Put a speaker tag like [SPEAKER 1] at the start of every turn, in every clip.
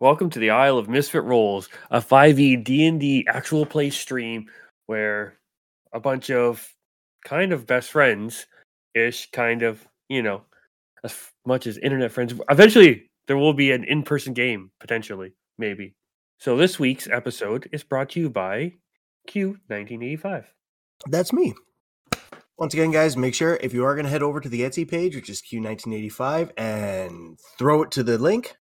[SPEAKER 1] Welcome to the Isle of Misfit Rolls, a E 5e D&D actual play stream where a bunch of kind of best friends ish kind of, you know, as f- much as internet friends. Eventually there will be an in-person game potentially, maybe. So this week's episode is brought to you by Q1985.
[SPEAKER 2] That's me. Once again, guys, make sure if you are going to head over to the Etsy page, which is Q1985, and throw it to the link,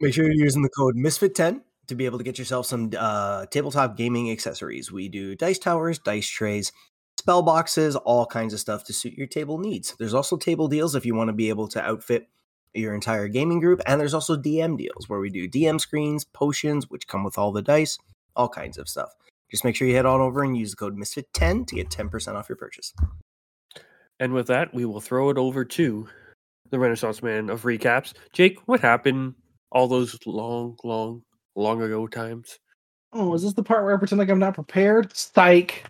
[SPEAKER 2] make sure you're using the code MISFIT10 to be able to get yourself some uh, tabletop gaming accessories. We do dice towers, dice trays, spell boxes, all kinds of stuff to suit your table needs. There's also table deals if you want to be able to outfit your entire gaming group, and there's also DM deals where we do DM screens, potions, which come with all the dice, all kinds of stuff. Just make sure you head on over and use the code MISFIT10 to get 10% off your purchase.
[SPEAKER 1] And with that, we will throw it over to the Renaissance Man of recaps. Jake, what happened all those long, long, long ago times?
[SPEAKER 3] Oh, is this the part where I pretend like I'm not prepared? Psych.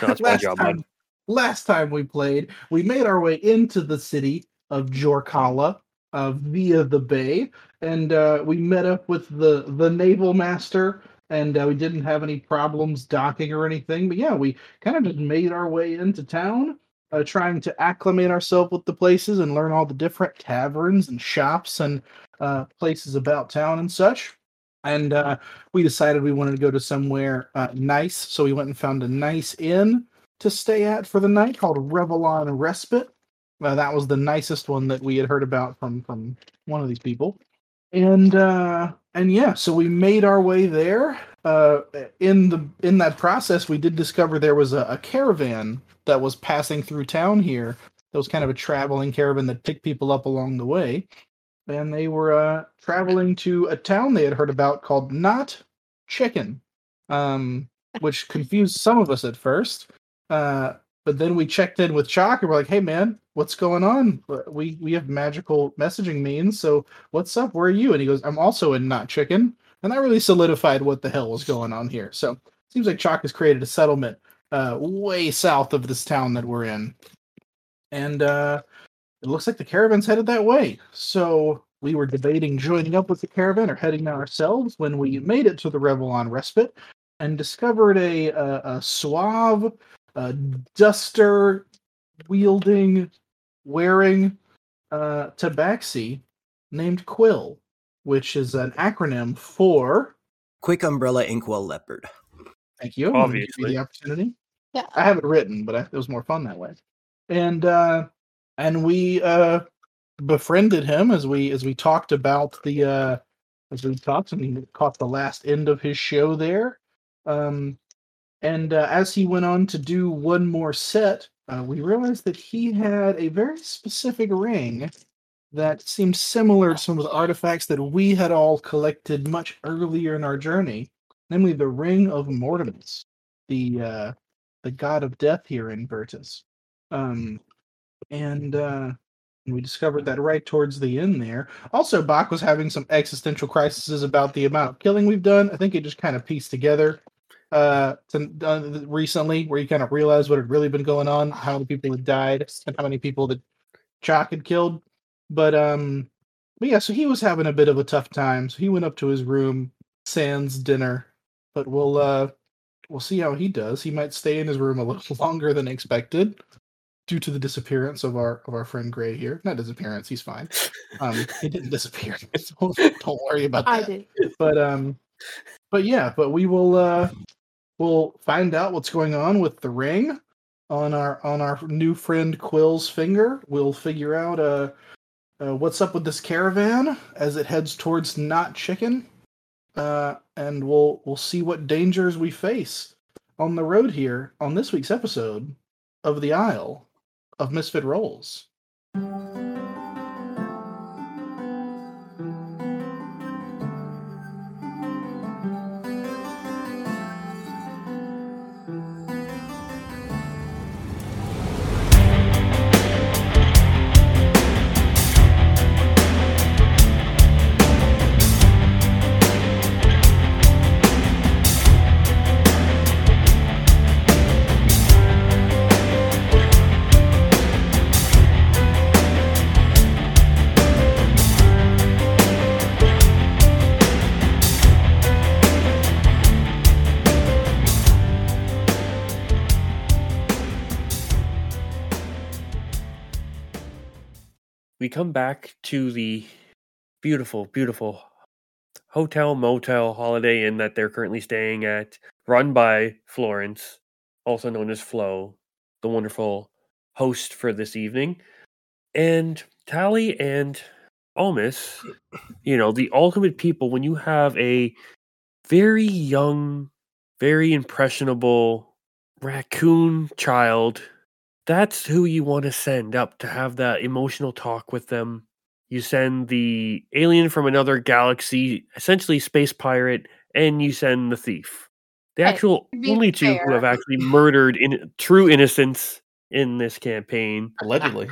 [SPEAKER 1] that's my job, bud.
[SPEAKER 3] time, last time we played, we made our way into the city of Jorkala uh, via the bay, and uh, we met up with the the naval master, and uh, we didn't have any problems docking or anything. But yeah, we kind of just made our way into town, uh, trying to acclimate ourselves with the places and learn all the different taverns and shops and uh, places about town and such. And uh, we decided we wanted to go to somewhere uh, nice, so we went and found a nice inn to stay at for the night called Revelon Respite. Uh, that was the nicest one that we had heard about from from one of these people, and uh, and yeah, so we made our way there. Uh, in the in that process, we did discover there was a, a caravan that was passing through town here. That was kind of a traveling caravan that picked people up along the way, and they were uh, traveling to a town they had heard about called Not Chicken, um, which confused some of us at first. Uh, but then we checked in with Chalk and we're like, "Hey, man, what's going on? We we have magical messaging means, so what's up? Where are you?" And he goes, "I'm also in Not Chicken," and that really solidified what the hell was going on here. So seems like Chalk has created a settlement uh, way south of this town that we're in, and uh, it looks like the caravan's headed that way. So we were debating joining up with the caravan or heading there ourselves when we made it to the Revelon Respite and discovered a a, a suave uh, duster wielding, wearing uh, tabaxi named Quill, which is an acronym for.
[SPEAKER 2] Quick Umbrella Inkwell Leopard.
[SPEAKER 3] Thank you. I'm gonna give you
[SPEAKER 1] Obviously.
[SPEAKER 3] the opportunity.
[SPEAKER 4] Yeah.
[SPEAKER 3] I have it written, but I, it was more fun that way. And uh, and we uh, befriended him as we as we talked about the uh, as we talked and he caught the last end of his show there. Um, and uh, as he went on to do one more set, uh, we realized that he had a very specific ring that seemed similar to some of the artifacts that we had all collected much earlier in our journey, namely the Ring of Mortimus, the uh, the god of death here in Vertus. Um, and uh, we discovered that right towards the end there. Also, Bach was having some existential crises about the amount of killing we've done. I think it just kind of pieced together uh, to, uh, recently, where you kind of realized what had really been going on, how many people had died, and how many people that Jock had killed. But um, but yeah, so he was having a bit of a tough time. So he went up to his room, sans dinner. But we'll uh, we'll see how he does. He might stay in his room a little longer than expected, due to the disappearance of our of our friend Gray here. Not disappearance, he's fine. Um, he didn't disappear. Don't, don't worry about that
[SPEAKER 4] I did.
[SPEAKER 3] but um but yeah but we will uh we'll find out what's going on with the ring on our on our new friend quill's finger we'll figure out uh, uh what's up with this caravan as it heads towards not chicken uh and we'll we'll see what dangers we face on the road here on this week's episode of the isle of misfit rolls
[SPEAKER 1] we come back to the beautiful, beautiful hotel, motel, holiday inn that they're currently staying at, run by Florence, also known as Flo, the wonderful host for this evening. And Tally and Almus, you know, the ultimate people, when you have a very young, very impressionable raccoon child, that's who you want to send up to have that emotional talk with them. You send the alien from another galaxy, essentially space pirate, and you send the thief. The
[SPEAKER 4] Right,
[SPEAKER 1] actual
[SPEAKER 4] to be
[SPEAKER 1] only two who
[SPEAKER 4] fair.
[SPEAKER 1] have actually murdered in true innocence in this campaign,
[SPEAKER 5] Allegedly.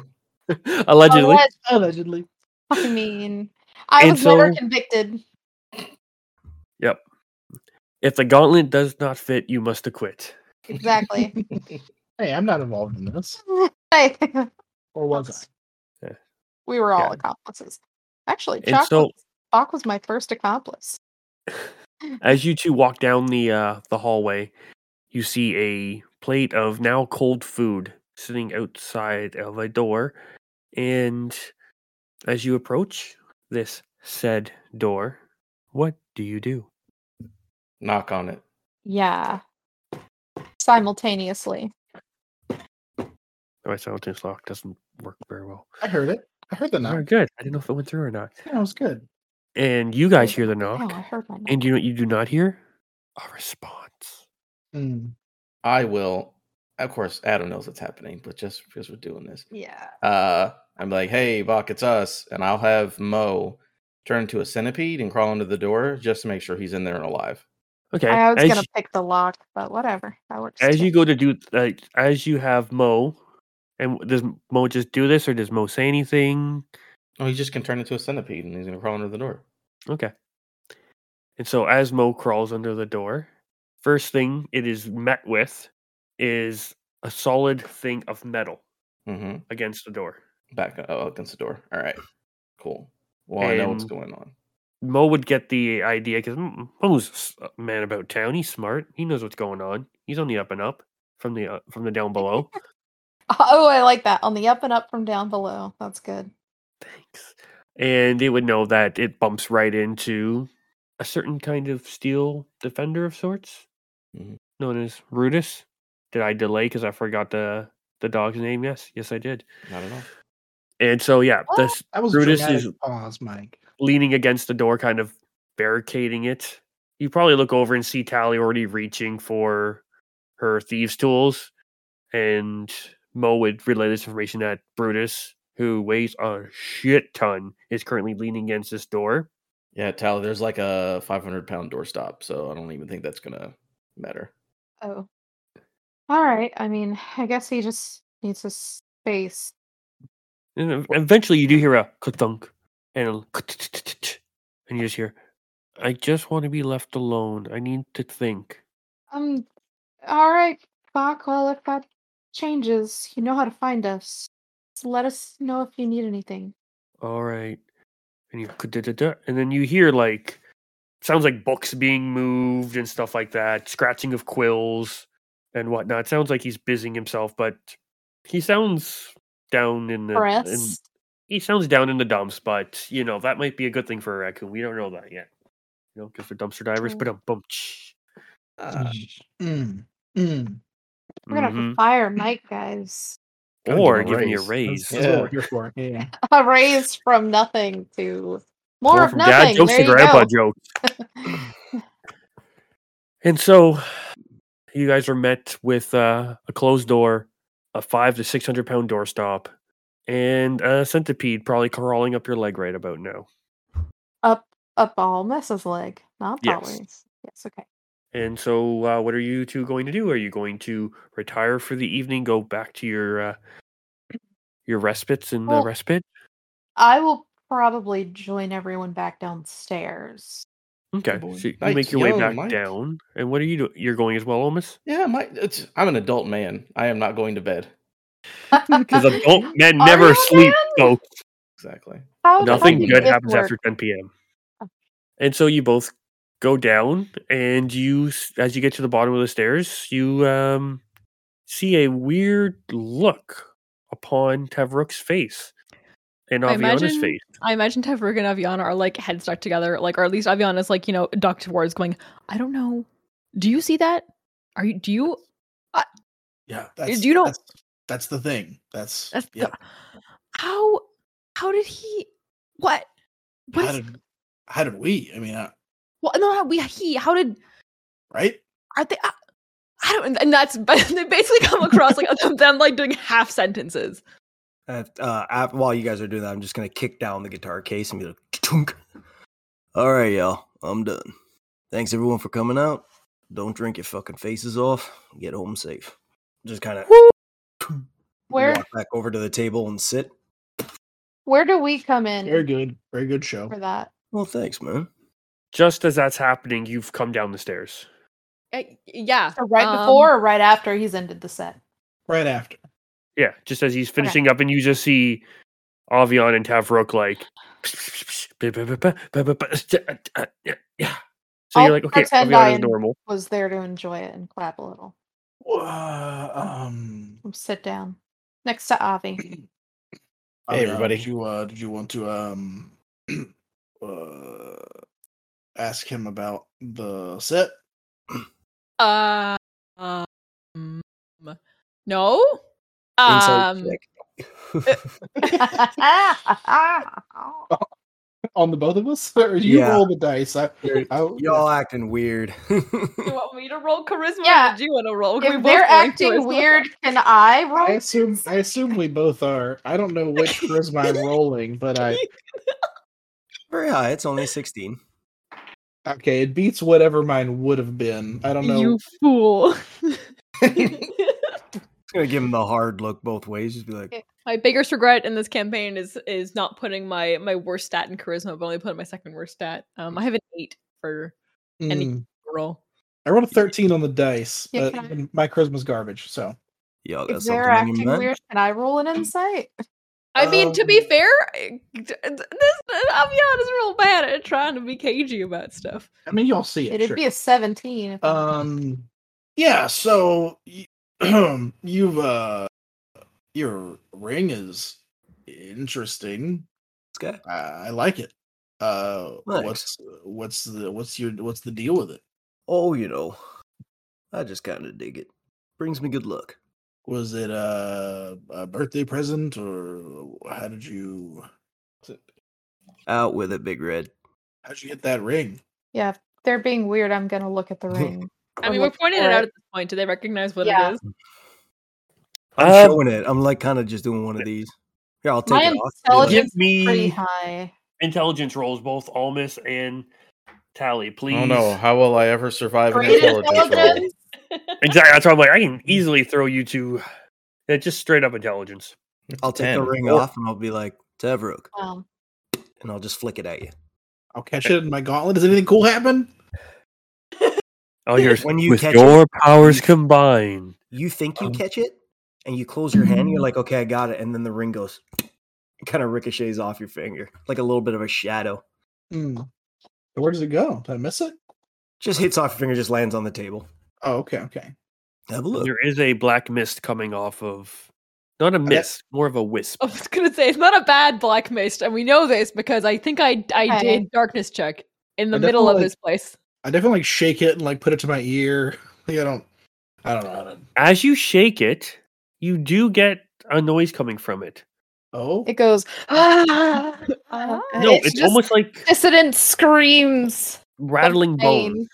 [SPEAKER 1] allegedly.
[SPEAKER 4] Alleg-
[SPEAKER 3] Allegedly.
[SPEAKER 4] I mean, I
[SPEAKER 1] And
[SPEAKER 4] was never
[SPEAKER 1] so-
[SPEAKER 4] convicted.
[SPEAKER 1] If the gauntlet does not fit, you must acquit.
[SPEAKER 4] Exactly.
[SPEAKER 3] Hey, I'm not involved in this.
[SPEAKER 4] Hey,
[SPEAKER 3] Or was
[SPEAKER 4] we were all
[SPEAKER 1] Yeah.
[SPEAKER 4] accomplices. Actually,
[SPEAKER 1] And
[SPEAKER 4] Chuck,
[SPEAKER 1] so-
[SPEAKER 4] was, Chuck was my first accomplice.
[SPEAKER 1] As you two walk down the uh, the hallway, you see a plate of now cold food sitting outside of a door, and as you approach this said door, what do you do?
[SPEAKER 5] Knock on it.
[SPEAKER 4] Yeah. Simultaneously.
[SPEAKER 1] My silence lock doesn't work very well.
[SPEAKER 3] I? I heard it. I heard the
[SPEAKER 1] All
[SPEAKER 3] knock.
[SPEAKER 1] right, good. I didn't know if it went through or not.
[SPEAKER 3] Yeah, it was good.
[SPEAKER 1] And you guys
[SPEAKER 4] Yeah.
[SPEAKER 1] hear the
[SPEAKER 4] Oh, I
[SPEAKER 1] knock,
[SPEAKER 4] heard my name.
[SPEAKER 1] and you know what you do not hear a response.
[SPEAKER 3] Mm.
[SPEAKER 5] I will. Of course, Adam knows what's happening, but just because we're doing this,
[SPEAKER 4] Yeah.
[SPEAKER 5] uh, I'm like, "Hey, Buck, it's us," and I'll have Mo turn into a centipede and crawl into the door just to make sure he's in there and alive.
[SPEAKER 1] Okay,
[SPEAKER 4] I was
[SPEAKER 1] as
[SPEAKER 4] gonna
[SPEAKER 1] you-
[SPEAKER 4] pick the lock, but whatever. That works.
[SPEAKER 1] as
[SPEAKER 4] too.
[SPEAKER 1] you go to do like as you have Mo, and w- does Mo just do this or does Mo say anything?
[SPEAKER 5] Oh, he just can turn into a centipede and he's gonna crawl under the door.
[SPEAKER 1] Okay. And so as Mo crawls under the door, first thing it is met with is a solid thing of metal
[SPEAKER 5] Mm-hmm.
[SPEAKER 1] against the door.
[SPEAKER 5] Back oh, against the door. All right, cool. Well, I know what's
[SPEAKER 1] And-
[SPEAKER 5] going on.
[SPEAKER 1] Mo would get the idea because Mo's a s- a man about town. He's smart. He knows what's going on. He's on the up and up from the uh, from the down below.
[SPEAKER 4] Oh, I like that. On the up and up from down below. That's good.
[SPEAKER 1] Thanks. And it would know that it bumps right into a certain kind of steel defender of sorts,
[SPEAKER 5] Mhm.
[SPEAKER 1] known as Rudis. Did I delay because I forgot the the dog's name? Yes, yes, I did.
[SPEAKER 5] Not at all.
[SPEAKER 1] And so yeah,
[SPEAKER 4] What?
[SPEAKER 1] this
[SPEAKER 3] That was
[SPEAKER 1] Brutus
[SPEAKER 3] Brutus dramatic
[SPEAKER 1] is-
[SPEAKER 3] pause, Mike.
[SPEAKER 1] leaning against the door, kind of barricading it. You probably look over and see Tally already reaching for her thieves' tools, and Mo would relay this information that Brutus, who weighs a shit ton, is currently leaning against this door.
[SPEAKER 5] Yeah, Tally, there's like a 500 pound doorstop, so I don't even think that's gonna matter.
[SPEAKER 4] Oh. All right. I mean, I guess he just needs a space.
[SPEAKER 1] And ev- eventually, you do hear a thunk and a and you just hear, "I just want to be left alone. I need to think."
[SPEAKER 4] Um all right, Bach, well if that changes, you know how to find us. So let us know if you need anything.
[SPEAKER 1] All right, and you and then you hear like sounds like books being moved and stuff like that, scratching of quills and whatnot. Sounds like he's busying himself, but he sounds down in the in,
[SPEAKER 4] Press.
[SPEAKER 1] he sounds down in the dumps. But you know that might be a good thing for a raccoon. We don't know that yet, you know, because they're dumpster divers.
[SPEAKER 4] True.
[SPEAKER 1] But a bump.
[SPEAKER 5] Ah,
[SPEAKER 3] Mm, mm.
[SPEAKER 4] We're gonna
[SPEAKER 1] Mm-hmm.
[SPEAKER 4] have to fire Mike, guys.
[SPEAKER 5] Gotta give
[SPEAKER 1] or
[SPEAKER 5] him a
[SPEAKER 1] giving you a
[SPEAKER 3] That's,
[SPEAKER 1] raise.
[SPEAKER 3] that's what we're here for. Yeah.
[SPEAKER 4] A raise from nothing to more
[SPEAKER 1] Going
[SPEAKER 4] of nothing.
[SPEAKER 1] jokes
[SPEAKER 4] there
[SPEAKER 1] to
[SPEAKER 4] you
[SPEAKER 1] grandpa
[SPEAKER 4] go.
[SPEAKER 1] jokes. And so you guys are met with uh, a closed door, a five to 600 pound doorstop, and a centipede probably crawling up your leg right about now.
[SPEAKER 4] Up up all Mrs. leg. Not
[SPEAKER 1] Yes.
[SPEAKER 4] always. Yes, okay.
[SPEAKER 1] And so, uh, what are you two going to do? Are you going to retire for the evening, go back to your uh, your respites and
[SPEAKER 4] Well,
[SPEAKER 1] the respite?
[SPEAKER 4] I will probably join everyone back downstairs.
[SPEAKER 1] Okay,
[SPEAKER 5] boy.
[SPEAKER 1] so you
[SPEAKER 5] Mike's
[SPEAKER 1] make your way
[SPEAKER 5] young,
[SPEAKER 1] back
[SPEAKER 5] Mike.
[SPEAKER 1] down. And what are you doing? You're going as well, Omis?
[SPEAKER 5] yeah, my, it's, I'm an adult man. I am not going to bed.
[SPEAKER 1] Because adult men
[SPEAKER 4] Uh, Are you
[SPEAKER 1] never
[SPEAKER 4] a
[SPEAKER 1] sleep,
[SPEAKER 4] man?
[SPEAKER 1] folks.
[SPEAKER 5] Exactly.
[SPEAKER 4] How Oh, the
[SPEAKER 1] Nothing
[SPEAKER 4] fuck
[SPEAKER 1] good
[SPEAKER 4] this
[SPEAKER 1] happens
[SPEAKER 4] work?
[SPEAKER 1] after 10 p.m.
[SPEAKER 4] Oh.
[SPEAKER 1] And so you both go down, and you, s- as you get to the bottom of the stairs, you um, see a weird look upon Tavrook's face. in
[SPEAKER 6] I
[SPEAKER 1] Aviana's
[SPEAKER 6] imagine-
[SPEAKER 1] face.
[SPEAKER 6] I imagine Tavrik and Aviana are like head stuck together, like or at least Aviana's like you know ducked towards going. I don't know. Do you see that? Are you? Do you?
[SPEAKER 3] Yeah.
[SPEAKER 6] Do you know-
[SPEAKER 7] That's, that's the thing. That's,
[SPEAKER 6] That's
[SPEAKER 7] yeah.
[SPEAKER 6] How? How did he? What? What?
[SPEAKER 7] How
[SPEAKER 6] Is,
[SPEAKER 7] did how did we? I mean, uh,
[SPEAKER 6] well, no, how- we he. How did?
[SPEAKER 7] right?
[SPEAKER 6] Are they? I, I don't. And that's they basically come across like them, them like doing half sentences.
[SPEAKER 2] Uh, uh, af- while you guys are doing that, I'm just gonna kick down the guitar case and be like, "Chunk." All right, y'all, I'm done. Thanks everyone for coming out. Don't drink your fucking faces off. Get home safe. Just kind of
[SPEAKER 4] Where
[SPEAKER 2] walk back over to the table and sit.
[SPEAKER 4] where do we come in
[SPEAKER 3] Very good. Very good show.
[SPEAKER 4] for that?
[SPEAKER 2] Well, thanks, man.
[SPEAKER 1] Just as that's happening, you've come down the stairs.
[SPEAKER 6] Uh, yeah.
[SPEAKER 4] So right
[SPEAKER 6] um,
[SPEAKER 4] before or right after he's ended the set?
[SPEAKER 3] Right after.
[SPEAKER 1] Yeah, just as he's finishing up, and you just see Avian and Tavrok like. Yeah. So
[SPEAKER 4] I'll
[SPEAKER 1] you're like, okay,
[SPEAKER 4] pretend
[SPEAKER 1] Aviana's
[SPEAKER 4] I'm-
[SPEAKER 1] normal.
[SPEAKER 4] Was there to enjoy it and clap a little.
[SPEAKER 7] Uh, um,
[SPEAKER 4] Um, Sit down next to Avi.
[SPEAKER 7] Oh,
[SPEAKER 5] Hey,
[SPEAKER 7] yeah,
[SPEAKER 5] everybody.
[SPEAKER 7] Did you uh, did you want to um uh, ask him about the set?
[SPEAKER 6] Uh, um, no.
[SPEAKER 2] Insight
[SPEAKER 6] Um,
[SPEAKER 2] check.
[SPEAKER 3] On the both of us? Or you
[SPEAKER 2] Yeah.
[SPEAKER 3] roll the dice. I,
[SPEAKER 2] You're-
[SPEAKER 3] I,
[SPEAKER 2] Y'all acting weird.
[SPEAKER 6] you want me to roll charisma?
[SPEAKER 4] Yeah.
[SPEAKER 6] Or did you want to roll? We
[SPEAKER 4] if
[SPEAKER 6] both
[SPEAKER 4] they're
[SPEAKER 6] rolled
[SPEAKER 4] acting
[SPEAKER 6] charisma.
[SPEAKER 4] weird, can I roll?
[SPEAKER 3] I assume I assume we both are. I don't know which charisma I'm rolling, but I
[SPEAKER 2] Very high. It's only 16.
[SPEAKER 3] okay, it beats whatever mine would have been. I don't know.
[SPEAKER 6] You fool.
[SPEAKER 2] Just gonna give him the hard look both ways. Just be like,
[SPEAKER 6] my biggest regret in this campaign is is not putting my my worst stat in charisma, but only putting my second worst stat. Um, I have an eight for any-
[SPEAKER 3] Mm.
[SPEAKER 6] roll.
[SPEAKER 3] I rolled a 13 on the dice,
[SPEAKER 4] Yeah,
[SPEAKER 3] but
[SPEAKER 4] can I-
[SPEAKER 3] even my charisma's garbage, so
[SPEAKER 2] y'all got
[SPEAKER 4] if
[SPEAKER 2] something
[SPEAKER 4] they're
[SPEAKER 2] in your
[SPEAKER 4] acting
[SPEAKER 2] mind?
[SPEAKER 4] weird, can I roll an insight?
[SPEAKER 6] I mean, to be
[SPEAKER 3] Um,
[SPEAKER 6] fair, I- this Avian is real bad at trying to be cagey about stuff.
[SPEAKER 3] I mean you'll see it.
[SPEAKER 4] It'd
[SPEAKER 3] sure.
[SPEAKER 4] be a seventeen. If
[SPEAKER 1] Uh,
[SPEAKER 3] um
[SPEAKER 7] Yeah. So y- you've uh, your ring is interesting.
[SPEAKER 2] Okay.
[SPEAKER 7] I, I like it. Uh,
[SPEAKER 2] Nice.
[SPEAKER 7] what's what's the what's your what's the deal with it?
[SPEAKER 2] Oh, you know, I just kind of dig it. Brings me good luck.
[SPEAKER 7] Was it uh, a birthday present or how did you
[SPEAKER 2] Out with it, Big Red.
[SPEAKER 7] how'd you get that ring?
[SPEAKER 4] yeah, if they're being weird, I'm gonna look at the ring.
[SPEAKER 6] I
[SPEAKER 4] or
[SPEAKER 6] mean, we're
[SPEAKER 4] look
[SPEAKER 6] pointing it
[SPEAKER 4] for
[SPEAKER 6] out at this point. Do they recognize what
[SPEAKER 4] Yeah.
[SPEAKER 6] it is?
[SPEAKER 2] I'm
[SPEAKER 1] Um,
[SPEAKER 2] showing it. I'm like kind of just doing one of these. Here, I'll take
[SPEAKER 4] My
[SPEAKER 2] it off.
[SPEAKER 4] intelligence-
[SPEAKER 2] Give-
[SPEAKER 1] Give
[SPEAKER 4] Intelligence Pretty
[SPEAKER 1] me
[SPEAKER 4] high.
[SPEAKER 1] intelligence rolls, both Almus and Tally, please.
[SPEAKER 5] Oh no! How will I ever survive an
[SPEAKER 4] Great
[SPEAKER 5] intelligence roll?
[SPEAKER 4] intelligence.
[SPEAKER 1] Exactly. That's why I'm like, I can easily throw you to yeah, just straight up intelligence.
[SPEAKER 5] It's
[SPEAKER 2] I'll
[SPEAKER 5] a
[SPEAKER 2] take the
[SPEAKER 5] 10.
[SPEAKER 2] ring
[SPEAKER 1] Or-
[SPEAKER 2] off and I'll be like, Tavrook,
[SPEAKER 4] Um,
[SPEAKER 2] and I'll just flick it at you.
[SPEAKER 7] I'll catch it in my gauntlet. Does anything cool happen?
[SPEAKER 1] Oh, yours
[SPEAKER 2] When you
[SPEAKER 1] with
[SPEAKER 2] catch
[SPEAKER 1] your
[SPEAKER 2] it,
[SPEAKER 1] powers combined.
[SPEAKER 2] you think you catch it, and you close your hand, and you're like, okay, I got it. And then the ring goes, kind of ricochets off your finger, like a little bit of a shadow.
[SPEAKER 3] mm. where does it go? Did I miss it?
[SPEAKER 2] Just hits off your finger, just lands on the table.
[SPEAKER 3] Oh, okay, okay.
[SPEAKER 2] Have a look.
[SPEAKER 1] There is a black mist coming off of, not a mist, more of a wisp.
[SPEAKER 6] I was gonna say it's not a bad black mist, and we know this because I think I I
[SPEAKER 4] Okay.
[SPEAKER 6] did darkness check in the
[SPEAKER 3] I
[SPEAKER 6] middle of
[SPEAKER 3] definitely-
[SPEAKER 6] this place.
[SPEAKER 3] I definitely like, shake it and like put it to my ear. Like, I don't I don't know how to
[SPEAKER 1] As you shake it, you do get a noise coming from it.
[SPEAKER 3] Oh
[SPEAKER 4] it goes. Ah,
[SPEAKER 6] Ah.
[SPEAKER 1] No, it's,
[SPEAKER 4] just
[SPEAKER 1] almost like
[SPEAKER 4] dissident screams.
[SPEAKER 1] rattling
[SPEAKER 4] Pain.
[SPEAKER 1] bones.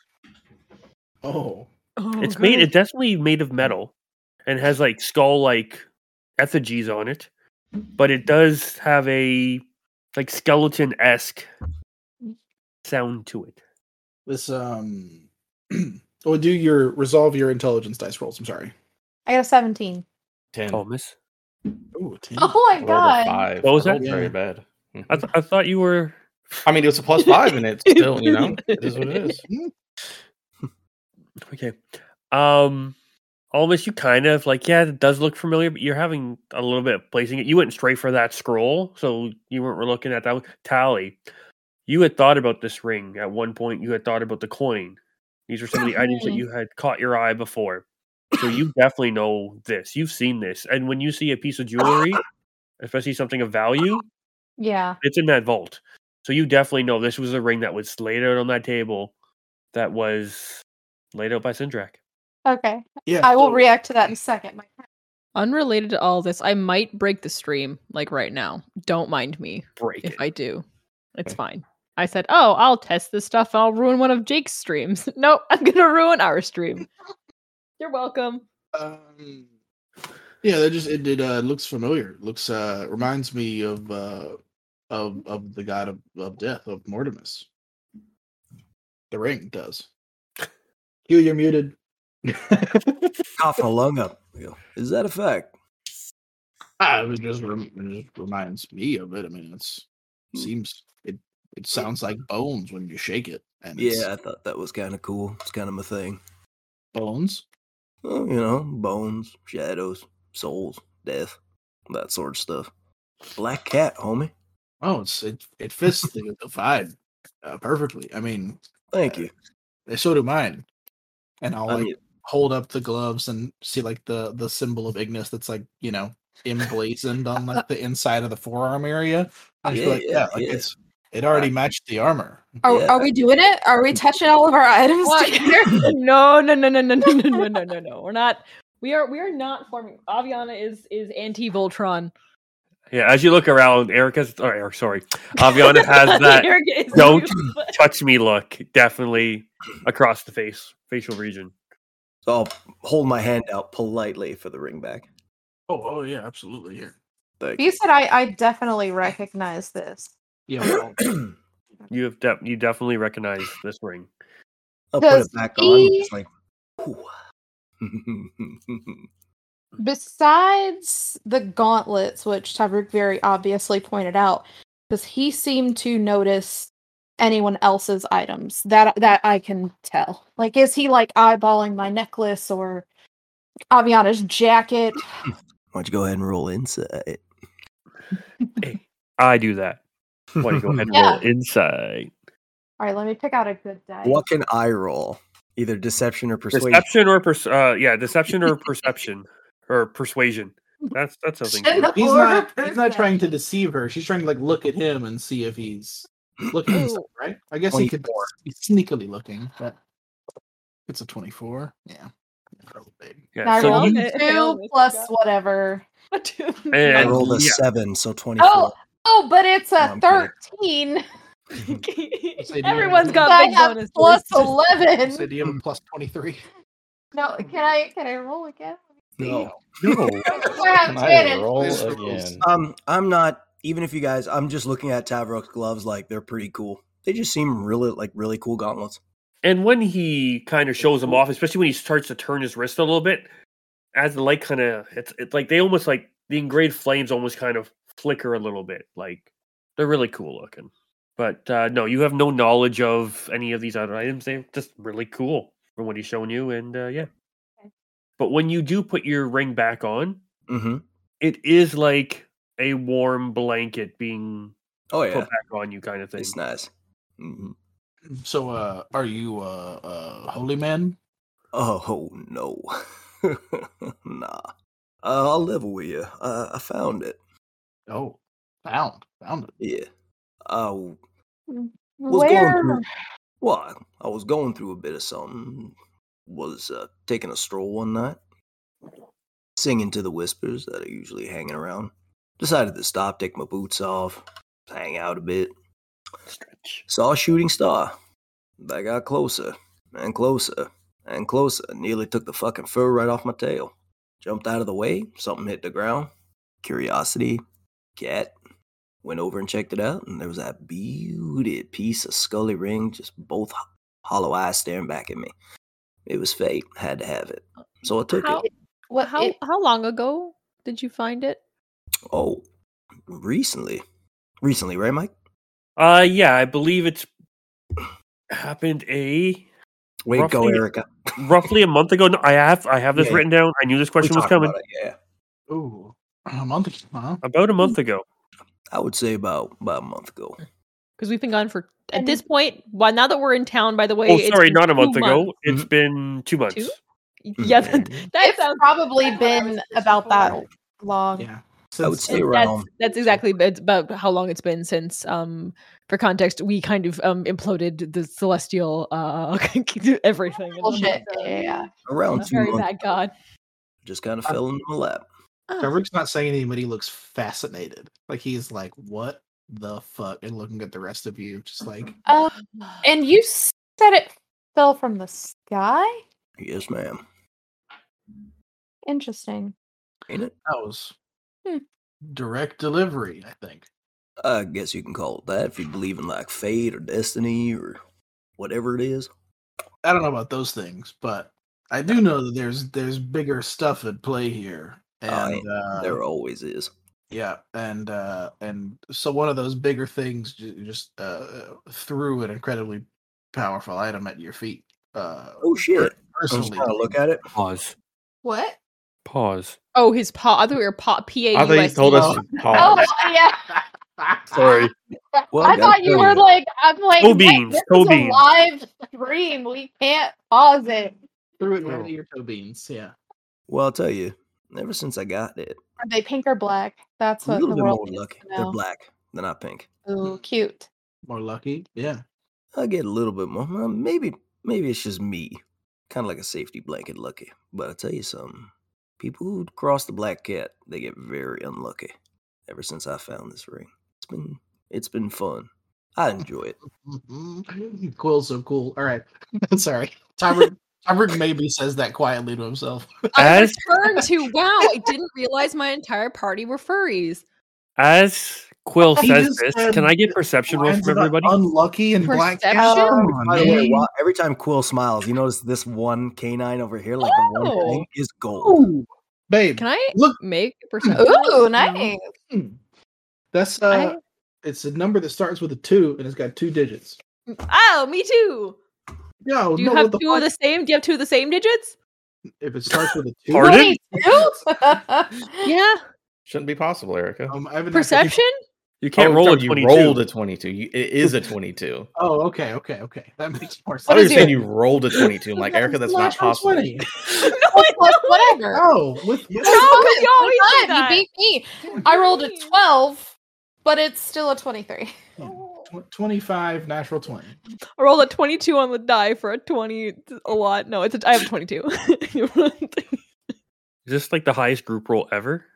[SPEAKER 7] Oh.
[SPEAKER 6] Oh,
[SPEAKER 1] it's made,
[SPEAKER 6] God.
[SPEAKER 1] it's definitely made of metal and has like skull like effigies on it, but it does have a like skeleton esque sound to it.
[SPEAKER 3] this um Oh, do your resolve your intelligence dice rolls. I'm sorry.
[SPEAKER 4] I got a seventeen.
[SPEAKER 5] Ten.
[SPEAKER 1] Thomas?
[SPEAKER 7] Ooh, 10.
[SPEAKER 4] Oh my
[SPEAKER 5] Rolled a
[SPEAKER 4] god!
[SPEAKER 5] five.
[SPEAKER 1] What was that?
[SPEAKER 5] I rolled
[SPEAKER 3] Yeah.
[SPEAKER 5] Very bad. Mhm.
[SPEAKER 1] I, th- I thought you were.
[SPEAKER 5] I mean, it was a plus five, and it's still, you know, it is what it is.
[SPEAKER 1] Okay. Um, almost you kind of like, yeah, it does look familiar, but you're having a little bit of placing it. You went straight for that scroll, so you weren't really looking at that one. Tally, you had thought about this ring at one point. You had thought about the coin. These are some of the items that
[SPEAKER 4] Mhm.
[SPEAKER 1] you had caught your eye before. So you definitely know this. You've seen this, and when you see a piece of jewelry, especially something of value,
[SPEAKER 4] Yeah.
[SPEAKER 1] It's in that vault. So you definitely know this was a ring that was laid out on that table that was laid out by Sindrak.
[SPEAKER 4] Okay.
[SPEAKER 7] Yeah,
[SPEAKER 4] I will
[SPEAKER 7] so-
[SPEAKER 4] react to that in a second. My-
[SPEAKER 6] Unrelated to all this, I might break the stream like right now. Don't mind me
[SPEAKER 1] Break
[SPEAKER 6] if
[SPEAKER 1] it.
[SPEAKER 6] I do. It's
[SPEAKER 5] Okay.
[SPEAKER 6] fine. I said, "Oh, I'll test this stuff and I'll ruin one of Jake's streams." nope, I'm going to ruin our stream. You're welcome.
[SPEAKER 7] Um, yeah, that just it, it uh, looks familiar. Looks uh, reminds me of uh, of of the god of, of death of Mortimus. The ring does.
[SPEAKER 3] You, you're muted.
[SPEAKER 2] Coughing a lung up. We go, Is that a fact?
[SPEAKER 7] Ah, it was just, rem- it just reminds me of it. I mean, it's seems it it sounds like bones when you shake it, and it's
[SPEAKER 2] Yeah, I thought that was kind of cool. It's kind of my thing.
[SPEAKER 7] bones.
[SPEAKER 2] Well, you know, bones, shadows, souls, death, that sort of stuff. Black cat, homie.
[SPEAKER 7] Oh, it's it it fits the, the vibe uh, perfectly. I mean, eh,
[SPEAKER 2] Thank you.
[SPEAKER 7] so do mine, and I'll
[SPEAKER 2] I
[SPEAKER 7] like
[SPEAKER 2] mean,
[SPEAKER 7] hold up the gloves and see like the the symbol of Ignis that's like you know emblazoned on like the inside of the forearm area. I just feel
[SPEAKER 2] Yeah,
[SPEAKER 7] like,
[SPEAKER 2] yeah,
[SPEAKER 7] yeah, like
[SPEAKER 2] yeah.
[SPEAKER 7] it's it already matched the armor.
[SPEAKER 4] Are,
[SPEAKER 2] Yeah.
[SPEAKER 4] are we doing it? Are we touching all of our items
[SPEAKER 6] What?
[SPEAKER 4] together?
[SPEAKER 6] no, no, no, no, no, no, no, no, no, no, no. We're not. We are. We are not forming. Aviana is is anti Voltron.
[SPEAKER 1] Yeah, as you look around, Erica's or Eric, sorry, Aviana has that
[SPEAKER 6] Eric is-
[SPEAKER 1] don't- touch me look definitely across the face, facial region.
[SPEAKER 2] so I'll hold my hand out politely for the ring back.
[SPEAKER 7] Oh, oh yeah, absolutely. Yeah,
[SPEAKER 2] Thank
[SPEAKER 4] You said I, I definitely recognize this.
[SPEAKER 7] yeah. well,
[SPEAKER 2] you.
[SPEAKER 1] You have de- you definitely recognize this ring.
[SPEAKER 2] I'll put
[SPEAKER 4] Does
[SPEAKER 2] it back on.
[SPEAKER 4] he-
[SPEAKER 2] It's like, "Ooh."
[SPEAKER 4] Besides the gauntlets, which Tavrik very obviously pointed out, because he seemed to notice anyone else's items that that I can tell. Like, is he like eyeballing my necklace or Aviana's jacket?
[SPEAKER 2] Why don't you go ahead and roll inside?
[SPEAKER 1] I do that. Why don't you go ahead and roll inside?
[SPEAKER 4] All right, let me pick out a good die.
[SPEAKER 2] What can I roll? Either deception or persuasion.
[SPEAKER 1] Deception or pers- uh, yeah, deception or perception or persuasion. That's that's something.
[SPEAKER 4] Shut up.
[SPEAKER 3] He's
[SPEAKER 4] Or
[SPEAKER 3] not.
[SPEAKER 4] her
[SPEAKER 3] He's not
[SPEAKER 4] person.
[SPEAKER 3] trying to deceive her. She's trying to like look at him and see if he's looking, and stuff, right? I guess he could. be
[SPEAKER 2] 24.
[SPEAKER 3] He's sneakily looking, but
[SPEAKER 7] it's a twenty-four. Yeah. Probably.
[SPEAKER 4] And I
[SPEAKER 1] Yeah,
[SPEAKER 6] so
[SPEAKER 4] rolled
[SPEAKER 6] you-
[SPEAKER 4] two plus whatever.
[SPEAKER 2] I
[SPEAKER 1] And-
[SPEAKER 2] rolled a
[SPEAKER 1] yeah.
[SPEAKER 2] seven, so 24.
[SPEAKER 4] Oh, oh, but it's
[SPEAKER 2] No,
[SPEAKER 4] a
[SPEAKER 2] I'm kidding.
[SPEAKER 4] thirteen. Oh,
[SPEAKER 6] Everyone's got
[SPEAKER 4] I
[SPEAKER 6] big
[SPEAKER 4] have
[SPEAKER 6] bonuses.
[SPEAKER 4] plus
[SPEAKER 7] So
[SPEAKER 4] eleven.
[SPEAKER 7] do you
[SPEAKER 2] Hmm.
[SPEAKER 7] have a plus twenty-three?
[SPEAKER 4] No, can I can I roll again?
[SPEAKER 2] no.
[SPEAKER 1] no.
[SPEAKER 4] I have
[SPEAKER 5] Can I
[SPEAKER 4] Jaden.
[SPEAKER 5] roll
[SPEAKER 7] This rules.
[SPEAKER 5] again?
[SPEAKER 2] Um, I'm not even if you guys. I'm just looking at Tavrok's gloves. Like they're pretty cool. They just seem really like really cool gauntlets.
[SPEAKER 1] And when he kind of shows them off, especially when he starts to turn his wrist a little bit, as the light kind of it's it's like they almost like the engraved flames almost kind of flicker a little bit. Like they're really cool looking. But uh, no, you have no knowledge of any of these other items. They're just really cool from what he's showing you, and uh, yeah.
[SPEAKER 4] Okay.
[SPEAKER 1] But when you do put your ring back on,
[SPEAKER 2] Mm-hmm.
[SPEAKER 1] it is like a warm blanket being
[SPEAKER 2] Oh
[SPEAKER 1] put
[SPEAKER 2] yeah,
[SPEAKER 1] back on you, kind of thing.
[SPEAKER 2] it's nice. hmm
[SPEAKER 7] So, uh, are you uh, uh, holy man?
[SPEAKER 2] Oh no, nah. Uh, I'll level with you. Uh, I found it.
[SPEAKER 7] Oh, found, found it.
[SPEAKER 2] Yeah. Uh, was
[SPEAKER 4] Where?
[SPEAKER 2] going through well i was going through a bit of something was uh, taking a stroll one night singing to the whispers that are usually hanging around decided to stop take my boots off hang out a bit
[SPEAKER 1] Stretch.
[SPEAKER 2] saw a shooting star i got closer and closer and closer nearly took the fucking fur right off my tail jumped out of the way something hit the ground curiosity cat went over and checked it out, and there was that beauty piece of scully ring, just both ho- hollow eyes staring back at me. It was fate, had to have it. So I took
[SPEAKER 6] How,
[SPEAKER 2] it.
[SPEAKER 4] What?
[SPEAKER 6] how
[SPEAKER 4] it-
[SPEAKER 6] how long ago did you find it?
[SPEAKER 2] Oh, recently. Recently, right, Mike?
[SPEAKER 1] Uh, yeah, I believe it's happened a
[SPEAKER 2] Wait, go,
[SPEAKER 1] Roughly-
[SPEAKER 2] Erica.
[SPEAKER 1] roughly a month ago. No, I have I have this
[SPEAKER 2] Yeah, yeah.
[SPEAKER 1] written down. I knew this
[SPEAKER 2] We
[SPEAKER 1] question was
[SPEAKER 2] talked
[SPEAKER 1] coming
[SPEAKER 2] about it, yeah.
[SPEAKER 7] Ooh, a month ago,
[SPEAKER 3] uh-huh.
[SPEAKER 7] huh?
[SPEAKER 1] about a month ago.
[SPEAKER 2] I would say about, about a month ago.
[SPEAKER 6] Because we've been gone for at
[SPEAKER 4] And-
[SPEAKER 6] this point. Well, now that we're in town, by the way.
[SPEAKER 1] oh,
[SPEAKER 6] it's
[SPEAKER 1] sorry,
[SPEAKER 6] been
[SPEAKER 1] not a
[SPEAKER 6] two
[SPEAKER 1] month ago. Hmm.
[SPEAKER 6] months.
[SPEAKER 1] It's been two months.
[SPEAKER 6] Yeah, that, that
[SPEAKER 4] It's
[SPEAKER 6] sounds
[SPEAKER 4] probably been about that long.
[SPEAKER 7] Yeah,
[SPEAKER 2] I would
[SPEAKER 6] And
[SPEAKER 2] say
[SPEAKER 6] that's,
[SPEAKER 2] realm.
[SPEAKER 6] that's exactly b- it's about how long it's been since um for context we kind of um imploded the celestial uh everything and
[SPEAKER 4] Bullshit.
[SPEAKER 6] stuff like that.
[SPEAKER 4] Yeah, yeah, yeah.
[SPEAKER 2] Around
[SPEAKER 6] A
[SPEAKER 2] two
[SPEAKER 6] very
[SPEAKER 2] months.
[SPEAKER 6] bad god
[SPEAKER 2] Just kind of fell into my lap.
[SPEAKER 3] Derek's not saying anything, but he looks fascinated. Like he's like, "What the fuck?" And looking at the rest of you, just like,
[SPEAKER 4] Uh, and you said it fell from the sky?
[SPEAKER 2] Yes, ma'am.
[SPEAKER 4] Interesting.
[SPEAKER 2] Ain't it?
[SPEAKER 3] "That was
[SPEAKER 4] Hmm.
[SPEAKER 3] direct delivery." I think.
[SPEAKER 2] I guess you can call it that if you believe in like fate or destiny or whatever it is.
[SPEAKER 3] I don't know about those things, but I do know that there's there's bigger stuff at play here,
[SPEAKER 2] I-
[SPEAKER 3] and uh,
[SPEAKER 2] there always is.
[SPEAKER 3] yeah, and uh, and so one of those bigger things ju- just uh, threw an incredibly powerful item at your feet. Uh,
[SPEAKER 2] Oh shit! I'm just
[SPEAKER 3] personally,
[SPEAKER 2] trying to look at it.
[SPEAKER 1] Pause.
[SPEAKER 4] What?
[SPEAKER 1] Pause.
[SPEAKER 6] oh his paw i thought we were paw p-a-u-s
[SPEAKER 5] I thought you told us to
[SPEAKER 4] Oh,
[SPEAKER 5] pause.
[SPEAKER 4] yeah.
[SPEAKER 1] Sorry.
[SPEAKER 2] Well,
[SPEAKER 4] I
[SPEAKER 2] gotta
[SPEAKER 4] thought you
[SPEAKER 2] tell
[SPEAKER 4] were like, I'm like,
[SPEAKER 1] Toe
[SPEAKER 4] wait,
[SPEAKER 1] beans,
[SPEAKER 4] This
[SPEAKER 1] toe
[SPEAKER 4] is
[SPEAKER 1] beans.
[SPEAKER 4] a live stream. We can't pause it.
[SPEAKER 3] threw it right
[SPEAKER 1] Oh.
[SPEAKER 3] at your toe beans. Yeah.
[SPEAKER 2] Well, I'll tell you. Ever since I got it,
[SPEAKER 4] Are they pink or black? That's
[SPEAKER 2] a
[SPEAKER 4] what
[SPEAKER 2] little
[SPEAKER 4] the
[SPEAKER 2] bit
[SPEAKER 4] world
[SPEAKER 2] more
[SPEAKER 4] needs
[SPEAKER 2] lucky.
[SPEAKER 4] to
[SPEAKER 2] They're
[SPEAKER 4] know.
[SPEAKER 2] black. They're not pink.
[SPEAKER 4] Ooh, cute.
[SPEAKER 3] More lucky. Yeah.
[SPEAKER 2] I get a little bit more. well, Maybe, maybe it's just me. Kind of like a safety blanket, lucky. But I'll tell you something. People who cross the black cat, they get very unlucky. Ever since I found this ring, it's been it's been fun. I enjoy it. Mm-hmm.
[SPEAKER 3] Mhm. cool. So cool. All right. Sorry. Tyler, Tyler maybe says that quietly to himself.
[SPEAKER 6] i
[SPEAKER 1] As-
[SPEAKER 6] returned to wow i didn't realize my entire party were furries
[SPEAKER 1] As Quill
[SPEAKER 3] He
[SPEAKER 1] says
[SPEAKER 3] just
[SPEAKER 1] this,
[SPEAKER 3] said
[SPEAKER 1] can I get perception rolls
[SPEAKER 3] Lines
[SPEAKER 1] from
[SPEAKER 3] about
[SPEAKER 1] everybody?
[SPEAKER 3] Unlucky and black.
[SPEAKER 6] Perception?
[SPEAKER 3] cat. Come
[SPEAKER 2] By
[SPEAKER 3] on,
[SPEAKER 2] the way,
[SPEAKER 3] man.
[SPEAKER 2] wa- every time Quill smiles, you notice this one canine over here, like the one
[SPEAKER 6] Oh.
[SPEAKER 2] thing, is gold.
[SPEAKER 3] Ooh, babe.
[SPEAKER 6] can i
[SPEAKER 3] Look.
[SPEAKER 6] make a perception
[SPEAKER 4] Ooh,
[SPEAKER 6] roll?
[SPEAKER 4] nice.
[SPEAKER 3] hmm. That's uh
[SPEAKER 6] I-
[SPEAKER 3] it's a number that starts with a two and it's got two digits.
[SPEAKER 6] oh me too
[SPEAKER 3] Yo,
[SPEAKER 6] do you
[SPEAKER 3] no,
[SPEAKER 6] have
[SPEAKER 3] what the
[SPEAKER 6] two of
[SPEAKER 3] fuck?
[SPEAKER 6] the same do you have two of the same digits
[SPEAKER 3] if it starts with a two.
[SPEAKER 1] Pardon?
[SPEAKER 6] yeah
[SPEAKER 5] Shouldn't be possible, Erica.
[SPEAKER 3] Um, I haven't actually-
[SPEAKER 6] perception
[SPEAKER 1] You can't
[SPEAKER 5] Oh,
[SPEAKER 1] roll a
[SPEAKER 5] sorry, you
[SPEAKER 1] 22.
[SPEAKER 5] rolled a 22. You, it is a 22.
[SPEAKER 3] Oh, okay, okay, okay. That makes more sense.
[SPEAKER 5] I thought you
[SPEAKER 6] What
[SPEAKER 5] were
[SPEAKER 6] is
[SPEAKER 5] saying
[SPEAKER 6] your-
[SPEAKER 5] you rolled a 22. I'm like,
[SPEAKER 3] That
[SPEAKER 5] Erica,
[SPEAKER 3] was
[SPEAKER 5] that's
[SPEAKER 3] the
[SPEAKER 5] not
[SPEAKER 3] natural
[SPEAKER 5] possible.
[SPEAKER 3] 20.
[SPEAKER 6] no,
[SPEAKER 4] Plus,
[SPEAKER 6] it's not.
[SPEAKER 4] whatever.
[SPEAKER 3] Oh, with
[SPEAKER 6] No, 'cause you always do
[SPEAKER 4] Fine,
[SPEAKER 6] that.
[SPEAKER 4] You beat me. I rolled a 12, but it's still a 23.
[SPEAKER 3] tw- 25 natural 20.
[SPEAKER 6] I rolled a 22 on the die for a 20. It's a lot. No, it's a, I have a 22. for
[SPEAKER 1] Is this like the highest group roll ever?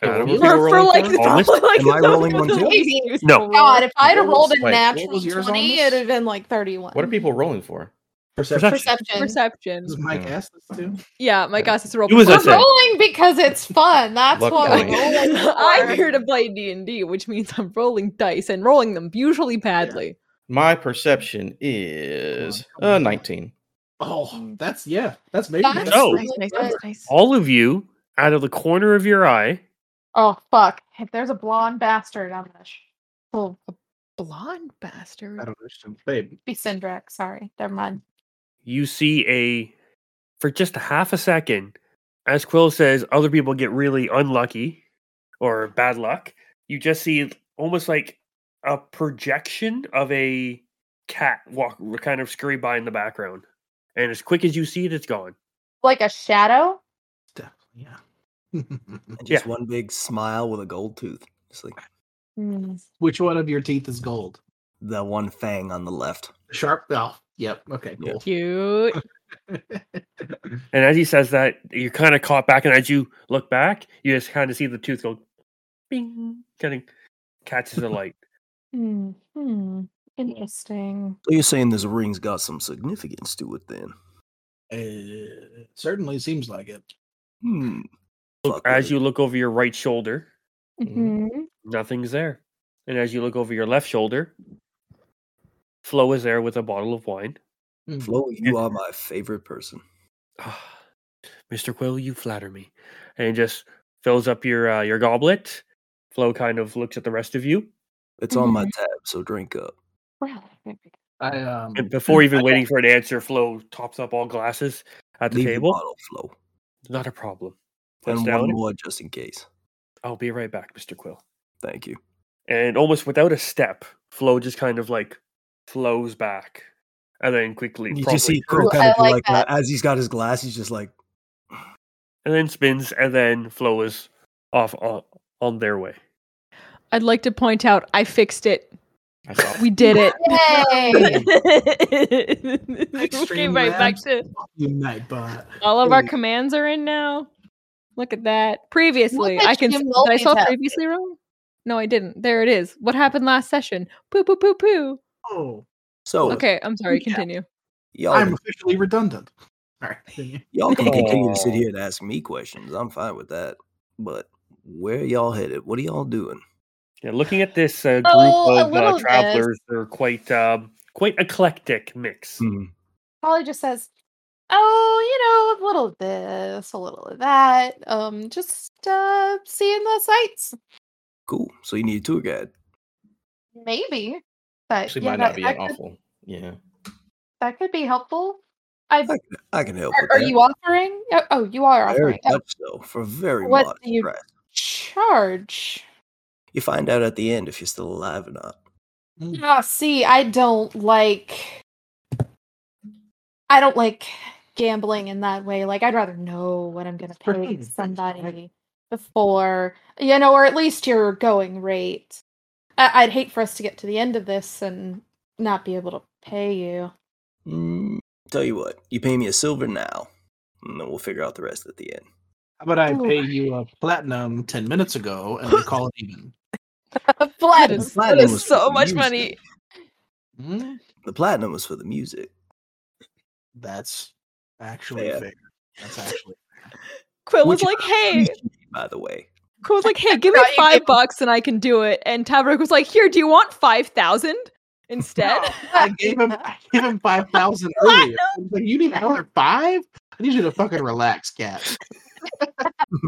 [SPEAKER 5] Wait,
[SPEAKER 1] Out of
[SPEAKER 5] what
[SPEAKER 1] a
[SPEAKER 5] was-
[SPEAKER 1] roll
[SPEAKER 6] for like,
[SPEAKER 1] on
[SPEAKER 6] the-
[SPEAKER 1] this?
[SPEAKER 6] probably, like
[SPEAKER 2] Am I
[SPEAKER 6] the-
[SPEAKER 2] rolling one too?
[SPEAKER 6] the-
[SPEAKER 1] No.
[SPEAKER 4] God, if I'd have
[SPEAKER 5] What
[SPEAKER 4] rolled
[SPEAKER 5] was-
[SPEAKER 4] a
[SPEAKER 5] wait, what
[SPEAKER 4] natural
[SPEAKER 3] was yours on
[SPEAKER 4] 20,
[SPEAKER 3] this?
[SPEAKER 4] it'd have been like 31.
[SPEAKER 5] What are people rolling for?
[SPEAKER 3] Perception.
[SPEAKER 4] Perception.
[SPEAKER 6] Perception.
[SPEAKER 3] Does Mike
[SPEAKER 5] Yeah.
[SPEAKER 3] ask this
[SPEAKER 5] Hmm.
[SPEAKER 3] too?
[SPEAKER 6] Yeah, my gosh, it's a roll.
[SPEAKER 1] You was a
[SPEAKER 6] for-
[SPEAKER 4] We're
[SPEAKER 1] Perception.
[SPEAKER 4] rolling because it's fun. That's
[SPEAKER 5] Luck
[SPEAKER 4] what
[SPEAKER 5] point.
[SPEAKER 4] we're rolling for.
[SPEAKER 6] I'm here to play D and D, which means I'm rolling dice and rolling them usually badly.
[SPEAKER 5] My perception is
[SPEAKER 3] Come on, come
[SPEAKER 5] uh,
[SPEAKER 3] on.
[SPEAKER 5] 19.
[SPEAKER 3] Oh, that's yeah. That's maybe.
[SPEAKER 4] That's
[SPEAKER 3] That's
[SPEAKER 1] No.
[SPEAKER 4] really good.
[SPEAKER 6] nice.
[SPEAKER 1] All of you, out of the corner of your eye,
[SPEAKER 4] Oh fuck! If there's a blonde bastard, I'm gonna sh- oh,
[SPEAKER 6] Blonde bastard.
[SPEAKER 3] I don't know. Babe.
[SPEAKER 4] be Syndrak. Sorry, never mind.
[SPEAKER 1] you see a, for just a half a second, as Quill says, other people get really unlucky or bad luck. You just see almost like a projection of a cat walk, kind of scurry by in the background. And as quick as you see it, it's gone.
[SPEAKER 4] Like a shadow.
[SPEAKER 3] Definitely, yeah.
[SPEAKER 2] And just one big smile with a gold tooth. Just like
[SPEAKER 4] Hmm.
[SPEAKER 3] Which one of your teeth is gold?
[SPEAKER 2] the one fang on the left.
[SPEAKER 3] Sharp? Oh, yep. Okay,
[SPEAKER 2] Yeah.
[SPEAKER 3] cool.
[SPEAKER 6] Cute.
[SPEAKER 1] And as he says that, you're kind of caught back. And as you look back, you just kind of see the tooth go bing, kind of catches the light.
[SPEAKER 4] Hmm. Hmm. Interesting.
[SPEAKER 2] So you're saying this ring's got some significance to it then?
[SPEAKER 3] Uh, certainly seems like it.
[SPEAKER 2] Hmm.
[SPEAKER 1] Look,
[SPEAKER 2] Fuck
[SPEAKER 1] as
[SPEAKER 2] with
[SPEAKER 1] you
[SPEAKER 2] it.
[SPEAKER 1] look over your right shoulder,
[SPEAKER 5] Mm-hmm.
[SPEAKER 4] Mhm.
[SPEAKER 1] nothing's there. And as you look over your left shoulder, Flo is there with a bottle of wine.
[SPEAKER 3] Hmm.
[SPEAKER 2] Flo, you are my favorite person.
[SPEAKER 1] "Ah, Mr. Quill, you flatter me. And just fills up your uh, your goblet. Flo kind of looks at the rest of you.
[SPEAKER 2] It's on my tab, so drink up.
[SPEAKER 4] Wow, very good.
[SPEAKER 3] I um.
[SPEAKER 2] Mm,
[SPEAKER 1] And before even
[SPEAKER 3] I-
[SPEAKER 1] waiting for an answer, Flo tops up all glasses at the
[SPEAKER 2] Leave the
[SPEAKER 1] table.
[SPEAKER 2] bottle, Flo,
[SPEAKER 1] Not a problem. Puts
[SPEAKER 2] and
[SPEAKER 1] down
[SPEAKER 2] one
[SPEAKER 1] it.
[SPEAKER 2] more just in case.
[SPEAKER 1] I'll be right back, Mr. Quill.
[SPEAKER 2] Thank you.
[SPEAKER 1] And almost without a step, Flo just kind of like flows back and then quickly
[SPEAKER 2] You
[SPEAKER 1] promptly
[SPEAKER 2] just see
[SPEAKER 1] turns
[SPEAKER 4] Ooh,
[SPEAKER 2] Quill kind
[SPEAKER 4] I
[SPEAKER 2] of do
[SPEAKER 4] like
[SPEAKER 2] like that. as he's got his glass. He's just like,
[SPEAKER 1] and then spins and then Flo is off on, on their way.
[SPEAKER 6] I'd like to point out I fixed it.
[SPEAKER 5] I saw.
[SPEAKER 6] We did it.
[SPEAKER 4] Yay!
[SPEAKER 6] we
[SPEAKER 3] Extreme
[SPEAKER 6] came right back
[SPEAKER 3] labs.
[SPEAKER 6] to
[SPEAKER 3] Unite bot.
[SPEAKER 6] all of our
[SPEAKER 3] Hey.
[SPEAKER 6] commands are in now. Look at that. Previously,
[SPEAKER 4] Look at
[SPEAKER 6] I can.
[SPEAKER 4] you
[SPEAKER 6] Did I saw
[SPEAKER 4] multitasking.
[SPEAKER 6] previously wrong? No, I didn't. There it is. What happened last session? Poo poo poo poo.
[SPEAKER 3] Oh,
[SPEAKER 2] So
[SPEAKER 6] Okay, I'm sorry.
[SPEAKER 3] Yeah.
[SPEAKER 6] Continue.
[SPEAKER 2] y'all,
[SPEAKER 3] I'm officially redundant. All right. continue.
[SPEAKER 2] y'all can continue to
[SPEAKER 1] Aw.
[SPEAKER 2] sit here and ask me questions. I'm fine with that. But where y'all headed? What are y'all doing?
[SPEAKER 1] Yeah, looking at this uh, group
[SPEAKER 4] Oh, a
[SPEAKER 1] of
[SPEAKER 4] little
[SPEAKER 1] uh,
[SPEAKER 4] bit.
[SPEAKER 1] travelers, they're quite um, quite eclectic mix.
[SPEAKER 2] Hmm.
[SPEAKER 4] Polly just says, "Oh, you know, a little of this, a little of that. Um, just uh, seeing the sights,
[SPEAKER 2] Cool. So you need a tour guide.
[SPEAKER 4] maybe. But
[SPEAKER 5] Actually,
[SPEAKER 4] yeah,
[SPEAKER 5] might
[SPEAKER 4] that,
[SPEAKER 5] not be
[SPEAKER 4] that
[SPEAKER 5] an
[SPEAKER 4] could,
[SPEAKER 5] awful. Yeah.
[SPEAKER 4] that could be helpful. I
[SPEAKER 2] I can, I can help.
[SPEAKER 4] are,
[SPEAKER 2] with
[SPEAKER 4] are
[SPEAKER 2] that.
[SPEAKER 4] you offering? Oh, oh, you are
[SPEAKER 2] Very
[SPEAKER 4] offering. Oh,
[SPEAKER 2] much so for very
[SPEAKER 4] What
[SPEAKER 2] modest
[SPEAKER 4] do you-
[SPEAKER 2] price.
[SPEAKER 4] charge.
[SPEAKER 2] You find out at the end if you're still alive or not.
[SPEAKER 4] Ah, see, I don't like. I don't like gambling in that way. Like, I'd rather know what I'm gonna
[SPEAKER 3] Right,
[SPEAKER 4] pay
[SPEAKER 3] right,
[SPEAKER 4] somebody before, you know, or at least your going rate. I- I'd hate for us to get to the end of this and not be able to pay you.
[SPEAKER 2] Mm, tell you what, you pay me a silver now, and then we'll figure out the rest at the end.
[SPEAKER 3] How about I
[SPEAKER 4] Ooh.
[SPEAKER 3] pay you a platinum ten minutes ago and we call it even?
[SPEAKER 6] That
[SPEAKER 4] Flat.
[SPEAKER 6] is,
[SPEAKER 2] Platinum
[SPEAKER 6] that is
[SPEAKER 2] was
[SPEAKER 6] so
[SPEAKER 2] fucking
[SPEAKER 6] much
[SPEAKER 2] used
[SPEAKER 6] money.
[SPEAKER 2] it.
[SPEAKER 3] Hmm?
[SPEAKER 2] The platinum was for the music.
[SPEAKER 3] That's actually
[SPEAKER 2] Yeah.
[SPEAKER 3] fair. That's actually
[SPEAKER 6] Quill was
[SPEAKER 2] Which
[SPEAKER 6] like, "Hey."
[SPEAKER 2] Appreciate, By the way,
[SPEAKER 6] Quill was like, "Hey, give me
[SPEAKER 4] Thought you
[SPEAKER 6] five
[SPEAKER 4] gave-
[SPEAKER 6] bucks and I can do it." And Tavrook was like, "Here, do you want five thousand instead?"
[SPEAKER 3] I gave him I gave him five thousand earlier. I was like, you need another five? I need you to fucking relax, cat.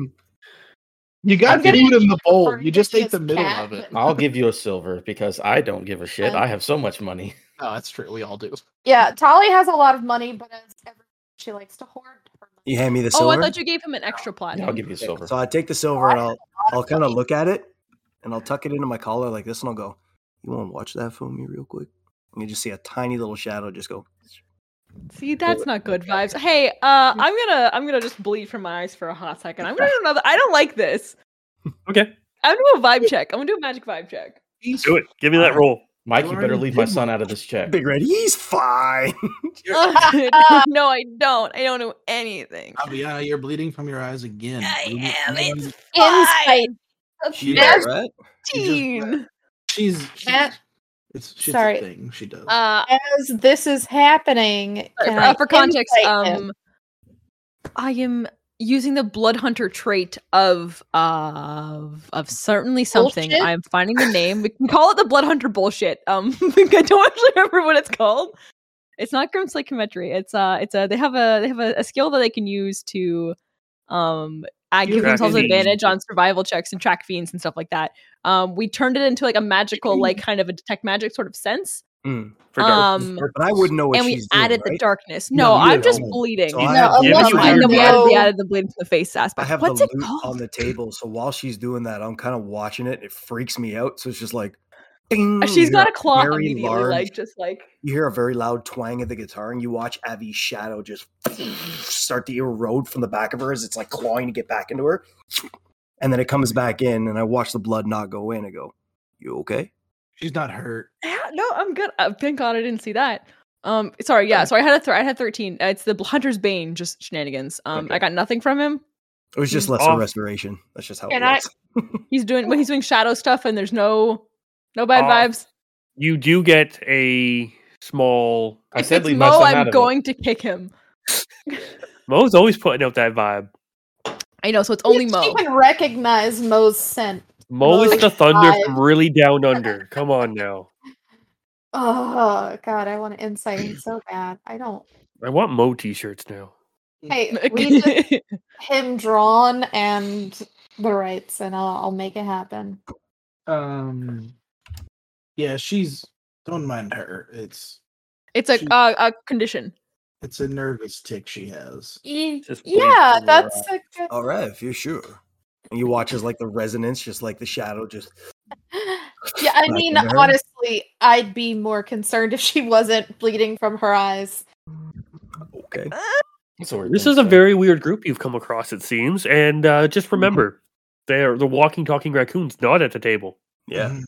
[SPEAKER 3] you got
[SPEAKER 4] I'm gonna
[SPEAKER 3] food in the bowl.
[SPEAKER 4] for
[SPEAKER 3] You just ate
[SPEAKER 4] Richie's
[SPEAKER 3] the middle
[SPEAKER 4] cat,
[SPEAKER 3] of it.
[SPEAKER 4] but-
[SPEAKER 5] I'll give you a silver because I don't give a shit. I have so much money.
[SPEAKER 3] Oh, that's true. We all do.
[SPEAKER 4] yeah, Tali has a lot of money, but as ever, she likes to hoard her money.
[SPEAKER 2] you hand me the
[SPEAKER 6] Oh,
[SPEAKER 2] silver.
[SPEAKER 6] I thought you gave him an extra
[SPEAKER 5] Yeah,
[SPEAKER 6] platinum.
[SPEAKER 5] I'll give you a
[SPEAKER 2] Okay,
[SPEAKER 5] silver.
[SPEAKER 2] So I take the silver and I'll
[SPEAKER 4] A lot
[SPEAKER 2] I'll
[SPEAKER 4] of
[SPEAKER 2] kind of
[SPEAKER 4] money.
[SPEAKER 2] look at it, and I'll tuck it into my collar like this, and I'll go. You want to watch that for me real quick? And you just see a tiny little shadow just go.
[SPEAKER 6] See, that's not good vibes. Hey, uh, I'm gonna I'm gonna just bleed from my eyes for a hot second. I'm gonna do another. I don't like this.
[SPEAKER 1] Okay,
[SPEAKER 6] I'm gonna do a vibe check. I'm gonna do a magic vibe check.
[SPEAKER 1] do it. Give me
[SPEAKER 4] Uh,
[SPEAKER 1] that roll.
[SPEAKER 5] Mike,
[SPEAKER 3] You
[SPEAKER 5] you better
[SPEAKER 3] already
[SPEAKER 5] leave my
[SPEAKER 3] did
[SPEAKER 5] son out of this check.
[SPEAKER 2] Big red, he's fine.
[SPEAKER 6] no, I don't. I don't know anything.
[SPEAKER 3] Aviana, you're bleeding from your eyes again.
[SPEAKER 6] I
[SPEAKER 3] Bleeding
[SPEAKER 6] am.
[SPEAKER 3] from your eyes.
[SPEAKER 6] It's
[SPEAKER 4] Insight.
[SPEAKER 6] fine.
[SPEAKER 2] Yeah, right?
[SPEAKER 3] you just-
[SPEAKER 6] Fifteen.
[SPEAKER 3] She's, she's
[SPEAKER 4] Cat-
[SPEAKER 3] it's she's
[SPEAKER 4] Sorry.
[SPEAKER 3] a thing she does.
[SPEAKER 6] Uh,
[SPEAKER 4] as this is happening,
[SPEAKER 6] Sorry,
[SPEAKER 4] can
[SPEAKER 6] for,
[SPEAKER 4] I
[SPEAKER 6] uh, for context,
[SPEAKER 4] insight him?
[SPEAKER 6] um, I am using the blood hunter trait of of of certainly something.
[SPEAKER 4] Bullshit?
[SPEAKER 6] I'm finding the name. We can call it the blood hunter bullshit. Um, I don't actually remember what it's called. It's not grim psychometry. It's uh, it's a they have a they have a, a skill that they can use to um uh, give
[SPEAKER 1] Track
[SPEAKER 6] themselves
[SPEAKER 1] fiends.
[SPEAKER 6] advantage on survival checks and track fiends and stuff like that. Um, we turned it into like a magical, like kind of a detect magic sort of sense.
[SPEAKER 2] Mm.
[SPEAKER 1] For dark-
[SPEAKER 6] Um,
[SPEAKER 2] But I wouldn't know what
[SPEAKER 6] and we
[SPEAKER 2] she's
[SPEAKER 6] added
[SPEAKER 2] doing,
[SPEAKER 6] the
[SPEAKER 2] right?
[SPEAKER 6] darkness.
[SPEAKER 2] No,
[SPEAKER 6] No,
[SPEAKER 2] you
[SPEAKER 6] I'm just
[SPEAKER 2] don't.
[SPEAKER 6] bleeding.
[SPEAKER 2] So
[SPEAKER 1] You
[SPEAKER 2] I
[SPEAKER 4] know,
[SPEAKER 2] have the
[SPEAKER 1] Yeah,
[SPEAKER 6] No,
[SPEAKER 1] you
[SPEAKER 2] insight.
[SPEAKER 6] and then we added, we
[SPEAKER 4] know-
[SPEAKER 6] added the bleeding from the face
[SPEAKER 2] I
[SPEAKER 6] aspect.
[SPEAKER 2] have
[SPEAKER 6] What's
[SPEAKER 2] the
[SPEAKER 6] it
[SPEAKER 2] loot on
[SPEAKER 6] called?
[SPEAKER 2] the table. So while she's doing that, I'm kind of watching it. It freaks me out. So it's just like, ding. you
[SPEAKER 6] She's
[SPEAKER 2] hear
[SPEAKER 6] got a claw
[SPEAKER 2] very
[SPEAKER 6] immediately,
[SPEAKER 2] large-
[SPEAKER 6] like just like
[SPEAKER 2] You hear a very loud twang of the guitar, and you watch Abby's shadow just start to erode from the back of her as it's like clawing to get back into her. And then it comes back in, and I watch the blood not go in. I go, You okay?
[SPEAKER 3] she's not hurt.
[SPEAKER 6] "Ah, no, I'm good. Uh, thank God I didn't see that. Um, sorry, yeah. So I had a th- I had thirteen. Uh, it's the bl- Hunter's Bane, just shenanigans. Um, I
[SPEAKER 2] Okay.
[SPEAKER 6] got nothing from him.
[SPEAKER 2] It was just
[SPEAKER 6] Mm.
[SPEAKER 2] lesser
[SPEAKER 1] Off-
[SPEAKER 2] restoration. That's just how
[SPEAKER 4] oh. Can
[SPEAKER 2] it
[SPEAKER 4] I-
[SPEAKER 2] was.
[SPEAKER 6] He's doing when he's doing shadow stuff, and there's no no bad
[SPEAKER 1] Oh,
[SPEAKER 6] vibes.
[SPEAKER 1] you do get a small.
[SPEAKER 5] I
[SPEAKER 6] If
[SPEAKER 5] said
[SPEAKER 6] it's
[SPEAKER 5] leave my son
[SPEAKER 6] Mo,
[SPEAKER 5] out of
[SPEAKER 6] I'm
[SPEAKER 5] it.
[SPEAKER 6] going to kick him.
[SPEAKER 1] Mo's always putting out that vibe.
[SPEAKER 6] I know, so it's only Mo.
[SPEAKER 4] She can recognize Mo's scent.
[SPEAKER 1] Mo is
[SPEAKER 4] Mo's
[SPEAKER 1] the thunder
[SPEAKER 4] vibe.
[SPEAKER 1] from really down under. Come on now.
[SPEAKER 4] Oh God, I want to insight him so bad. I don't.
[SPEAKER 1] I want Mo t-shirts now.
[SPEAKER 4] Hey, we just him drawn and the rights, and I'll, I'll make it happen.
[SPEAKER 3] Um, yeah, she's. Don't mind her. It's
[SPEAKER 6] it's a uh, a condition.
[SPEAKER 3] it's a nervous tick she has.
[SPEAKER 4] E-
[SPEAKER 1] Just bleed
[SPEAKER 4] yeah,
[SPEAKER 3] through her
[SPEAKER 2] uh,
[SPEAKER 4] that's a good.
[SPEAKER 2] All right, if you're sure. And you watch as like the resonance, just like the shadow, just
[SPEAKER 4] Yeah, I
[SPEAKER 2] Like
[SPEAKER 4] mean,
[SPEAKER 2] nerve?
[SPEAKER 4] honestly, I'd be more concerned if she wasn't bleeding from her eyes.
[SPEAKER 2] okay.
[SPEAKER 5] That's a weird
[SPEAKER 1] This
[SPEAKER 5] thing
[SPEAKER 1] is
[SPEAKER 5] to
[SPEAKER 1] a
[SPEAKER 5] say.
[SPEAKER 1] very weird group you've come across, it seems. And uh, just remember, They're the walking, talking raccoons, not at the table.
[SPEAKER 2] Yeah.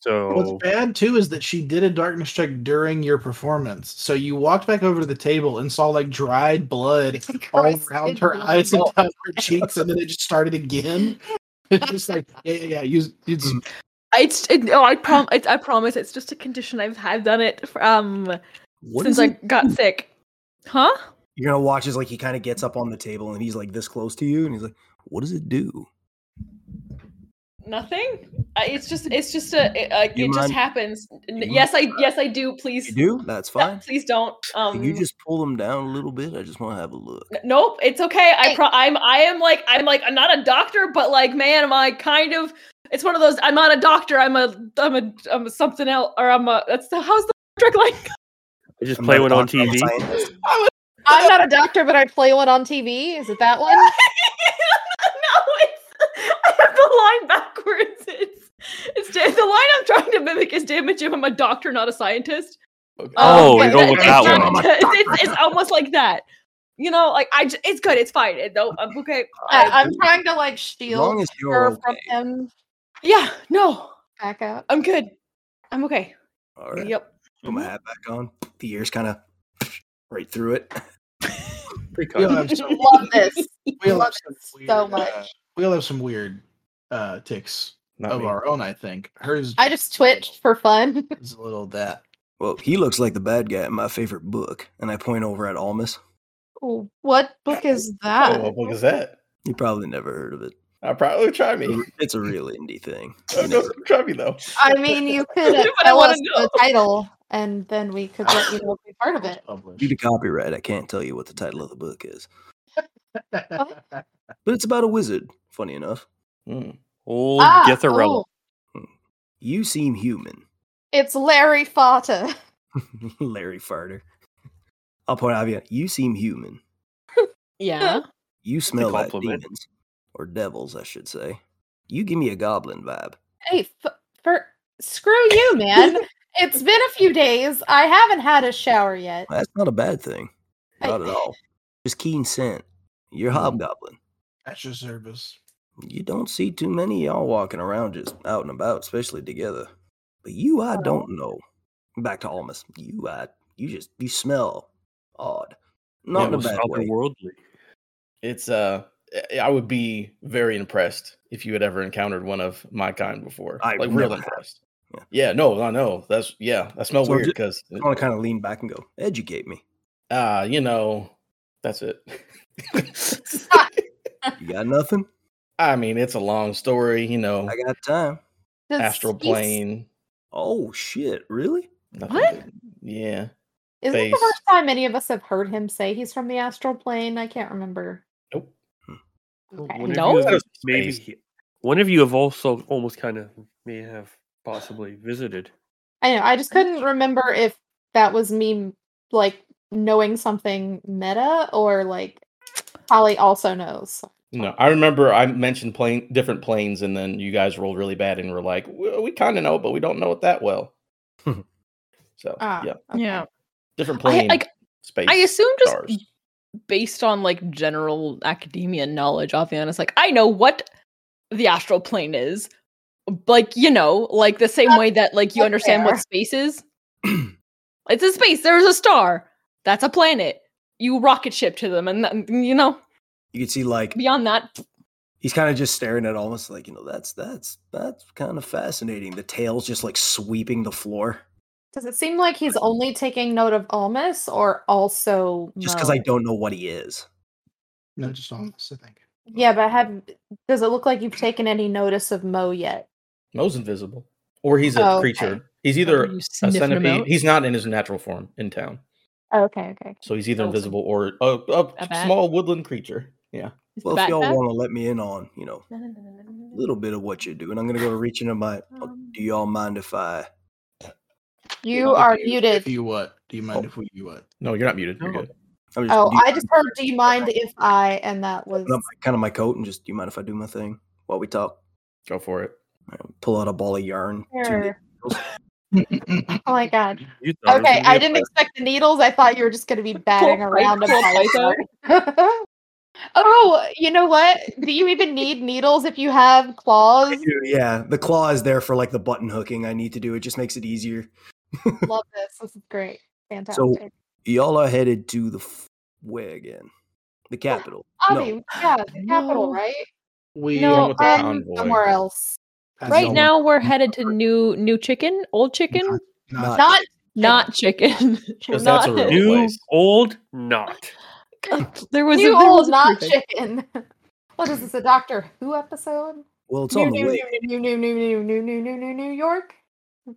[SPEAKER 1] So
[SPEAKER 7] What's bad too is that she did a darkness check during your performance, so you walked back over to the table and saw like dried blood all
[SPEAKER 4] Christ,
[SPEAKER 7] around
[SPEAKER 4] it
[SPEAKER 7] her
[SPEAKER 4] blew
[SPEAKER 7] eyes and
[SPEAKER 4] up.
[SPEAKER 7] down her cheeks, and then it just started again. It's just like yeah, yeah, yeah. You, you just,
[SPEAKER 6] It's it, oh, I prom I, I promise it's just a condition I've had done it for, um
[SPEAKER 2] What
[SPEAKER 6] since
[SPEAKER 2] is
[SPEAKER 6] I
[SPEAKER 2] it?
[SPEAKER 6] got sick. Huh?
[SPEAKER 2] You're gonna watch as like he kind of gets up on the table and he's like this close to you and he's like, "What does it do?"
[SPEAKER 6] Nothing. I, it's just it's just a it, like,
[SPEAKER 2] You
[SPEAKER 6] it just
[SPEAKER 2] mind-
[SPEAKER 6] happens. N-
[SPEAKER 2] you
[SPEAKER 6] Yes, I yes I do.
[SPEAKER 2] You
[SPEAKER 6] Please,
[SPEAKER 2] do? That's
[SPEAKER 6] no,
[SPEAKER 2] fine.
[SPEAKER 6] please don't. Um,
[SPEAKER 2] Can you just pull them down a little bit? I just want to have a look.
[SPEAKER 6] N- Nope, it's okay. I
[SPEAKER 4] Hey.
[SPEAKER 6] pro- I'm I am like I'm like I'm not a doctor, but like man, am I kind of? It's one of those. I'm not a doctor. I'm a I'm a I'm a something else, or I'm a that's the how's the trick like?
[SPEAKER 1] I just
[SPEAKER 2] I'm
[SPEAKER 1] play
[SPEAKER 2] not a
[SPEAKER 1] one on
[SPEAKER 2] doctor, I'm a
[SPEAKER 1] TV.
[SPEAKER 2] scientist.
[SPEAKER 4] I'm not a doctor, but I play one on TV. Is it that one?
[SPEAKER 6] no, it's I have the line backwards. It's it's da- the line I'm trying to mimic is damn it, Jim. I'm a doctor, not a scientist.
[SPEAKER 5] Okay.
[SPEAKER 1] Oh,
[SPEAKER 6] okay.
[SPEAKER 1] you don't want
[SPEAKER 6] it's
[SPEAKER 1] that
[SPEAKER 6] not-
[SPEAKER 1] one.
[SPEAKER 6] It's, it's almost like that. You know, like I, j- it's good. It's fine. It, no, I'm okay.
[SPEAKER 4] I,
[SPEAKER 6] I,
[SPEAKER 4] I'm trying to like
[SPEAKER 2] As long
[SPEAKER 4] shield
[SPEAKER 2] as you're
[SPEAKER 4] her
[SPEAKER 2] okay.
[SPEAKER 4] from him
[SPEAKER 6] yeah, no,
[SPEAKER 4] back up.
[SPEAKER 6] I'm good. I'm okay.
[SPEAKER 2] All right.
[SPEAKER 6] Yep.
[SPEAKER 2] Put my hat back on. The ears kind of right through it.
[SPEAKER 1] Pretty
[SPEAKER 7] we all
[SPEAKER 1] cut.
[SPEAKER 3] Mm,
[SPEAKER 7] have some,
[SPEAKER 4] Love this.
[SPEAKER 7] we all have
[SPEAKER 4] Love
[SPEAKER 7] some
[SPEAKER 4] this
[SPEAKER 7] weird,
[SPEAKER 4] so
[SPEAKER 7] Uh,
[SPEAKER 4] much.
[SPEAKER 7] we all have some weird uh, ticks
[SPEAKER 5] Not
[SPEAKER 3] Oh,
[SPEAKER 7] of
[SPEAKER 5] me.
[SPEAKER 7] our own. I think hers.
[SPEAKER 4] I just twitched for fun.
[SPEAKER 7] Is a little of that.
[SPEAKER 2] Well, he looks like the bad guy in my favorite book, and I point over at Almas.
[SPEAKER 4] Oh, what book is that?
[SPEAKER 5] Oh, what book is that?
[SPEAKER 2] You probably never heard of it.
[SPEAKER 5] I probably try me.
[SPEAKER 2] It's a real indie thing.
[SPEAKER 5] Oh,
[SPEAKER 2] You
[SPEAKER 5] no,
[SPEAKER 2] never-
[SPEAKER 5] try me though.
[SPEAKER 4] I mean, you could uh,
[SPEAKER 6] But I
[SPEAKER 4] tell
[SPEAKER 6] wanna
[SPEAKER 4] us
[SPEAKER 6] know.
[SPEAKER 4] the title, and then we could let you know if we part of it.
[SPEAKER 2] Due
[SPEAKER 7] Published.
[SPEAKER 2] to copyright, I can't tell you what the title of the book is,
[SPEAKER 4] What?
[SPEAKER 2] but it's about a wizard. Funny enough,
[SPEAKER 5] Mm.
[SPEAKER 1] Old
[SPEAKER 4] Ah,
[SPEAKER 1] Githarella.
[SPEAKER 4] oh,
[SPEAKER 2] you seem human,
[SPEAKER 4] it's Larry Fata.
[SPEAKER 2] Larry Farter. I'll point out, yeah, you seem human.
[SPEAKER 6] Yeah.
[SPEAKER 2] You smell like
[SPEAKER 1] compliment.
[SPEAKER 2] demons or devils, I should say. You give me a goblin vibe.
[SPEAKER 4] Hey, f- for screw you, man. it's been a few days. I haven't had a shower yet.
[SPEAKER 2] That's not a bad thing,
[SPEAKER 4] I-
[SPEAKER 2] not at all. Just keen scent. You're hobgoblin.
[SPEAKER 7] At your service.
[SPEAKER 2] You don't see too many of y'all walking around just out and about, especially together. But you, I don't know. Back to Almas. You, I, you just, you smell odd. Not in a
[SPEAKER 1] Almost
[SPEAKER 2] bad way.
[SPEAKER 1] otherworldly.
[SPEAKER 5] It's uh, I- I would be very impressed if you had ever encountered one of my kind before.
[SPEAKER 2] I've
[SPEAKER 5] like
[SPEAKER 2] never
[SPEAKER 5] real
[SPEAKER 2] had.
[SPEAKER 5] impressed.
[SPEAKER 2] Yeah.
[SPEAKER 5] Yeah. no, I know. That's yeah. I smell
[SPEAKER 2] So I'm
[SPEAKER 5] weird
[SPEAKER 2] ju-
[SPEAKER 5] because
[SPEAKER 2] I want to kind of lean back and go, educate me.
[SPEAKER 5] ah, you know, that's it.
[SPEAKER 2] You got nothing?
[SPEAKER 5] I mean, it's a long story. You know,
[SPEAKER 2] I got time.
[SPEAKER 4] Does
[SPEAKER 5] astral
[SPEAKER 4] he s-
[SPEAKER 5] plane.
[SPEAKER 2] Oh, shit. Really?
[SPEAKER 5] nothing
[SPEAKER 6] What?
[SPEAKER 5] big. Yeah,
[SPEAKER 4] Isn't it the
[SPEAKER 5] face.
[SPEAKER 4] first time any of us have heard him say he's from the astral plane? I can't remember.
[SPEAKER 5] Nope.
[SPEAKER 4] Okay.
[SPEAKER 1] One of
[SPEAKER 6] No.
[SPEAKER 1] you
[SPEAKER 5] Out of
[SPEAKER 1] maybe
[SPEAKER 5] space.
[SPEAKER 1] he- one of you have also almost kind of may have possibly visited.
[SPEAKER 4] I know. I just couldn't remember if that was me like knowing something meta or like Holly also knows.
[SPEAKER 5] No, I remember I mentioned plane different planes, and then you guys rolled really bad and were like, "We, we kind of know, but we don't know it that well." so
[SPEAKER 4] Ah,
[SPEAKER 5] yeah,
[SPEAKER 4] okay.
[SPEAKER 6] Yeah.
[SPEAKER 5] different
[SPEAKER 6] I,
[SPEAKER 5] plane
[SPEAKER 6] I
[SPEAKER 5] space.
[SPEAKER 6] I assume just
[SPEAKER 5] stars.
[SPEAKER 6] based on like general academia knowledge, I'll be honest. Like I know what the astral plane is, like you know, like the same way that like you
[SPEAKER 4] That's
[SPEAKER 6] understand
[SPEAKER 4] fair.
[SPEAKER 6] what space is. it's a space. There's a star. That's a planet. You rocket ship to them, and then, you know
[SPEAKER 2] You can see, like,
[SPEAKER 6] beyond that.
[SPEAKER 2] he's kind of just staring at almost like, you know, that's, that's, that's kind of fascinating. The tail's just like sweeping the floor.
[SPEAKER 4] Does it seem like he's only taking note of Almas or also
[SPEAKER 2] Just because I
[SPEAKER 4] Mo?
[SPEAKER 2] don't know what he is.
[SPEAKER 7] No,
[SPEAKER 4] Mm.
[SPEAKER 7] just almost. I think.
[SPEAKER 4] Yeah, but have does it look like you've taken any notice of Mo yet?
[SPEAKER 5] Mo's invisible, or he's a
[SPEAKER 4] Oh, okay.
[SPEAKER 5] creature. He's either
[SPEAKER 6] You
[SPEAKER 5] a
[SPEAKER 6] sniffing him
[SPEAKER 5] centipede.
[SPEAKER 6] out?
[SPEAKER 5] He's not in his natural form in town,
[SPEAKER 4] Oh, okay, okay.
[SPEAKER 5] so he's either
[SPEAKER 6] Awesome.
[SPEAKER 5] invisible or a, a,
[SPEAKER 6] A bat.
[SPEAKER 5] small woodland creature. Yeah,
[SPEAKER 6] Is
[SPEAKER 2] Well,
[SPEAKER 6] the
[SPEAKER 2] if y'all
[SPEAKER 6] backpack?
[SPEAKER 2] want to let me in on, you know, a little bit of what you're doing, I'm going to go reach into my. Do y'all mind if I.
[SPEAKER 4] You are
[SPEAKER 7] If
[SPEAKER 4] muted.
[SPEAKER 7] If you what? Do you mind
[SPEAKER 2] Oh.
[SPEAKER 7] if we you what?
[SPEAKER 5] no, you're not muted. You're
[SPEAKER 1] No.
[SPEAKER 5] good.
[SPEAKER 2] I'm
[SPEAKER 4] Oh,
[SPEAKER 2] do you
[SPEAKER 4] I just heard. Do you mind if I? And that was
[SPEAKER 2] open up my, kind of my coat and just, do you mind if I do my thing while we talk?
[SPEAKER 5] Go for it.
[SPEAKER 2] I pull out a ball of yarn. two
[SPEAKER 4] Sure.
[SPEAKER 2] needles.
[SPEAKER 4] Oh my god.
[SPEAKER 1] You thought it was gonna
[SPEAKER 4] Okay,
[SPEAKER 1] be
[SPEAKER 4] I
[SPEAKER 1] a
[SPEAKER 4] didn't
[SPEAKER 1] plant.
[SPEAKER 4] expect the needles. I thought you were just going to be batting
[SPEAKER 6] Pull
[SPEAKER 4] around a
[SPEAKER 6] pipe- pull pipe
[SPEAKER 4] ball. Oh, you know what? Do you even need needles if you have claws?
[SPEAKER 2] Yeah, the claw is there for like the button hooking I need to do. It just makes it easier.
[SPEAKER 4] Love this. This is great. Fantastic.
[SPEAKER 2] Y'all are headed to the f- way again? The capital.
[SPEAKER 4] Avi, yeah, the capital,
[SPEAKER 6] No.
[SPEAKER 4] right?
[SPEAKER 3] We
[SPEAKER 6] No,
[SPEAKER 5] with the
[SPEAKER 4] um,
[SPEAKER 5] convoy.
[SPEAKER 4] somewhere else.
[SPEAKER 3] That's
[SPEAKER 6] Right
[SPEAKER 3] all-
[SPEAKER 6] now, we're headed to new new chicken, old chicken,
[SPEAKER 2] Uh,
[SPEAKER 3] not-
[SPEAKER 4] Not
[SPEAKER 6] not chicken.
[SPEAKER 5] Because that's a
[SPEAKER 6] Not-
[SPEAKER 5] real
[SPEAKER 1] New,
[SPEAKER 5] place.
[SPEAKER 1] old, not.
[SPEAKER 6] there was
[SPEAKER 4] new
[SPEAKER 6] a, there
[SPEAKER 4] old,
[SPEAKER 6] was a
[SPEAKER 4] not
[SPEAKER 6] perfect-
[SPEAKER 4] chicken. What is this? A Doctor Who episode?
[SPEAKER 2] Well, it's
[SPEAKER 4] new,
[SPEAKER 2] on the
[SPEAKER 4] new,
[SPEAKER 2] way.
[SPEAKER 4] new, new, new, new, new, new, new, new, new, New York. New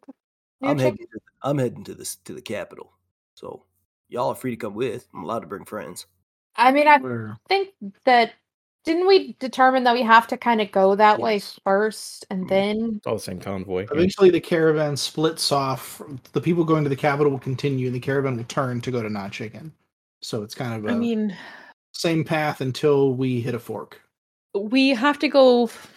[SPEAKER 2] I'm heading.
[SPEAKER 4] chicken.
[SPEAKER 2] To, I'm heading to this to the capital. So y'all are free to come with. I'm allowed to bring friends.
[SPEAKER 4] I mean, I
[SPEAKER 3] We're-
[SPEAKER 4] think that didn't we determine that we have to kind of go that way
[SPEAKER 3] Yes.
[SPEAKER 4] first and
[SPEAKER 3] Mhm.
[SPEAKER 2] Mm-hmm.
[SPEAKER 4] then
[SPEAKER 5] It's all the same convoy. yeah.
[SPEAKER 3] Eventually, the caravan splits off. The people going to the capital will continue, and the caravan will turn to go to Not Chicken. So it's kind of a
[SPEAKER 6] I mean,
[SPEAKER 3] same path until we hit a fork.
[SPEAKER 6] we have to go f-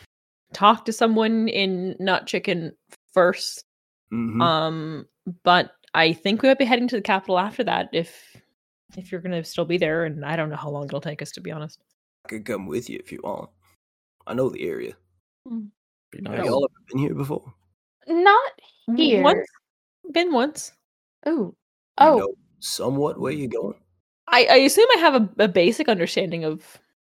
[SPEAKER 6] talk to someone in not chicken 1st
[SPEAKER 2] Mhm.
[SPEAKER 6] Um, but I think we might be heading to the capital after that if if you're gonna still be there, and I don't know how long it'll take us to be honest.
[SPEAKER 2] I could come with you if you want. I know the area.
[SPEAKER 5] Be
[SPEAKER 2] Have
[SPEAKER 5] nice.
[SPEAKER 2] Y'all ever been here before?
[SPEAKER 4] not
[SPEAKER 6] W-
[SPEAKER 2] Mm,
[SPEAKER 4] here.
[SPEAKER 6] Once been once.
[SPEAKER 4] Ooh.
[SPEAKER 2] You
[SPEAKER 4] Oh,
[SPEAKER 2] know somewhat where you're going.
[SPEAKER 6] I, I assume I have a, a basic understanding of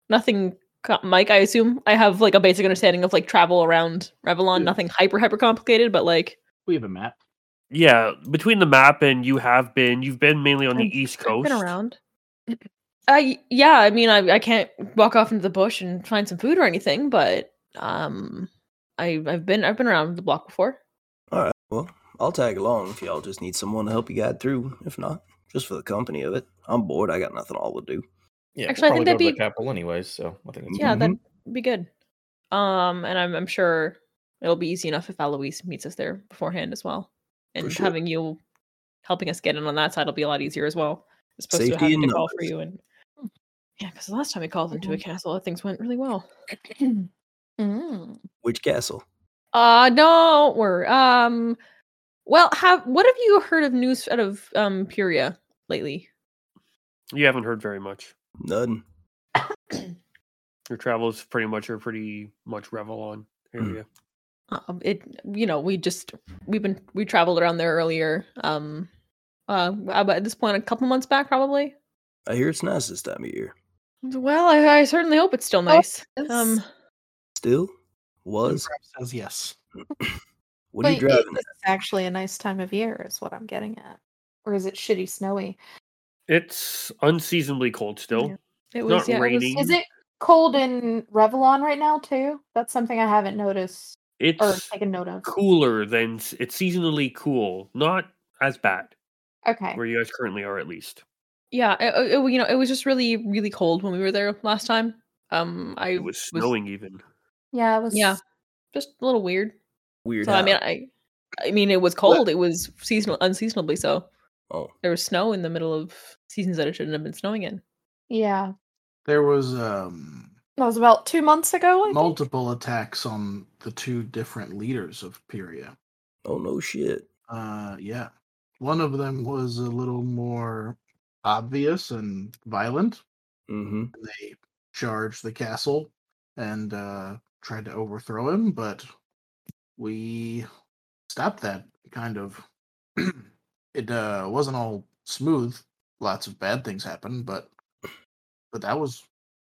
[SPEAKER 6] nothing. co- Mike, I assume I have like a basic understanding of like travel around Revelon.
[SPEAKER 3] Yeah.
[SPEAKER 6] Nothing hyper hyper complicated, but like
[SPEAKER 3] We have a map.
[SPEAKER 1] Yeah, between the map and you have been, you've been mainly on
[SPEAKER 6] I've-
[SPEAKER 1] the East
[SPEAKER 6] I've
[SPEAKER 1] Coast.
[SPEAKER 6] been around. I yeah, I mean, I I can't walk off into the bush and find some food or anything, but um, I I've been I've been around the block before.
[SPEAKER 2] All right. Well, I'll tag along if y'all just need someone to help you guide through. If not, just for the company of it. I'm bored. I got nothing all to do.
[SPEAKER 5] Yeah,
[SPEAKER 6] Actually, I
[SPEAKER 5] we'll probably
[SPEAKER 6] think that'd
[SPEAKER 5] go to
[SPEAKER 6] be-
[SPEAKER 5] the capital anyways, so I think it's
[SPEAKER 6] Yeah,
[SPEAKER 2] Mhm.
[SPEAKER 6] that'd be good. Um, and I'm I'm sure it'll be easy enough if Eloise meets us there beforehand as well. And
[SPEAKER 2] sure.
[SPEAKER 6] having you helping us get in on that side will be a lot easier as well, as opposed
[SPEAKER 2] Safety
[SPEAKER 6] to having
[SPEAKER 2] in
[SPEAKER 6] to call for
[SPEAKER 2] numbers.
[SPEAKER 6] you and yeah, because the last time we called into a
[SPEAKER 4] Mhm.
[SPEAKER 6] castle, things went really well.
[SPEAKER 4] mm.
[SPEAKER 2] Which castle?
[SPEAKER 6] Uh don't worry. Um, well, have what have you heard of news out of um Puria lately?
[SPEAKER 1] You haven't heard very much.
[SPEAKER 2] None.
[SPEAKER 1] Your travels pretty much are pretty much Revelon
[SPEAKER 2] Mm.
[SPEAKER 1] area.
[SPEAKER 6] Um, it you know we just we've been we traveled around there earlier. Um, uh, about at this point a couple months back probably.
[SPEAKER 2] I hear it's nice this time of year.
[SPEAKER 6] Well, I, I certainly hope it's still nice.
[SPEAKER 4] yes.
[SPEAKER 6] Um,
[SPEAKER 2] Still
[SPEAKER 3] And
[SPEAKER 2] was.
[SPEAKER 3] Prep says yes.
[SPEAKER 2] What are you
[SPEAKER 4] Wait,
[SPEAKER 2] driving
[SPEAKER 4] It's
[SPEAKER 2] at?
[SPEAKER 4] actually a nice time of year, is what I'm getting at. Or is it shitty snowy?
[SPEAKER 1] It's unseasonably cold still.
[SPEAKER 6] it
[SPEAKER 1] not
[SPEAKER 6] was yeah, it was-
[SPEAKER 1] raining.
[SPEAKER 2] Mm.
[SPEAKER 4] Is it cold in Revelon right now too? That's something I haven't noticed or
[SPEAKER 1] It's
[SPEAKER 4] taken note of.
[SPEAKER 1] cooler than s- it's seasonally cool, not as bad
[SPEAKER 4] Okay.
[SPEAKER 1] where you guys currently are at least.
[SPEAKER 6] yeah, it, it- you know, it was just really really cold when we were there last time. Um, I
[SPEAKER 1] It was snowing even.
[SPEAKER 4] Yeah, it was
[SPEAKER 6] Yeah, just a little weird.
[SPEAKER 2] Weird.
[SPEAKER 6] So I mean,
[SPEAKER 2] how.
[SPEAKER 6] I, I mean, it was cold. It was seasonal, unseasonably so.
[SPEAKER 2] oh,
[SPEAKER 6] There was snow in the middle of seasons that it shouldn't have been snowing in.
[SPEAKER 4] Yeah.
[SPEAKER 3] There was um,
[SPEAKER 4] That was about two months ago, I think.
[SPEAKER 3] multiple attacks on the two different leaders of Pyria.
[SPEAKER 2] oh no shit.
[SPEAKER 3] Uh, yeah, one of them was a little more obvious and violent.
[SPEAKER 2] Mm-hmm.
[SPEAKER 3] They charged the castle and uh, tried to overthrow him, but we stopped that kind of. it uh, wasn't all smooth. Lots of bad things happened, but but that was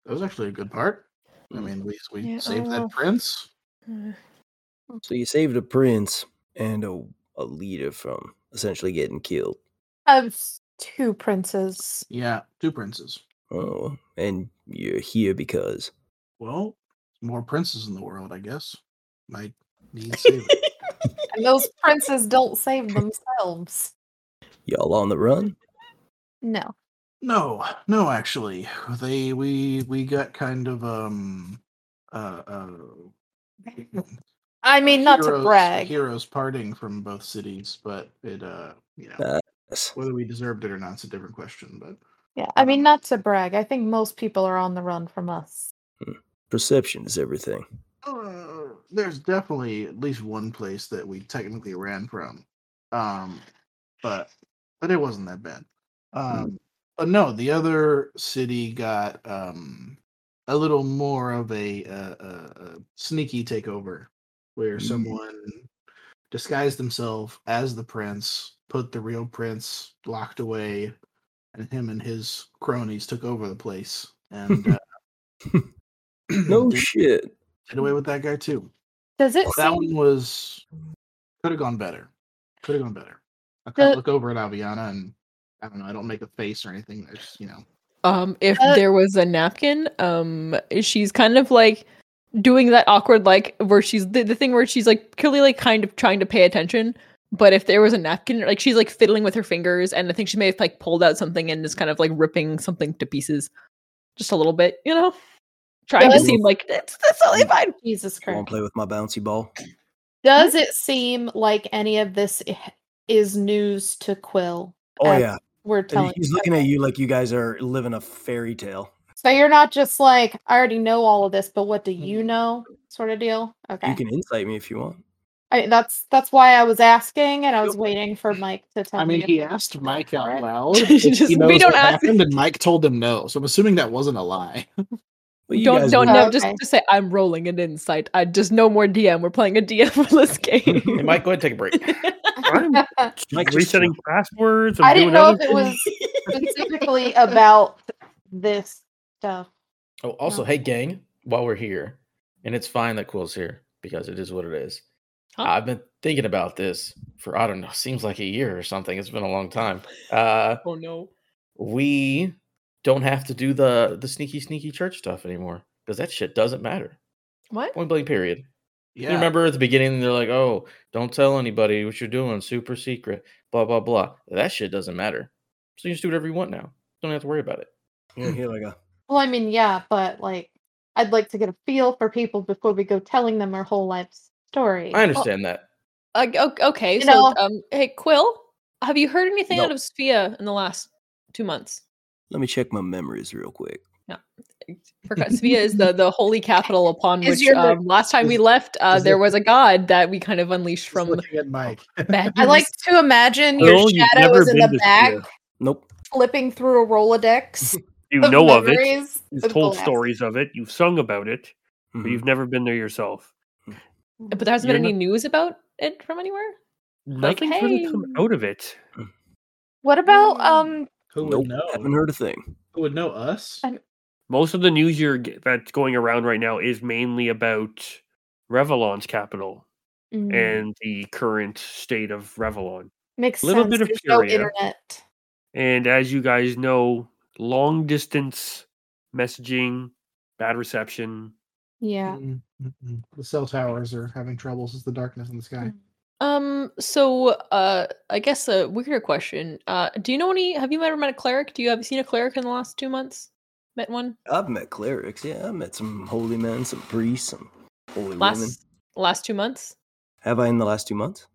[SPEAKER 3] that was actually a good part. I
[SPEAKER 4] Hmm.
[SPEAKER 2] Mm.
[SPEAKER 3] mean, we we
[SPEAKER 6] Yeah, I
[SPEAKER 3] saved
[SPEAKER 6] don't know.
[SPEAKER 3] that prince.
[SPEAKER 6] Uh,
[SPEAKER 2] So you saved a prince and a, a leader from essentially getting killed.
[SPEAKER 4] Of two princes.
[SPEAKER 3] Yeah, two princes.
[SPEAKER 2] Oh, and you're here because
[SPEAKER 3] Well, more princes in the world, I guess. Might need saving.
[SPEAKER 4] And those princes don't save themselves.
[SPEAKER 2] y'all on the run.
[SPEAKER 4] No.
[SPEAKER 3] no, no, actually, they we we got kind of um uh, uh
[SPEAKER 4] I mean not to
[SPEAKER 3] heroes-
[SPEAKER 4] brag.
[SPEAKER 3] heroes parting from both cities, but it uh you know
[SPEAKER 2] Uh, Yes.
[SPEAKER 3] whether we deserved it or not is a different question. But
[SPEAKER 4] Yeah. I mean not to brag. I think most people are on the run from us.
[SPEAKER 2] Perception is everything.
[SPEAKER 3] uh, there's definitely at least one place that we technically ran from, um, but but it wasn't that bad. Um,
[SPEAKER 7] Uh, no, the other city got um, a little more of a, uh uh a sneaky takeover, where
[SPEAKER 2] Mm.
[SPEAKER 7] someone disguised themselves as the prince, put the real prince locked away, and him and his cronies took over the place and uh,
[SPEAKER 6] Hmm.
[SPEAKER 8] No
[SPEAKER 7] did,
[SPEAKER 8] shit.
[SPEAKER 7] did away with that guy too.
[SPEAKER 4] Does
[SPEAKER 3] Oh,
[SPEAKER 4] it
[SPEAKER 7] That one
[SPEAKER 4] seem
[SPEAKER 7] was could have gone better. Could have gone better. I kind
[SPEAKER 4] The-
[SPEAKER 7] of look over at Aviana and I don't know. I don't make a face or anything. I just you know.
[SPEAKER 6] Um, if
[SPEAKER 4] Uh,
[SPEAKER 6] there was a napkin, um, she's kind of like doing that awkward like where she's the, the thing where she's like clearly like kind of trying to pay attention. But if there was a napkin, like she's like fiddling with her fingers, and I think she may have like pulled out something and is kind of like ripping something to pieces, just a little bit, you know, trying to
[SPEAKER 4] Does-
[SPEAKER 6] seem like it's that's totally fine.
[SPEAKER 4] Jesus
[SPEAKER 2] I won't
[SPEAKER 4] Christ?
[SPEAKER 2] play with my bouncy ball.
[SPEAKER 4] Does it seem like any of this i- is news to Quill?
[SPEAKER 2] Oh
[SPEAKER 4] as
[SPEAKER 2] yeah,
[SPEAKER 4] We're
[SPEAKER 2] And
[SPEAKER 4] telling
[SPEAKER 2] he's looking at you like you guys are living a fairy tale.
[SPEAKER 4] So you're not just like, I already know all of this, but what do you know? Sort of deal. Okay.
[SPEAKER 2] You can insight me if you want.
[SPEAKER 4] I, that's that's why I was asking and I was waiting for Mike to tell
[SPEAKER 7] I mean,
[SPEAKER 4] me.
[SPEAKER 7] he asked Mike out
[SPEAKER 4] Right.
[SPEAKER 7] loud.
[SPEAKER 6] Just-
[SPEAKER 7] if he
[SPEAKER 6] we
[SPEAKER 7] knows
[SPEAKER 6] don't
[SPEAKER 7] what
[SPEAKER 6] ask-
[SPEAKER 7] happened, and Mike told him no. So I'm assuming that wasn't a lie.
[SPEAKER 2] Well, you
[SPEAKER 6] don't
[SPEAKER 2] guys
[SPEAKER 6] don't
[SPEAKER 4] will-
[SPEAKER 6] know.
[SPEAKER 4] Oh,
[SPEAKER 6] Just
[SPEAKER 4] okay.
[SPEAKER 6] just say I'm rolling an insight. I just no more DM. We're playing a DM-less game.
[SPEAKER 5] Hey, Mike, go ahead and take a break.
[SPEAKER 1] I'm
[SPEAKER 2] Mike, just-
[SPEAKER 1] resetting passwords. I'm
[SPEAKER 4] I didn't
[SPEAKER 1] doing
[SPEAKER 4] know
[SPEAKER 1] other
[SPEAKER 4] if it
[SPEAKER 1] things.
[SPEAKER 4] was specifically about this stuff.
[SPEAKER 5] Oh, also,
[SPEAKER 4] No.
[SPEAKER 5] hey, gang, while we're here, and it's fine that Quill's here because it is what it is.
[SPEAKER 6] Huh?
[SPEAKER 5] I've been thinking about this for, I don't know, seems like a year or something. It's been a long time. Uh,
[SPEAKER 6] oh no.
[SPEAKER 5] we don't have to do the, the sneaky, sneaky church stuff anymore because that shit doesn't matter.
[SPEAKER 6] What?
[SPEAKER 5] Point blank, period.
[SPEAKER 7] Yeah.
[SPEAKER 5] You remember at the beginning, they're like, oh, don't tell anybody what you're doing, super secret, blah, blah, blah. That shit doesn't matter. So you just do whatever you want now. Don't have to worry about it.
[SPEAKER 2] Yeah, here like a
[SPEAKER 4] Well, I mean, yeah, but like, I'd like to get a feel for people before we go telling them our whole life's story.
[SPEAKER 5] I understand that.
[SPEAKER 6] Uh, o- okay,
[SPEAKER 4] You
[SPEAKER 6] so
[SPEAKER 4] know-
[SPEAKER 6] um, hey Quill, have you heard anything out
[SPEAKER 5] No.
[SPEAKER 6] of Sophia in the last two months?
[SPEAKER 2] let me check my memories real quick.
[SPEAKER 6] Forgot Sophia is the the holy capital upon
[SPEAKER 4] Is
[SPEAKER 6] which
[SPEAKER 4] your-
[SPEAKER 6] um, last time we
[SPEAKER 7] is-
[SPEAKER 6] left, uh,
[SPEAKER 7] is
[SPEAKER 6] there
[SPEAKER 7] it-
[SPEAKER 6] was a god that we kind of unleashed
[SPEAKER 7] Just
[SPEAKER 6] from Oh,
[SPEAKER 7] looking at Mike.
[SPEAKER 6] madness.
[SPEAKER 4] I like to imagine your
[SPEAKER 1] Well, you've
[SPEAKER 4] shadow
[SPEAKER 1] never
[SPEAKER 4] is in
[SPEAKER 1] been
[SPEAKER 4] the
[SPEAKER 1] to
[SPEAKER 4] back,
[SPEAKER 1] Sophia.
[SPEAKER 2] Nope.
[SPEAKER 4] flipping through a Rolodex.
[SPEAKER 1] You
[SPEAKER 4] of
[SPEAKER 1] know of it.
[SPEAKER 4] memories
[SPEAKER 1] You've
[SPEAKER 4] of the
[SPEAKER 1] told
[SPEAKER 4] last- Mm-hmm.
[SPEAKER 1] stories of it. You've sung about it, but
[SPEAKER 2] Mhm.
[SPEAKER 1] you've never been there yourself.
[SPEAKER 6] but there hasn't been
[SPEAKER 1] you're
[SPEAKER 6] any news about it from anywhere.
[SPEAKER 1] Nothing's really come
[SPEAKER 6] hey.
[SPEAKER 1] out of it.
[SPEAKER 4] What about
[SPEAKER 7] Mm.
[SPEAKER 4] um?
[SPEAKER 7] Who
[SPEAKER 2] Nope.
[SPEAKER 7] would
[SPEAKER 2] Haven't
[SPEAKER 7] know?
[SPEAKER 2] heard a thing.
[SPEAKER 7] Who would know us?
[SPEAKER 4] I-
[SPEAKER 1] Most of the news you're g- that's going around right now is mainly about Revelon's capital
[SPEAKER 4] mm,
[SPEAKER 1] and the current state of Revelon.
[SPEAKER 4] makes
[SPEAKER 1] little
[SPEAKER 4] sense.
[SPEAKER 1] bit of
[SPEAKER 4] There's no
[SPEAKER 1] Furia.
[SPEAKER 4] internet.
[SPEAKER 1] And as you guys know, long distance messaging, bad reception.
[SPEAKER 4] Yeah.
[SPEAKER 7] Mm, mm, mm. The cell towers are having troubles. It's the darkness in the sky.
[SPEAKER 6] Um, so uh, I guess a weirder question. Uh, do you know any? Have you ever met a cleric? Do you have you seen a cleric in the last two months? Met one
[SPEAKER 2] I've met clerics. Yeah, I've met some holy men, some priests, some holy women.
[SPEAKER 6] last last two months.
[SPEAKER 2] Have I in the last two months?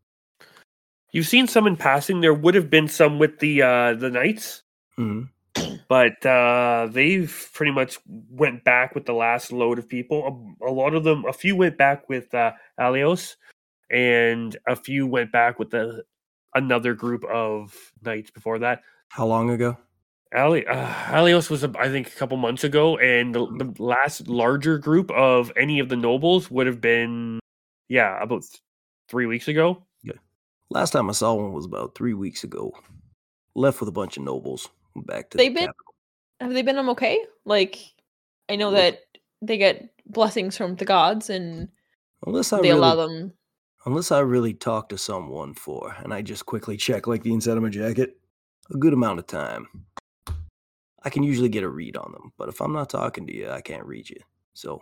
[SPEAKER 1] You've seen some in passing. There would have been some with the uh, the knights,
[SPEAKER 2] hmm
[SPEAKER 1] but uh, they've pretty much went back with the last load of people. A, a lot of them, a few went back with uh, Alios, and a few went back with the another group of knights before that.
[SPEAKER 2] How long ago?
[SPEAKER 1] Ali, uh, Alios was, ab- I think, a couple months ago, and the, the
[SPEAKER 2] Mm-hmm.
[SPEAKER 1] last larger group of any of the nobles would have been, yeah, about th- three weeks ago.
[SPEAKER 2] Last time I saw one was about three weeks ago. Left with a bunch of nobles. Back to
[SPEAKER 6] They've
[SPEAKER 2] the
[SPEAKER 6] been-
[SPEAKER 2] capital.
[SPEAKER 6] have they been um okay? Like I know
[SPEAKER 2] Look-
[SPEAKER 6] that they get blessings from the gods and
[SPEAKER 2] Unless I
[SPEAKER 6] they
[SPEAKER 2] Oh, really
[SPEAKER 6] allow them
[SPEAKER 2] Unless I really talk to someone for, and I just quickly check like the inside of my jacket, a good amount of time. I can usually get a read on them, but if I'm not talking to you, I can't read you. So,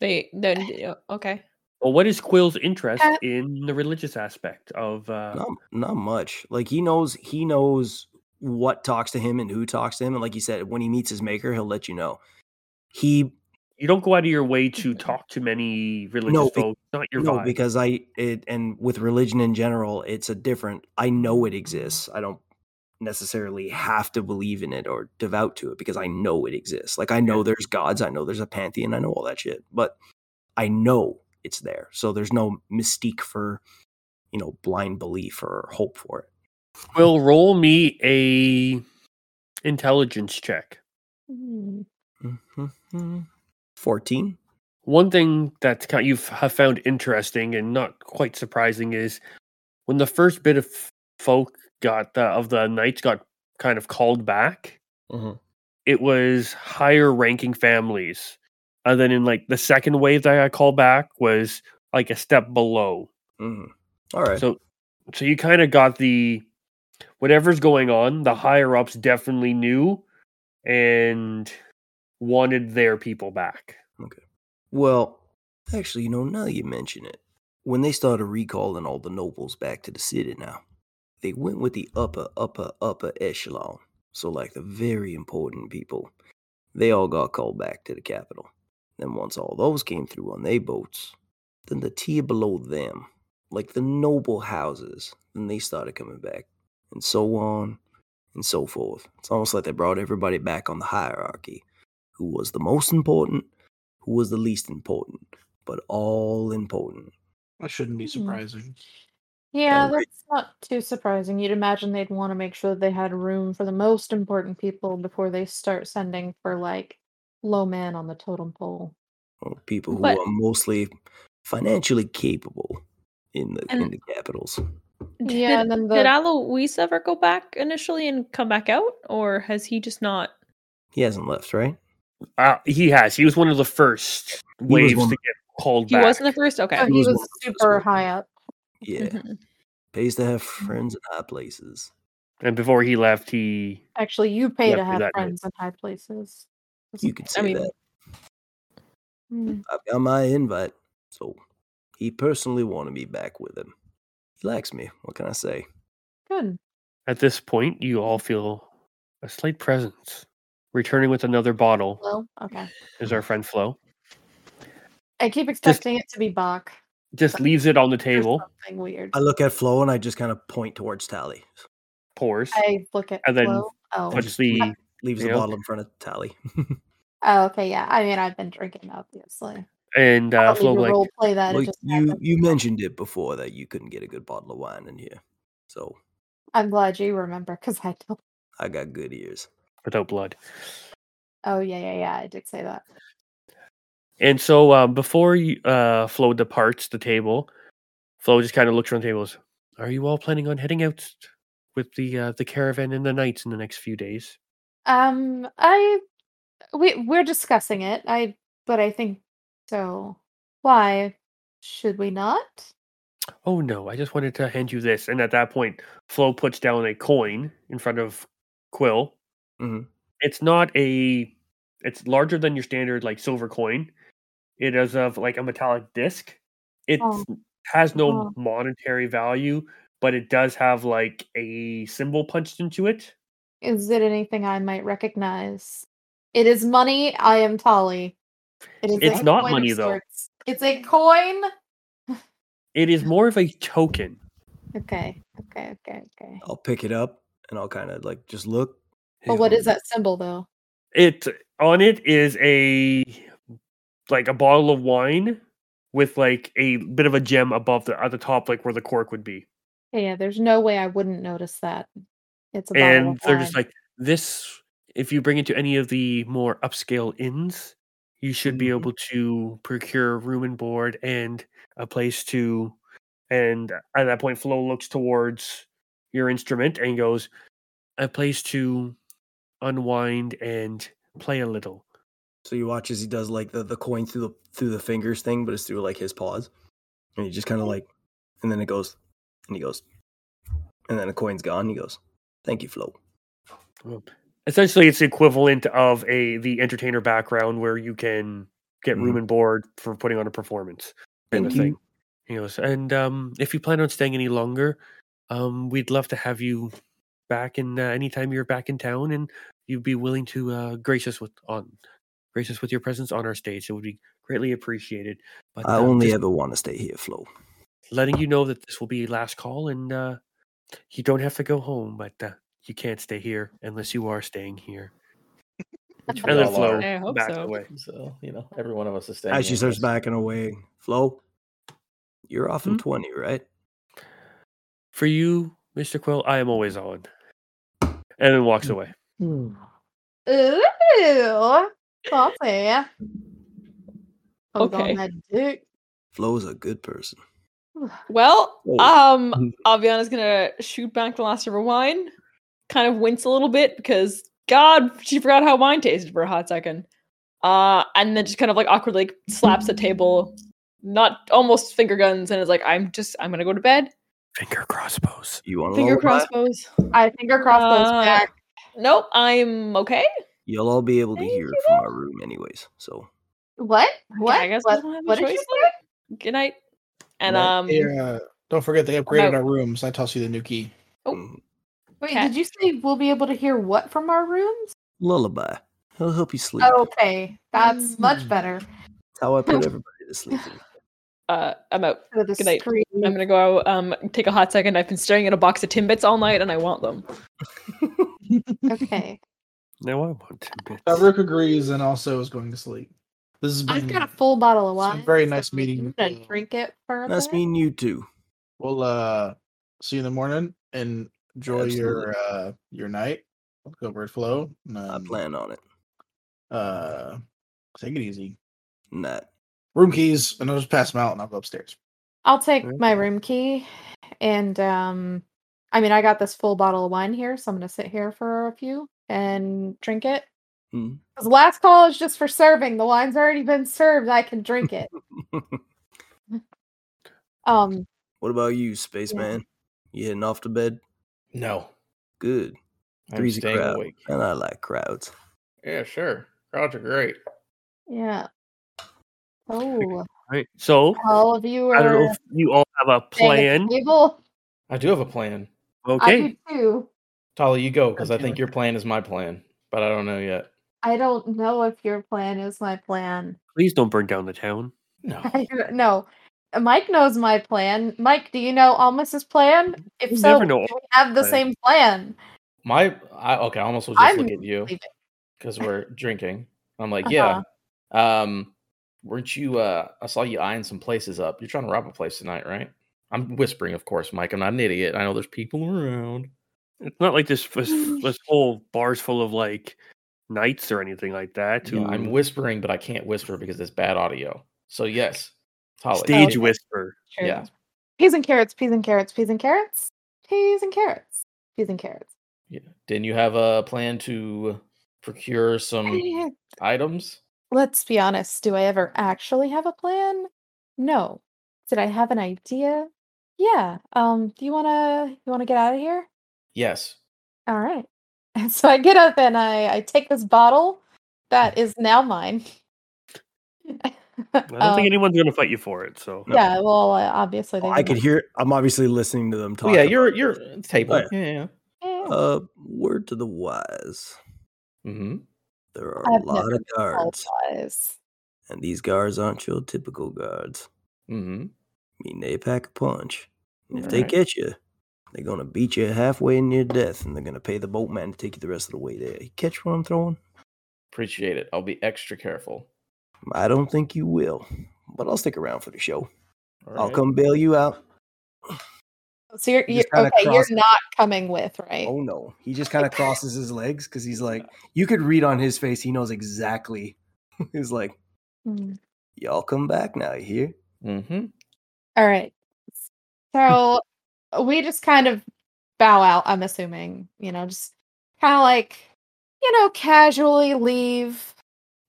[SPEAKER 6] they then yeah, okay.
[SPEAKER 1] Well, what is Quill's interest
[SPEAKER 4] Uh,
[SPEAKER 1] in the religious aspect of? Uh,
[SPEAKER 2] not not much. Like he knows he knows what talks to him and who talks to him, and like he said, when he meets his maker, he'll let you know. He
[SPEAKER 1] you don't go out of your way to talk to many religious
[SPEAKER 2] be-
[SPEAKER 1] folks. Not your
[SPEAKER 2] no
[SPEAKER 1] vibe.
[SPEAKER 2] because I it and with religion in general, it's a different. I know
[SPEAKER 1] Mm-hmm.
[SPEAKER 2] it exists. I don't necessarily have to believe in it or devout to it because I know it exists. Like I know there's gods, I know there's a pantheon, I know all that shit, but I know it's there. So there's no mystique for, you know, blind belief or hope for it.
[SPEAKER 1] Quill, roll me a Intelligence check. Mm.
[SPEAKER 4] Hmm.
[SPEAKER 1] Mm-hmm.
[SPEAKER 2] 14.
[SPEAKER 1] One thing that kind you have found interesting and not quite surprising is when the first bit of folk got the, of the knights got kind of called back. It was higher ranking families, and then in like the second wave that I got called back was like a step below.
[SPEAKER 2] Mhm. All right.
[SPEAKER 1] So, so you kind of got the whatever's going on. The higher ups definitely knew and wanted their people back.
[SPEAKER 2] Well, actually, you know, now that you mention it, when they started recalling all the nobles back to the city now, they went with the upper, upper, upper echelon. So, like the very important people, they all got called back to the capital. Then, once all those came through on their boats, then the tier below them, like the noble houses, then they started coming back, and so on and so forth. It's almost like they brought everybody back on the hierarchy who was the most important, who was the least important, but all important.
[SPEAKER 7] That shouldn't be surprising.
[SPEAKER 4] Yeah,
[SPEAKER 2] right.
[SPEAKER 4] that's not too surprising. You'd imagine they'd want to make sure that they had room for the most important people before they start sending for like low man on the totem pole.
[SPEAKER 2] Or uh, people who
[SPEAKER 6] But-
[SPEAKER 2] are mostly financially capable in the in
[SPEAKER 6] And-
[SPEAKER 2] the capitals.
[SPEAKER 4] Yeah, and then
[SPEAKER 6] Did
[SPEAKER 4] the
[SPEAKER 6] Alois ever go back initially and come back out, or has he just not?
[SPEAKER 2] He hasn't left, right?
[SPEAKER 1] Uh, he has. He was one of the first
[SPEAKER 2] was
[SPEAKER 1] waves
[SPEAKER 2] one-
[SPEAKER 1] to get called
[SPEAKER 6] He
[SPEAKER 1] back.
[SPEAKER 6] wasn't the first. Okay.
[SPEAKER 4] oh,
[SPEAKER 2] he
[SPEAKER 4] he
[SPEAKER 2] was
[SPEAKER 4] was
[SPEAKER 2] one of those
[SPEAKER 4] super
[SPEAKER 2] ones.
[SPEAKER 4] high up.
[SPEAKER 2] Yeah.
[SPEAKER 6] Mhm.
[SPEAKER 2] Pays to have
[SPEAKER 6] Mm-hmm.
[SPEAKER 2] friends in high places.
[SPEAKER 1] and before he left, he
[SPEAKER 4] Actually, you pay
[SPEAKER 1] Yep,
[SPEAKER 4] to have
[SPEAKER 1] exactly.
[SPEAKER 4] friends in high places.
[SPEAKER 2] You could say
[SPEAKER 6] mean-
[SPEAKER 2] that.
[SPEAKER 4] Mm.
[SPEAKER 2] I've got my invite. So he personally wanted me back with him. He likes me. What can I say?
[SPEAKER 4] Good.
[SPEAKER 1] at this point you all feel a slight presence. Returning with another bottle
[SPEAKER 4] Hello. Okay.
[SPEAKER 1] is our friend Flo.
[SPEAKER 4] I keep expecting it to be Bach.
[SPEAKER 1] Just leaves it on the
[SPEAKER 4] There's
[SPEAKER 1] table,
[SPEAKER 4] something weird.
[SPEAKER 2] I look at Flo and I just kind of point towards Tally.
[SPEAKER 1] pours.
[SPEAKER 4] I look at
[SPEAKER 1] and then
[SPEAKER 4] Flo. Oh.
[SPEAKER 1] puts
[SPEAKER 2] just
[SPEAKER 1] the
[SPEAKER 2] leave- Leaves the
[SPEAKER 1] Yeah.
[SPEAKER 2] bottle in front of Tally.
[SPEAKER 4] oh, okay. Yeah. I mean, I've been drinking, obviously.
[SPEAKER 1] and uh,
[SPEAKER 4] I'll need
[SPEAKER 1] Flo
[SPEAKER 4] to
[SPEAKER 1] like
[SPEAKER 4] role play that.
[SPEAKER 2] Well,
[SPEAKER 4] it just
[SPEAKER 2] you
[SPEAKER 4] happened.
[SPEAKER 2] you mentioned it before that you couldn't get a good bottle of wine in here, so
[SPEAKER 4] I'm glad you remember because I don't.
[SPEAKER 2] I got good ears.
[SPEAKER 1] without blood.
[SPEAKER 4] Oh yeah, yeah, yeah. I did say that.
[SPEAKER 1] And so uh, before you, uh, Flo departs the table, Flo just kind of looks around the table. and says, Are you all planning on heading out with the uh, the caravan and the knights in the next few days?
[SPEAKER 4] Um, I we we're discussing it. I but I think so. Why should we not?
[SPEAKER 1] Oh no, I just wanted to hand you this. And at that point, Flo puts down a coin in front of Quill.
[SPEAKER 2] Mhm.
[SPEAKER 1] It's not a. It's larger than your standard like silver coin. It is of like a metallic disc. It
[SPEAKER 4] Oh.
[SPEAKER 1] has no
[SPEAKER 4] Oh.
[SPEAKER 1] monetary value, but it does have like a symbol punched into it.
[SPEAKER 4] Is it anything I might recognize? It is money. I am Tolly. It is a
[SPEAKER 1] It's not
[SPEAKER 4] coin of
[SPEAKER 1] money, though.
[SPEAKER 4] sorts. It's a coin.
[SPEAKER 1] It is more of a token.
[SPEAKER 4] Okay, okay, okay, okay.
[SPEAKER 2] I'll pick it up and I'll kind of like just look.
[SPEAKER 4] But what is that symbol though?
[SPEAKER 1] It on it is a like a bottle of wine with like a bit of a gem above the at the top, like where the cork would be.
[SPEAKER 4] Yeah, there's no way I wouldn't notice that. It's a bottle
[SPEAKER 1] and
[SPEAKER 4] of
[SPEAKER 1] they're just
[SPEAKER 4] wine.
[SPEAKER 1] like this if you bring it to any of the more upscale inns you should
[SPEAKER 4] Mm-hmm.
[SPEAKER 1] be able to procure room and board and a place to and at that point flo looks towards your instrument and goes a place to unwind and play a little
[SPEAKER 2] So you watch as he does like the, the coin through the through the fingers thing, but it's through like his paws, and he just kind of like, and then it goes, and he goes, and then the coin's gone. He goes, "Thank you, Flo."
[SPEAKER 1] essentially it's the equivalent of a the entertainer background where you can get room and board for putting on a performance kind of
[SPEAKER 2] Mm-hmm. Thank
[SPEAKER 1] thing he goes and um if you plan on staying any longer um we'd love to have you back in uh, anytime you're back in town and you'd be willing to uh grace us with on grace us with your presence on our stage it would be greatly appreciated but
[SPEAKER 2] I
[SPEAKER 1] um,
[SPEAKER 2] only
[SPEAKER 1] just
[SPEAKER 2] ever want to stay here, Flo.
[SPEAKER 1] letting you know that this will be last call and uh you don't have to go home but uh, you can't stay here unless you are staying here
[SPEAKER 5] Which we
[SPEAKER 1] and then
[SPEAKER 5] all
[SPEAKER 1] flow
[SPEAKER 5] are.
[SPEAKER 6] I hope
[SPEAKER 1] back
[SPEAKER 6] so.
[SPEAKER 1] away
[SPEAKER 5] So you know, every one of us is staying.
[SPEAKER 2] As she
[SPEAKER 5] here,
[SPEAKER 2] starts
[SPEAKER 5] yes.
[SPEAKER 2] backing away, Flo, you're off in
[SPEAKER 1] Hmm?
[SPEAKER 2] twenty, right?
[SPEAKER 1] For you, Mr. Quill, I am always on. And then walks away.
[SPEAKER 3] Hmm.
[SPEAKER 4] Ooh, fancy. Hold
[SPEAKER 6] Okay.
[SPEAKER 4] on, that dick.
[SPEAKER 2] Flo's a good person.
[SPEAKER 6] Well,
[SPEAKER 2] Oh.
[SPEAKER 6] um, Aviana's gonna shoot back the last of her wine, kind of wince a little bit because God, she forgot how wine tasted for a hot second. Uh, and then just kind of like awkwardly like, slaps the table, not almost finger guns, and is like, "I'm just, I'm gonna go to bed."
[SPEAKER 1] Finger crossbows.
[SPEAKER 2] You want to
[SPEAKER 6] Finger
[SPEAKER 2] know about it?
[SPEAKER 6] crossbows.
[SPEAKER 4] I finger crossbows
[SPEAKER 6] Uh,
[SPEAKER 4] back.
[SPEAKER 6] Nope, I'm okay.
[SPEAKER 2] You'll all be able to
[SPEAKER 6] Thank
[SPEAKER 2] hear
[SPEAKER 6] you,
[SPEAKER 2] it from our room, anyways. So
[SPEAKER 4] What? What?
[SPEAKER 6] I guess we
[SPEAKER 4] what?
[SPEAKER 6] don't have a
[SPEAKER 4] what did you
[SPEAKER 6] choice
[SPEAKER 4] say?
[SPEAKER 6] Good night. And
[SPEAKER 7] Right
[SPEAKER 6] um,
[SPEAKER 7] there, uh, don't forget they upgraded
[SPEAKER 6] about-
[SPEAKER 7] our rooms. I toss you the new key.
[SPEAKER 6] Oh.
[SPEAKER 2] mm,
[SPEAKER 4] Wait,
[SPEAKER 6] Okay.
[SPEAKER 4] did you say we'll be able to hear what from our rooms?
[SPEAKER 2] lullaby. He'll help you sleep.
[SPEAKER 4] Oh, Okay, that's much
[SPEAKER 7] Mm.
[SPEAKER 4] better.
[SPEAKER 2] That's how I put everybody to sleep.
[SPEAKER 6] uh, I'm out.
[SPEAKER 4] For the
[SPEAKER 6] Good night.
[SPEAKER 4] scream.
[SPEAKER 6] I'm gonna go um take a hot second. I've been staring at a box of Timbits all night, and I want them.
[SPEAKER 4] Okay,
[SPEAKER 1] No, I want Timbits.
[SPEAKER 7] Fabric agrees and also is going to sleep. This has been
[SPEAKER 4] I've
[SPEAKER 1] Mm.
[SPEAKER 4] got a full bottle of
[SPEAKER 7] It's been
[SPEAKER 4] wine.
[SPEAKER 7] very nice meeting
[SPEAKER 4] I'm
[SPEAKER 7] you
[SPEAKER 4] gonna
[SPEAKER 7] two.
[SPEAKER 4] drink it for a
[SPEAKER 2] That's
[SPEAKER 4] bit.
[SPEAKER 2] mean you too.
[SPEAKER 7] We'll uh see you in the morning and enjoy your uh your night. Go bird flow. And,
[SPEAKER 2] I
[SPEAKER 5] Mm.
[SPEAKER 7] um,
[SPEAKER 2] plan on it.
[SPEAKER 7] Uh, take it easy.
[SPEAKER 2] Not
[SPEAKER 7] Room keys, and I'll just pass them out, and I'll go upstairs.
[SPEAKER 4] I'll take
[SPEAKER 1] Okay.
[SPEAKER 4] my room key, and um, I mean, I got this full bottle of wine here, so I'm gonna sit here for a few and drink it.
[SPEAKER 5] Mm.
[SPEAKER 2] Hmm.
[SPEAKER 4] Because last call is just for serving. The wine's already been served. I can drink it. Um,
[SPEAKER 2] what about you, spaceman? You heading off to bed?
[SPEAKER 5] No,
[SPEAKER 2] Good.
[SPEAKER 5] I'm
[SPEAKER 2] Three's a
[SPEAKER 5] staying
[SPEAKER 2] crowd,
[SPEAKER 5] awake.
[SPEAKER 2] and I like crowds. Oh,
[SPEAKER 5] Yeah, sure. Crowds are great.
[SPEAKER 4] yeah. Oh,
[SPEAKER 1] Right. So
[SPEAKER 4] all of you
[SPEAKER 1] I don't know
[SPEAKER 4] are
[SPEAKER 1] if you all have a
[SPEAKER 4] staying at the
[SPEAKER 1] plan.
[SPEAKER 4] table.
[SPEAKER 5] I do have a plan.
[SPEAKER 4] I do
[SPEAKER 1] Okay.
[SPEAKER 4] too.
[SPEAKER 5] Tali, you go because I
[SPEAKER 7] Okay.
[SPEAKER 5] think your plan is my plan, but I don't know yet.
[SPEAKER 4] I don't know if your plan is my plan.
[SPEAKER 1] Please don't burn down the town.
[SPEAKER 5] No.
[SPEAKER 4] I don't know. Uh, Mike knows my plan. Mike, do you know Almas's plan? If
[SPEAKER 1] You
[SPEAKER 4] so,
[SPEAKER 1] never know
[SPEAKER 4] do we have the
[SPEAKER 1] plan.
[SPEAKER 4] same plan?
[SPEAKER 5] My I, okay, I almost was just
[SPEAKER 4] I'm
[SPEAKER 5] look at you
[SPEAKER 4] leaving.
[SPEAKER 5] because we're drinking. I'm like,
[SPEAKER 4] Uh-huh.
[SPEAKER 5] yeah. Um, weren't you? Uh, I saw you eyeing some places up. You're trying to rob a place tonight, right? I'm whispering, of course, Mike. I'm not an idiot. I know there's people around.
[SPEAKER 1] It's not like this this, this whole bar's full of like knights or anything like that.
[SPEAKER 5] Yeah, I'm
[SPEAKER 1] who
[SPEAKER 5] whispering, but I can't whisper because it's bad audio. So yes, Tali,
[SPEAKER 1] stage
[SPEAKER 4] Oh,
[SPEAKER 5] it-
[SPEAKER 1] whisper.
[SPEAKER 4] True.
[SPEAKER 5] Yeah.
[SPEAKER 4] Peas and carrots, peas and carrots, peas and carrots, peas and carrots, peas and carrots.
[SPEAKER 5] Yeah. Didn't you have a plan to procure some
[SPEAKER 1] Mm.
[SPEAKER 5] items?
[SPEAKER 4] Let's be honest. Do I ever actually have a plan? No. Did I have an idea? Yeah. Um. Do you wanna you wanna get out of here?
[SPEAKER 5] Yes.
[SPEAKER 4] All right. And so I get up and I I take this bottle that is now mine. Um, I
[SPEAKER 1] I don't
[SPEAKER 4] Oh.
[SPEAKER 1] think anyone's gonna fight you for it. So
[SPEAKER 4] Yeah. Well, uh, obviously they.
[SPEAKER 2] Oh, I could hear. I'm obviously listening to them
[SPEAKER 5] Oh
[SPEAKER 2] talking.
[SPEAKER 5] yeah, you're you're table.
[SPEAKER 2] Oh,
[SPEAKER 5] yeah. yeah.
[SPEAKER 4] won't. Eh,
[SPEAKER 2] Uh, word to the wise.
[SPEAKER 5] Mm-hmm.
[SPEAKER 2] There are
[SPEAKER 4] I've
[SPEAKER 2] a lot
[SPEAKER 4] never
[SPEAKER 2] of guards,
[SPEAKER 4] apologize.
[SPEAKER 2] and these guards aren't your typical guards.
[SPEAKER 5] Mm-hmm.
[SPEAKER 2] I mean, they pack a punch. And if they
[SPEAKER 5] Alright.
[SPEAKER 2] get you, they're gonna beat you halfway near death, and they're gonna pay the boatman to take you the rest of the way there. You catch what I'm throwing?
[SPEAKER 5] Appreciate it. I'll be extra careful.
[SPEAKER 2] I don't think you will, but I'll stick around for the show.
[SPEAKER 5] All
[SPEAKER 2] I'll
[SPEAKER 5] right.
[SPEAKER 2] come bail you out.
[SPEAKER 4] So you're,
[SPEAKER 2] You
[SPEAKER 4] you're
[SPEAKER 2] just kinda
[SPEAKER 4] okay. You're
[SPEAKER 2] cross-
[SPEAKER 4] not coming with, right?
[SPEAKER 2] Oh no, he just kind of crosses his legs because he's like, you could read on his face, he knows exactly. he's like,
[SPEAKER 4] Mm.
[SPEAKER 2] y'all come back now, you hear?
[SPEAKER 5] Mm-hmm.
[SPEAKER 4] All right. So we just kind of bow out. I'm assuming, you know, just kind of like, you know, casually leave.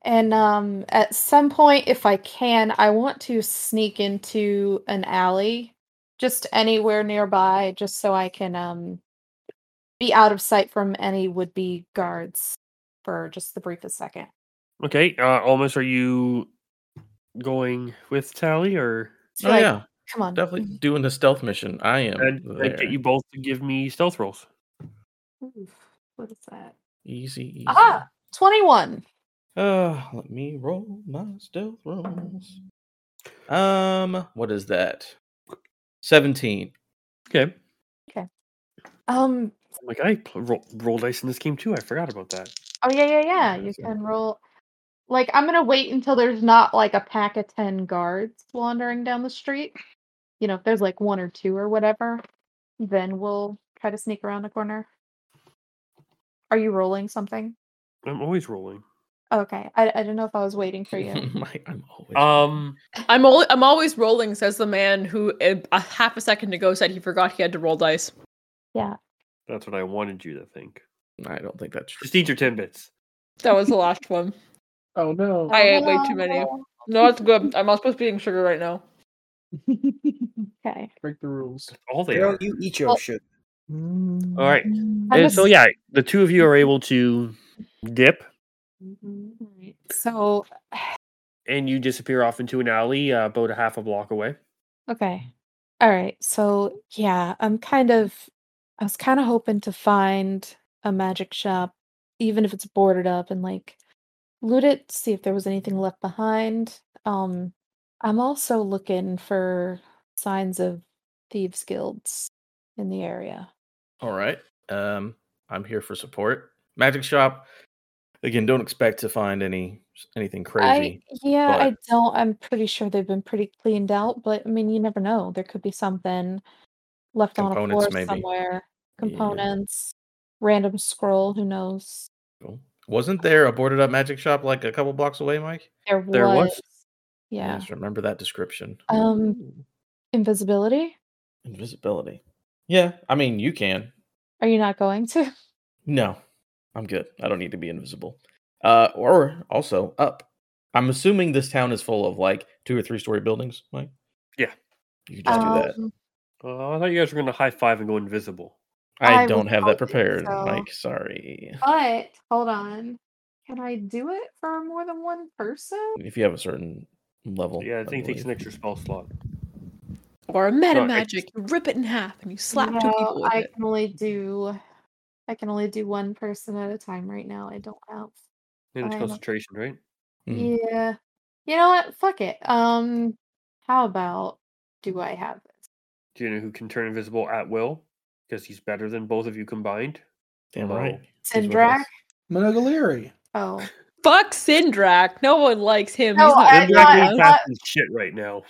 [SPEAKER 4] And um, at some point, if I can, I want to sneak into an alley, just anywhere nearby, just so I can um be out of sight from any would be guards for just the briefest second.
[SPEAKER 1] okay, uh, almost. Are you going with Tally or?
[SPEAKER 4] So,
[SPEAKER 5] Oh
[SPEAKER 4] like,
[SPEAKER 5] yeah,
[SPEAKER 4] come on.
[SPEAKER 5] definitely doing the stealth mission. I am.
[SPEAKER 1] And I
[SPEAKER 5] there.
[SPEAKER 1] get you both to give me stealth rolls.
[SPEAKER 4] Oof, what is that?
[SPEAKER 5] Easy, easy.
[SPEAKER 4] Ah, 21.
[SPEAKER 5] Uh, let me roll my stealth rolls. Um, what is that? Seventeen.
[SPEAKER 1] Okay. I'm
[SPEAKER 4] Um,
[SPEAKER 1] like I pl- roll, roll dice in this game too. I forgot about that.
[SPEAKER 4] oh yeah, yeah, yeah. You
[SPEAKER 1] so-
[SPEAKER 4] can roll. Like, I'm gonna wait until there's not like a pack of 10 guards wandering down the street. You know, if there's like one or two or whatever, then we'll try to sneak around the corner. Are you rolling something?
[SPEAKER 1] I'm always rolling.
[SPEAKER 4] Okay, I, I didn't know if I was waiting for you.
[SPEAKER 5] I'm always
[SPEAKER 1] Um,
[SPEAKER 9] I'm al- I'm always rolling, says the man who uh, a half a second ago said he forgot he had to roll dice.
[SPEAKER 4] yeah,
[SPEAKER 1] that's what I wanted you to think.
[SPEAKER 5] I don't think that's true.
[SPEAKER 1] Just eat your tidbits.
[SPEAKER 9] That was the last one.
[SPEAKER 3] Oh no.
[SPEAKER 9] I ate way too many. No, that's good. I'm not supposed to be eating sugar right now.
[SPEAKER 4] okay.
[SPEAKER 3] Break the rules.
[SPEAKER 1] All they
[SPEAKER 2] Daryl,
[SPEAKER 1] are.
[SPEAKER 2] you eat your
[SPEAKER 4] Well-
[SPEAKER 2] shit.
[SPEAKER 1] All right.
[SPEAKER 4] I
[SPEAKER 1] And
[SPEAKER 4] was-
[SPEAKER 1] so yeah, the two of you are able to dip,
[SPEAKER 4] Alright, So
[SPEAKER 1] and you disappear off into an alley uh, about a half a block away.
[SPEAKER 4] Okay. All right. So, yeah, I'm kind of, I was kind of hoping to find a magic shop, even if it's boarded up and like loot it, see if there was anything left behind. Um, I'm also looking for signs of thieves' guilds in the area.
[SPEAKER 5] All right. Um, I'm here for support. Magic shop. Again, don't expect to find any anything crazy.
[SPEAKER 4] I, yeah, I
[SPEAKER 5] but-
[SPEAKER 4] don't. I'm pretty sure they've been pretty cleaned out, but I mean, you never know. There could be something left on a
[SPEAKER 5] Components,
[SPEAKER 4] floor
[SPEAKER 5] maybe.
[SPEAKER 4] somewhere.
[SPEAKER 5] Yeah.
[SPEAKER 4] Components, random scroll. Who knows?
[SPEAKER 5] Cool. Oh, Wasn't there a boarded up magic shop like a couple blocks away, Mike?
[SPEAKER 4] There,
[SPEAKER 1] There was.
[SPEAKER 5] I
[SPEAKER 4] Yeah.
[SPEAKER 5] just remember that description.
[SPEAKER 4] Um,
[SPEAKER 5] Ooh,
[SPEAKER 4] Invisibility.
[SPEAKER 5] invisibility. Yeah, I mean you can.
[SPEAKER 4] Are you not going to?
[SPEAKER 5] No, I'm good. I don't need to be invisible. Uh, or also up. I'm assuming this town is full of like two or three story buildings, Mike.
[SPEAKER 1] Yeah.
[SPEAKER 5] you could just do that.
[SPEAKER 4] Um,
[SPEAKER 1] Uh, I thought you guys were going to high five and go invisible.
[SPEAKER 5] I,
[SPEAKER 4] I
[SPEAKER 5] don't
[SPEAKER 4] would
[SPEAKER 5] have that
[SPEAKER 4] not think
[SPEAKER 5] prepared,
[SPEAKER 4] so.
[SPEAKER 5] Mike. Sorry.
[SPEAKER 4] But hold on. Can I do it for more than one person?
[SPEAKER 5] If you have a certain level,
[SPEAKER 1] Yeah, I think it takes an
[SPEAKER 5] believe.
[SPEAKER 1] extra spell slot.
[SPEAKER 9] Or a meta
[SPEAKER 1] I-
[SPEAKER 9] magic, you rip it in half and you slap two
[SPEAKER 4] No,
[SPEAKER 9] people with
[SPEAKER 4] I
[SPEAKER 9] it.
[SPEAKER 4] can only do. I can only do one person at a time right now. I don't have.
[SPEAKER 1] And it's
[SPEAKER 4] I-
[SPEAKER 1] concentration, right?
[SPEAKER 5] Mhm.
[SPEAKER 4] Yeah. You know what? Fuck it. Um. How about? Do I have this?
[SPEAKER 1] Do you know who can turn invisible at will? Because he's better than both of you combined.
[SPEAKER 5] Damn
[SPEAKER 1] Well,
[SPEAKER 5] right. He's with
[SPEAKER 4] Sindrak?
[SPEAKER 5] us.
[SPEAKER 3] Monogalary.
[SPEAKER 4] Oh.
[SPEAKER 9] Fuck Sindrak. No one likes him.
[SPEAKER 4] No,
[SPEAKER 9] He's not
[SPEAKER 4] I-
[SPEAKER 1] Sindrak
[SPEAKER 9] good
[SPEAKER 4] thought-
[SPEAKER 1] ain't
[SPEAKER 9] enough.
[SPEAKER 4] thought-
[SPEAKER 1] passing shit right now.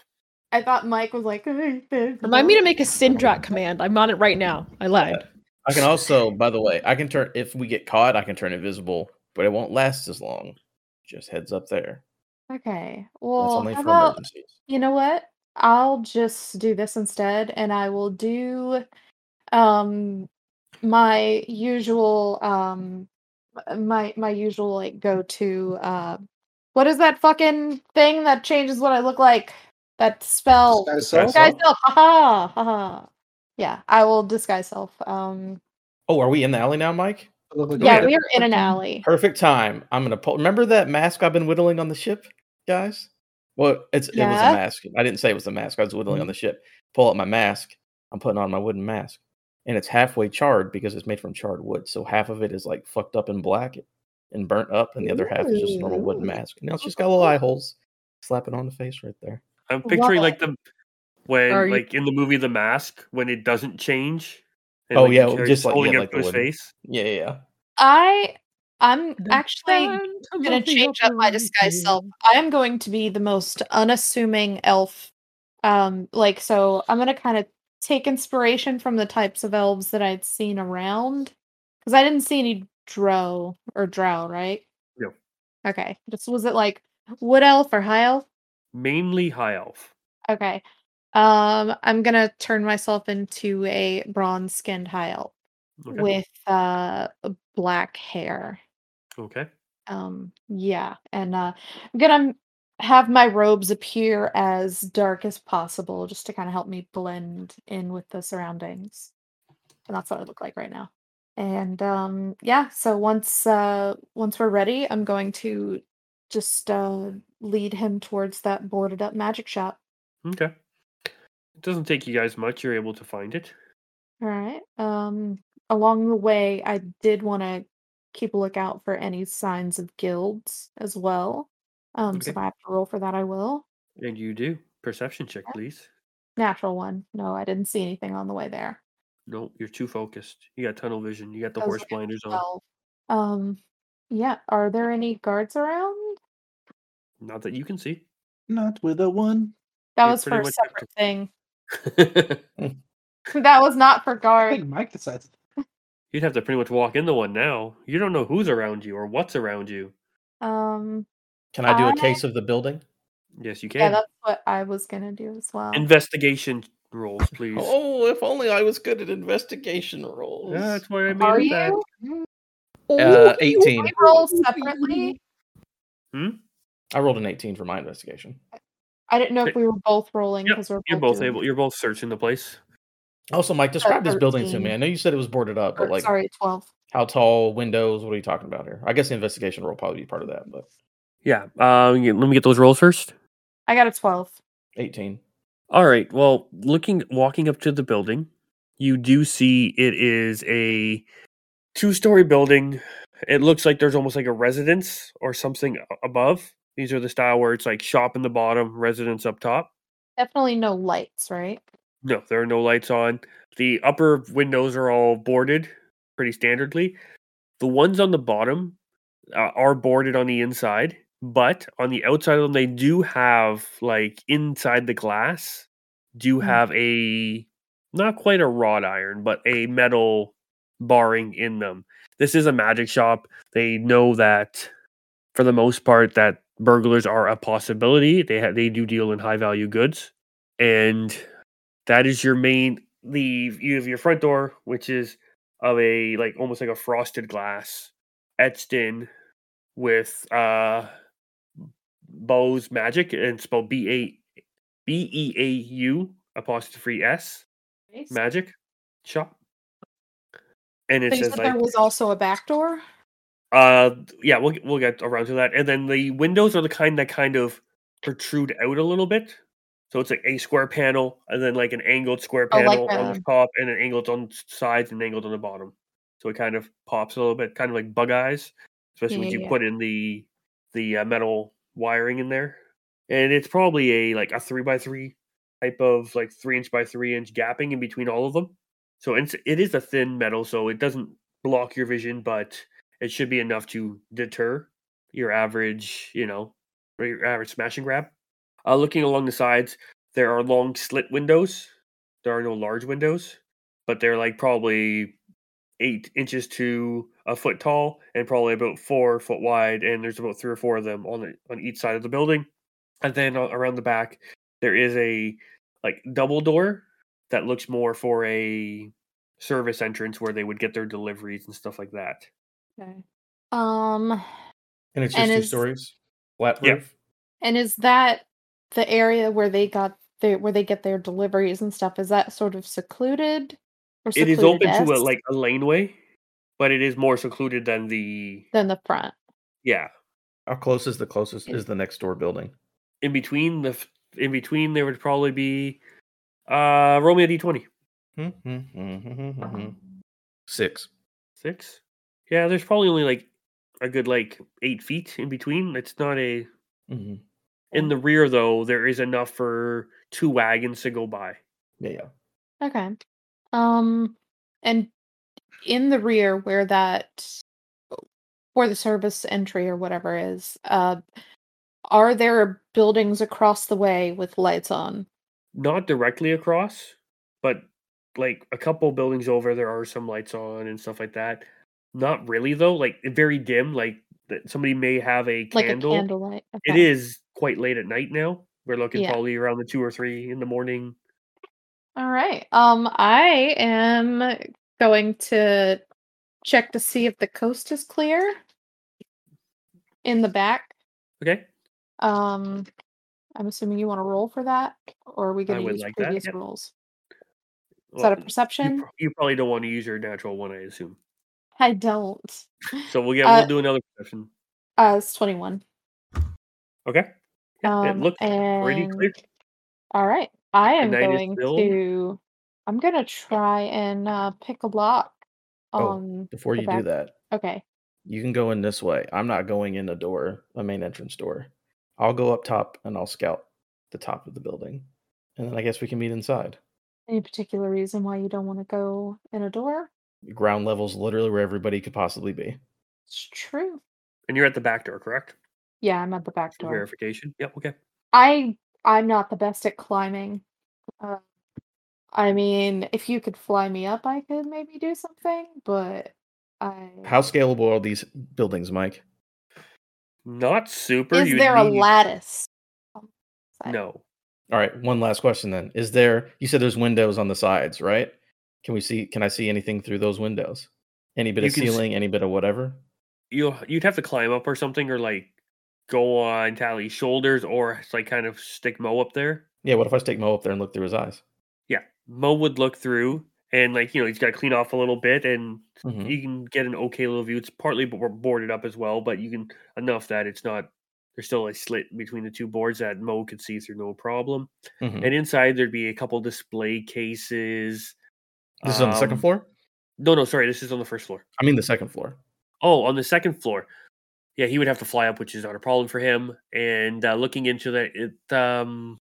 [SPEAKER 4] I thought Mike was like. Remind
[SPEAKER 9] Remind me to make a Sindrak command. I'm on it right now. I lied.
[SPEAKER 5] I can also, by the way, I can turn if we get caught, I can turn invisible, but it won't last as long. Just heads up there.
[SPEAKER 4] Okay.
[SPEAKER 5] That's
[SPEAKER 4] Well,
[SPEAKER 5] only
[SPEAKER 4] how
[SPEAKER 5] for
[SPEAKER 4] about
[SPEAKER 5] emergencies.
[SPEAKER 4] you know what? I'll just do this instead, and I will do um my usual um my my usual like go to uh what is that fucking thing that changes what I look like? That spell
[SPEAKER 3] Disguise self?
[SPEAKER 5] Disguise
[SPEAKER 4] disguise self. Ha ha ha. Yeah, I will disguise self. Um
[SPEAKER 5] Oh, are we in the alley now, Mike?
[SPEAKER 3] Look like
[SPEAKER 4] yeah,
[SPEAKER 5] yeah.
[SPEAKER 3] that.
[SPEAKER 4] we are in an alley.
[SPEAKER 5] Perfect time. I'm gonna pull. Remember that mask I've been whittling on the ship, guys? Well, it's it was
[SPEAKER 4] Yeah.
[SPEAKER 5] a mask. I didn't say it was a mask. I was whittling on the ship. Pull out my mask. I'm putting on my wooden mask, and it's halfway charred because it's made from charred wood. So half of it is like fucked up and black and burnt up, and the other half is just a normal wooden
[SPEAKER 4] Ooh.
[SPEAKER 5] mask. Now it's just got little eye holes. Slap it on the face right there.
[SPEAKER 1] I'm
[SPEAKER 4] Love
[SPEAKER 1] picturing
[SPEAKER 4] it.
[SPEAKER 1] like the when
[SPEAKER 9] Are you-
[SPEAKER 1] like in the movie The Mask when it doesn't change. And,
[SPEAKER 5] Oh,
[SPEAKER 1] he
[SPEAKER 5] yeah,
[SPEAKER 1] carries-
[SPEAKER 5] just like-
[SPEAKER 1] holding
[SPEAKER 5] yeah,
[SPEAKER 1] up
[SPEAKER 5] like
[SPEAKER 1] to
[SPEAKER 5] the
[SPEAKER 1] his
[SPEAKER 5] wooden.
[SPEAKER 1] face.
[SPEAKER 5] Yeah, yeah, yeah.
[SPEAKER 4] I I'm actually gonna change up my disguise self. I am going to be the most unassuming elf. Um, like so, I'm gonna kind of take inspiration from the types of elves that I'd seen around, because I didn't see any drow or drow, right?
[SPEAKER 1] No.
[SPEAKER 4] Okay. Just was it like wood elf or high elf?
[SPEAKER 1] Mainly high elf.
[SPEAKER 4] Okay. Um, I'm gonna turn myself into a bronze skinned high elf
[SPEAKER 1] Okay.
[SPEAKER 4] with uh black hair.
[SPEAKER 1] okay.
[SPEAKER 4] um yeah and uh i'm gonna m- have my robes appear as dark as possible just to kind of help me blend in with the surroundings and that's what i look like right now and um yeah so once uh once we're ready i'm going to just uh lead him towards that boarded up magic shop
[SPEAKER 1] Okay. It doesn't take you guys much. You're able to find it.
[SPEAKER 4] all right um along the way i did want to keep a lookout for any signs of guilds as well um so if
[SPEAKER 1] Okay.
[SPEAKER 4] i have to roll for that i will
[SPEAKER 1] And you do. Perception check, please.
[SPEAKER 4] Natural one. No, I didn't see anything on the way there.
[SPEAKER 1] No, you're too focused. You got tunnel vision. You got the
[SPEAKER 4] I was
[SPEAKER 1] horse
[SPEAKER 4] looking at
[SPEAKER 1] blinders on.
[SPEAKER 4] 12. Um, yeah. Are there any guards around?
[SPEAKER 1] Not that you can see.
[SPEAKER 3] Not with a one.
[SPEAKER 4] That
[SPEAKER 1] You're
[SPEAKER 4] was for
[SPEAKER 1] pretty
[SPEAKER 4] a
[SPEAKER 1] much up to-
[SPEAKER 4] separate thing.
[SPEAKER 1] okay.
[SPEAKER 4] That was not
[SPEAKER 3] I
[SPEAKER 4] for guards.
[SPEAKER 3] think Mike decides.
[SPEAKER 1] You'd have to pretty much walk into one now. You don't know who's around you or what's around you.
[SPEAKER 4] Um,
[SPEAKER 5] Can I do a
[SPEAKER 4] I-
[SPEAKER 5] case of the building?
[SPEAKER 1] Yes, you
[SPEAKER 4] yeah,
[SPEAKER 1] can.
[SPEAKER 4] that's what I was gonna do as well.
[SPEAKER 1] Investigation rolls, please.
[SPEAKER 5] Oh, if only I was good at investigation rolls.
[SPEAKER 1] Yeah, that's why I made
[SPEAKER 4] Are
[SPEAKER 1] it that.
[SPEAKER 4] you?
[SPEAKER 5] Uh, 18.
[SPEAKER 4] We roll separately.
[SPEAKER 1] Hmm?
[SPEAKER 5] I rolled an 18 for my investigation.
[SPEAKER 4] I didn't know if we were both rolling
[SPEAKER 1] Yep,
[SPEAKER 4] because we're
[SPEAKER 1] You're both
[SPEAKER 4] doing-
[SPEAKER 1] able. You're both searching the place.
[SPEAKER 5] Also, Mike, describe this building to
[SPEAKER 4] 13.
[SPEAKER 5] me. I know you said it was boarded up,
[SPEAKER 4] or,
[SPEAKER 5] but like
[SPEAKER 4] sorry, twelve.
[SPEAKER 5] how tall, windows, what are you talking about here? I guess the investigation roll probably be part of that, but
[SPEAKER 1] Yeah. Um. yeah, Let me get those rolls first.
[SPEAKER 4] I got a twelve.
[SPEAKER 5] 18.
[SPEAKER 1] All right. Well, looking, walking up to the building, you do see it is a two-story building. It looks like there's almost like a residence or something a- above. These are the style where it's like shop in the bottom, residence up top.
[SPEAKER 4] Definitely no lights, right?
[SPEAKER 1] No, there are no lights on. The upper windows are all boarded pretty standardly. The ones on the bottom uh, are boarded on the inside, but on the outside of them, they do have, like, inside the glass, do
[SPEAKER 4] Mm.
[SPEAKER 1] have a not quite a wrought iron, but a metal barring in them. This is a magic shop. They know that for the most part that burglars are a possibility. They ha- they do deal in high value goods and that is your main the you have your front door which is of a like almost like a frosted glass etched in with uh Bow's magic and spelled B A B E A U apostrophe S magic shop. And it
[SPEAKER 4] But you
[SPEAKER 1] says
[SPEAKER 4] said
[SPEAKER 1] like
[SPEAKER 4] there was also a back door.
[SPEAKER 1] uh, yeah, we'll get- we'll get around to that. And then the windows are the kind that kind of protrude out a little bit. So it's like a square panel, and then like an angled square
[SPEAKER 4] Oh, like
[SPEAKER 1] panel on the
[SPEAKER 4] the-
[SPEAKER 1] top, and an angled on s- sides, and angled on the bottom. So it kind of pops a little bit, kind of like bug eyes, especially when
[SPEAKER 4] Yeah,
[SPEAKER 1] you
[SPEAKER 4] yeah.
[SPEAKER 1] put in the the uh, metal wiring in there. And it's probably a like a three by three type of like three inch by three inch gapping in between all of them. So it's, it is a thin metal, so it doesn't block your vision, but it should be enough to deter your average, you know, or your average smash and grab. Uh, looking along the sides, there are long slit windows. There are no large windows, but they're like probably eight inches to a foot tall and probably about four foot wide. And there's about three or four of them on the, on each side of the building. And then a- around the back, there is a like double door that looks more for a service entrance where they would get their deliveries and stuff like that.
[SPEAKER 4] Okay. Um,
[SPEAKER 5] And it's just
[SPEAKER 4] And
[SPEAKER 5] two
[SPEAKER 4] is-
[SPEAKER 5] stories, flat
[SPEAKER 1] Yeah.
[SPEAKER 5] roof.
[SPEAKER 4] and is that the area where they got their where they get their deliveries and stuff? Is that sort of secluded? Or
[SPEAKER 1] it is open to a
[SPEAKER 4] secluded-esque
[SPEAKER 1] like a laneway, but it is more secluded than the
[SPEAKER 4] than the front.
[SPEAKER 1] yeah.
[SPEAKER 5] Our closest, the closest is the next door building.
[SPEAKER 1] In between the f- in between there would probably be uh Romeo D twenty.
[SPEAKER 5] Hmm, Six.
[SPEAKER 1] Six? Yeah, there's probably only like a good like eight feet in between. It's not a
[SPEAKER 5] hmm
[SPEAKER 4] Oh.
[SPEAKER 1] in the rear though, there is enough for two wagons to go by.
[SPEAKER 5] Yeah, yeah.
[SPEAKER 4] Okay. Um, and in the rear where that where the service entry or whatever is, uh, are there buildings across the way with lights on?
[SPEAKER 1] Not directly across, but like a couple buildings over there are some lights on and stuff like that. Not really though, like very dim, like that somebody may have a
[SPEAKER 4] Like
[SPEAKER 1] candle.
[SPEAKER 4] a candlelight.
[SPEAKER 1] it
[SPEAKER 4] okay.
[SPEAKER 1] is quite late at night now. We're looking
[SPEAKER 4] Yeah.
[SPEAKER 1] probably around the two or three in the morning.
[SPEAKER 4] All right. Um, I am going to check to see if the coast is clear in the back.
[SPEAKER 1] Okay.
[SPEAKER 4] Um, I'm assuming you want to roll for that, or are we going to
[SPEAKER 1] would
[SPEAKER 4] use
[SPEAKER 1] like that,
[SPEAKER 4] previous
[SPEAKER 1] yep.
[SPEAKER 4] rolls? Is
[SPEAKER 1] Well,
[SPEAKER 4] that a perception?
[SPEAKER 1] you, pro- you probably don't want to use your natural one, I assume.
[SPEAKER 4] I don't.
[SPEAKER 1] So we'll get
[SPEAKER 4] Uh,
[SPEAKER 1] we'll do another perception.
[SPEAKER 4] Uh, it's 21.
[SPEAKER 1] Okay. Yeah, it
[SPEAKER 4] Um,
[SPEAKER 1] looks
[SPEAKER 4] and...
[SPEAKER 1] pretty clear.
[SPEAKER 4] All right. I am
[SPEAKER 1] night is
[SPEAKER 4] going
[SPEAKER 1] still-
[SPEAKER 4] to. I'm going to try and uh, pick a block
[SPEAKER 5] Oh,
[SPEAKER 4] on.
[SPEAKER 5] Before
[SPEAKER 4] the
[SPEAKER 5] you
[SPEAKER 4] back-
[SPEAKER 5] do that,
[SPEAKER 4] Okay.
[SPEAKER 5] you can go in this way. I'm not going in the door, a main entrance door. I'll go up top and I'll scout the top of the building. And then I guess we can meet inside.
[SPEAKER 4] Any particular reason why you don't want to go in a door?
[SPEAKER 5] Ground level's literally where everybody could possibly be.
[SPEAKER 4] It's true.
[SPEAKER 1] And you're at the back door, correct?
[SPEAKER 4] Yeah, I'm at the back
[SPEAKER 1] For
[SPEAKER 4] door.
[SPEAKER 1] verification. Yeah, okay.
[SPEAKER 4] I I'm not the best at climbing. Uh, I mean, if you could fly me up, I could maybe do something, but I
[SPEAKER 5] How scalable are these buildings, Mike?
[SPEAKER 1] Not super.
[SPEAKER 4] is
[SPEAKER 1] you'd
[SPEAKER 4] there a
[SPEAKER 1] need-
[SPEAKER 4] lattice?
[SPEAKER 1] No.
[SPEAKER 5] All right, one last question then. Is there you said there's windows on the sides, right? Can we see can I see anything through those windows? Any bit
[SPEAKER 1] You
[SPEAKER 5] of
[SPEAKER 1] can s-
[SPEAKER 5] ceiling, any bit of whatever?
[SPEAKER 1] You you'd have to climb up or something, or like go on Tally's shoulders, or like kind of stick Mo up there.
[SPEAKER 5] Yeah, what if I stick Mo up there and look through his eyes?
[SPEAKER 1] Yeah, Mo would look through, and like you know, he's got to clean off a little bit, and
[SPEAKER 5] Mhm.
[SPEAKER 1] you can get an okay little view. It's partly bo- boarded up as well, but you can enough that it's not. There's still a slit between the two boards that Mo could see through no problem.
[SPEAKER 5] Mhm.
[SPEAKER 1] And inside there'd be a couple display cases.
[SPEAKER 5] This is on the second
[SPEAKER 1] um,
[SPEAKER 5] floor?
[SPEAKER 1] No, no, sorry, this is on the first floor.
[SPEAKER 5] I mean the second floor.
[SPEAKER 1] Oh, on the second floor. Yeah, he would have to fly up, which is not a problem for him. And uh, looking into that, it, um,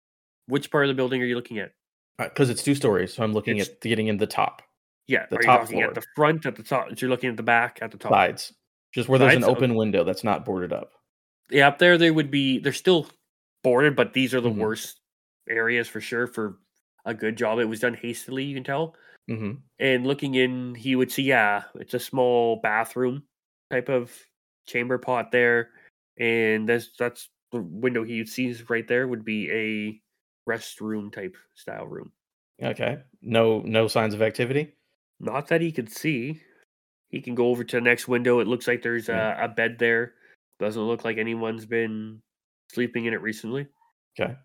[SPEAKER 1] which part of the building are you looking at?
[SPEAKER 5] Because Uh, it's two stories, so I'm looking
[SPEAKER 1] It's-
[SPEAKER 5] at getting in the top
[SPEAKER 1] Yeah,
[SPEAKER 5] The
[SPEAKER 1] are you
[SPEAKER 5] top
[SPEAKER 1] talking
[SPEAKER 5] floor.
[SPEAKER 1] at the front, at the top? You're looking at the back, at the top.
[SPEAKER 5] sides. Just where there's an
[SPEAKER 1] Sides? Okay.
[SPEAKER 5] open window that's not boarded up.
[SPEAKER 1] Yeah, up there they would be. They're still boarded, but these are the
[SPEAKER 5] Mhm.
[SPEAKER 1] worst areas for sure. For a good job, it was done hastily. You can tell.
[SPEAKER 5] hmm
[SPEAKER 1] and looking in, he would see, yeah, it's a small bathroom type of chamber pot there, and that's that's the window he sees right there would be a restroom type style room.
[SPEAKER 5] Okay. No no signs of activity.
[SPEAKER 1] Not that he could see. He can go over to the next window. It looks like there's a, a bed there. Doesn't look like anyone's been sleeping in it recently.
[SPEAKER 5] Okay.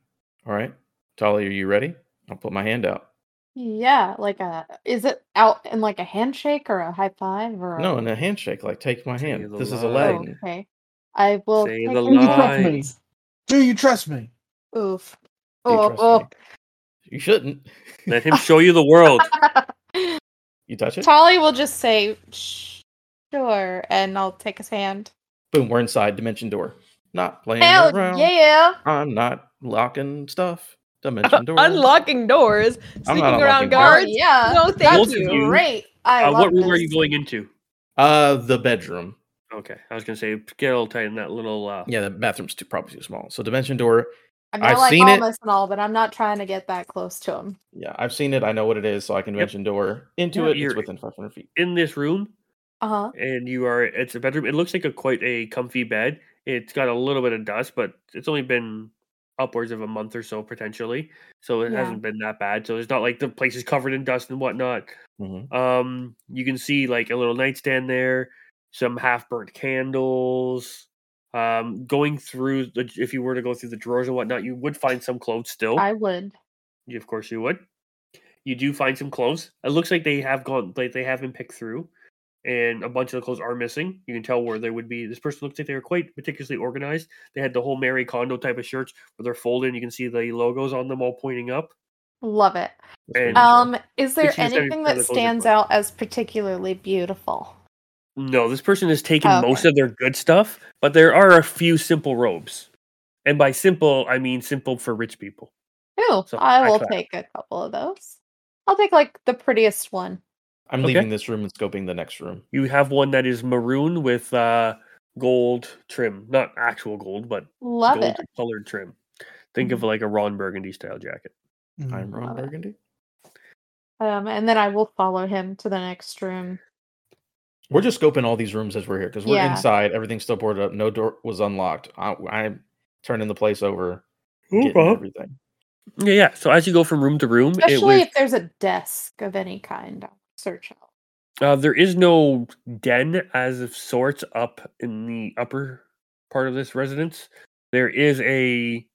[SPEAKER 5] All right. Tolly, are you ready? I'll put my hand out.
[SPEAKER 4] Yeah, like a is it out in like a handshake or a high five or
[SPEAKER 5] No,
[SPEAKER 4] a,
[SPEAKER 5] in a handshake, like take my
[SPEAKER 1] Say
[SPEAKER 5] hand.
[SPEAKER 1] the
[SPEAKER 5] This is
[SPEAKER 1] line.
[SPEAKER 4] Oh,
[SPEAKER 5] Aladdin.
[SPEAKER 4] okay. I will
[SPEAKER 1] Say
[SPEAKER 4] take
[SPEAKER 1] the
[SPEAKER 4] a
[SPEAKER 1] line.
[SPEAKER 4] hand.
[SPEAKER 7] Do you trust me?
[SPEAKER 4] Oof.
[SPEAKER 5] Do you
[SPEAKER 4] Oh,
[SPEAKER 5] trust
[SPEAKER 4] oh.
[SPEAKER 5] me? You shouldn't.
[SPEAKER 1] Let him show you the world.
[SPEAKER 4] oh.
[SPEAKER 5] You touch it?
[SPEAKER 4] Tolly will just say "Sh- sure and I'll take his hand.
[SPEAKER 5] Boom, we're inside dimension door. Not playing
[SPEAKER 4] Hell
[SPEAKER 5] around.
[SPEAKER 4] yeah.
[SPEAKER 5] I'm not locking stuff. Dimension door.
[SPEAKER 6] Unlocking doors,
[SPEAKER 5] I'm
[SPEAKER 6] sneaking
[SPEAKER 5] not
[SPEAKER 6] around
[SPEAKER 4] Oh,
[SPEAKER 5] unlocking doors.
[SPEAKER 6] guards.
[SPEAKER 4] yeah.
[SPEAKER 6] No, thank
[SPEAKER 1] Both of
[SPEAKER 6] you.
[SPEAKER 1] you.
[SPEAKER 4] Great. I
[SPEAKER 1] Uh,
[SPEAKER 4] love
[SPEAKER 1] what room are
[SPEAKER 4] this.
[SPEAKER 1] you going into?
[SPEAKER 5] Uh the bedroom.
[SPEAKER 1] Okay, I was gonna say get all tight in that little. Uh,
[SPEAKER 5] Yeah, the bathroom's too probably too small. So dimension door.
[SPEAKER 4] I mean, i
[SPEAKER 5] I've
[SPEAKER 4] like
[SPEAKER 5] seen it.
[SPEAKER 4] Almas and all, but I'm not trying to get that close to him.
[SPEAKER 5] Yeah, I've seen it. I know what it is, so I can
[SPEAKER 1] Yep.
[SPEAKER 5] dimension door into
[SPEAKER 1] Yeah,
[SPEAKER 5] it. It's
[SPEAKER 1] you're-
[SPEAKER 5] within 500 feet.
[SPEAKER 1] in this room,
[SPEAKER 4] Uh huh.
[SPEAKER 1] and you are it's a bedroom. It looks like a quite a comfy bed. It's got a little bit of dust, but it's only been upwards of a month or so potentially, so it
[SPEAKER 4] Yeah.
[SPEAKER 1] hasn't been that bad. So it's not like the place is covered in dust and whatnot.
[SPEAKER 5] Mhm.
[SPEAKER 1] Um, you can see like a little nightstand there, some half burnt candles. Um, going through the if you were to go through the drawers and whatnot, you would find some clothes still.
[SPEAKER 4] I would.
[SPEAKER 1] Y- Of course you would. You do find some clothes. It looks like they have gone like they have been picked through and a bunch of the clothes are missing. You can tell where they would be. This person looks like they were quite meticulously organized. They had the whole Mary Kondo type of shirts where they're folded and you can see the logos on them all pointing up.
[SPEAKER 4] Love it.
[SPEAKER 5] That's pretty
[SPEAKER 1] And-
[SPEAKER 5] much
[SPEAKER 4] Um,
[SPEAKER 5] it.
[SPEAKER 4] is there
[SPEAKER 1] 60 to 70%
[SPEAKER 4] anything
[SPEAKER 1] of
[SPEAKER 4] that
[SPEAKER 1] the clothes are
[SPEAKER 4] stands
[SPEAKER 1] fine.
[SPEAKER 4] out as particularly beautiful?
[SPEAKER 1] No, this person has taken
[SPEAKER 4] Oh, okay.
[SPEAKER 1] most of their good stuff, but there are a few simple robes. And by simple, I mean simple for rich people.
[SPEAKER 4] Ooh,
[SPEAKER 1] So,
[SPEAKER 4] I
[SPEAKER 1] high
[SPEAKER 4] will
[SPEAKER 1] class.
[SPEAKER 4] take a couple of those. I'll take like the prettiest one.
[SPEAKER 5] I'm
[SPEAKER 1] okay.
[SPEAKER 5] leaving this room and scoping the next room.
[SPEAKER 1] You have one that is maroon with uh gold trim. Not actual gold, but
[SPEAKER 4] Love
[SPEAKER 1] gold
[SPEAKER 4] it.
[SPEAKER 1] colored trim. Think of like a Ron Burgundy style jacket.
[SPEAKER 3] Hmm,
[SPEAKER 7] Mm.
[SPEAKER 5] I'm Ron
[SPEAKER 4] Love it.
[SPEAKER 5] Burgundy.
[SPEAKER 4] Um, and then I will follow him to the next room.
[SPEAKER 5] We're just scoping all these rooms as we're here because we're
[SPEAKER 4] Yeah.
[SPEAKER 5] inside. Everything's still boarded up. No door was unlocked. I, I'm turning the place over, getting everything.
[SPEAKER 1] Yeah, yeah. So as you go from room to room, it
[SPEAKER 4] Especially
[SPEAKER 1] was,
[SPEAKER 4] if there's a desk of any kind. I'll search out.
[SPEAKER 1] uh, there is no den as of sorts up in the upper part of this residence. There is a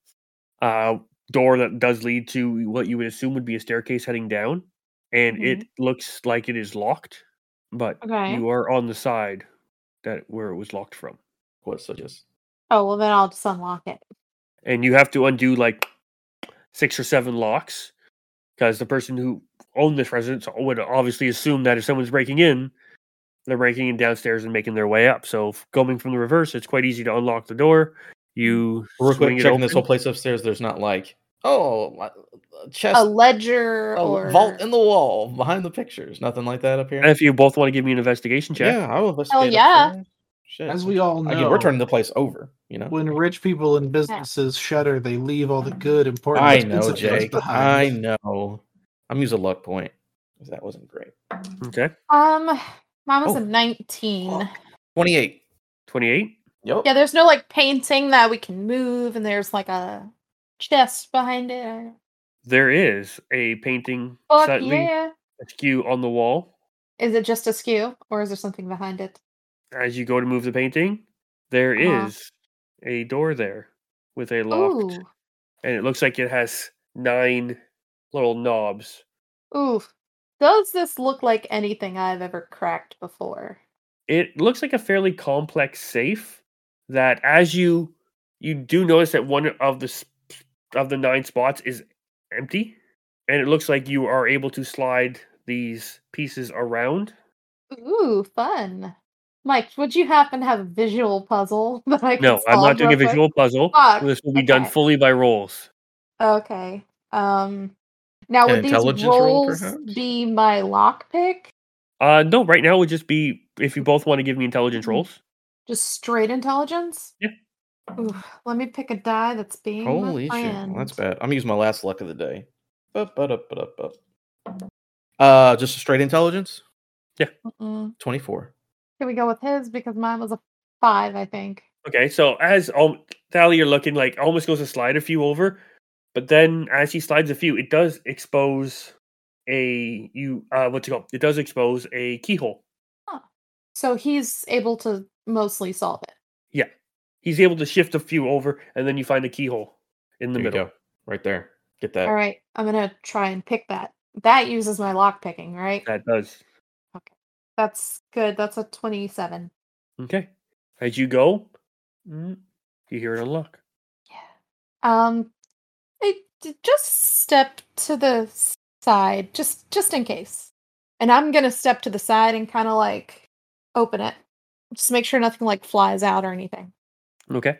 [SPEAKER 1] uh, door that does lead to what you would assume would be a staircase heading down, and it looks like it is locked, but
[SPEAKER 4] Mm-hmm. Okay.
[SPEAKER 1] you are on the side that where it was locked from.
[SPEAKER 5] Was so just
[SPEAKER 4] Oh well, then I'll just unlock it.
[SPEAKER 1] and you have to undo like six or seven locks because the person who owned this residence would obviously assume that if someone's breaking in, they're breaking in downstairs and making their way up. So f- coming from the reverse, it's quite easy to unlock the door. You
[SPEAKER 5] real
[SPEAKER 1] swing
[SPEAKER 5] quick
[SPEAKER 1] it
[SPEAKER 5] checking this whole
[SPEAKER 1] open.
[SPEAKER 5] place upstairs. There's not like oh a- a chest
[SPEAKER 4] A ledger
[SPEAKER 5] a
[SPEAKER 4] or
[SPEAKER 5] vault in the wall behind the pictures. Nothing like that up here.
[SPEAKER 1] And if you both want to give me an investigation check,
[SPEAKER 5] Yeah, I will investigate.
[SPEAKER 4] yeah.
[SPEAKER 5] upstairs. Shit.
[SPEAKER 3] As we all know,
[SPEAKER 5] Again, we're turning the place over. You know.
[SPEAKER 3] when rich people and businesses shutter, they leave all the good, important,
[SPEAKER 5] I know,
[SPEAKER 3] expensive things
[SPEAKER 5] Jake.
[SPEAKER 3] behind.
[SPEAKER 5] I know. I'm using a luck point. 'cause That wasn't great.
[SPEAKER 1] Okay.
[SPEAKER 4] Um, mine was
[SPEAKER 5] Oh.
[SPEAKER 4] a 19.
[SPEAKER 5] 28.
[SPEAKER 1] 28?
[SPEAKER 5] Yep.
[SPEAKER 4] Yeah, there's no like painting that we can move, and there's like a chest behind it. I-
[SPEAKER 1] There is a painting
[SPEAKER 4] Fuck
[SPEAKER 1] slightly
[SPEAKER 4] yeah.
[SPEAKER 1] askew on the wall.
[SPEAKER 4] Is it just askew, or is there something behind it?
[SPEAKER 1] As you go to move the painting, there is
[SPEAKER 4] Uh-huh.
[SPEAKER 1] a door there with a locked,
[SPEAKER 4] Ooh,
[SPEAKER 1] and it looks like it has nine little knobs.
[SPEAKER 4] ooh. Does this look like anything I've ever cracked before?
[SPEAKER 1] It looks like a fairly complex safe that, as you you do notice that one of the s- of the nine spots is empty, and it looks like you are able to slide these pieces around.
[SPEAKER 4] Ooh, fun. Mike, would you happen to have a visual puzzle that I can
[SPEAKER 1] No, I'm not
[SPEAKER 4] solve
[SPEAKER 1] doing a
[SPEAKER 4] real quick?
[SPEAKER 1] visual puzzle.
[SPEAKER 4] Fuck,
[SPEAKER 1] This will be done
[SPEAKER 4] okay.
[SPEAKER 1] fully by rolls.
[SPEAKER 4] Okay. Um. Now
[SPEAKER 5] An
[SPEAKER 4] would these
[SPEAKER 5] intelligence roll,
[SPEAKER 4] rolls
[SPEAKER 5] perhaps?
[SPEAKER 4] be my lockpick?
[SPEAKER 1] Uh, no, right now would just be if you both want to give me intelligence
[SPEAKER 4] Mm-hmm.
[SPEAKER 1] rolls.
[SPEAKER 4] Just straight intelligence?
[SPEAKER 1] Yeah.
[SPEAKER 4] Ooh, let me pick a die that's being my
[SPEAKER 5] Holy shit. Well, that's
[SPEAKER 4] friend.
[SPEAKER 5] bad. I'm using my last luck of the day. Bup, bup, up, bup, bup. Uh, just straight intelligence?
[SPEAKER 4] Mm-mm.
[SPEAKER 5] 24.
[SPEAKER 4] Can we go with his because mine was a five, I think.
[SPEAKER 1] Okay, so as um, Tally, you're looking like almost goes to slide a few over, but then as he slides a few, it does expose a you uh what's it called? It does expose a keyhole.
[SPEAKER 4] So he's able to mostly solve it.
[SPEAKER 1] He's able to shift a few over, and then you find a keyhole in the
[SPEAKER 5] There you
[SPEAKER 1] middle.
[SPEAKER 5] go. Right there. Get that.
[SPEAKER 4] All right, I'm gonna try and pick that. That uses my lock picking, right?
[SPEAKER 1] That does
[SPEAKER 4] That's good. That's a twenty-seven.
[SPEAKER 1] okay. As you go, mm, you hear it unlock.
[SPEAKER 4] Um, I d- just step to the s- side, just just in case. And I'm gonna step to the side and kind of like open it, just make sure nothing like flies out or anything.
[SPEAKER 1] Okay.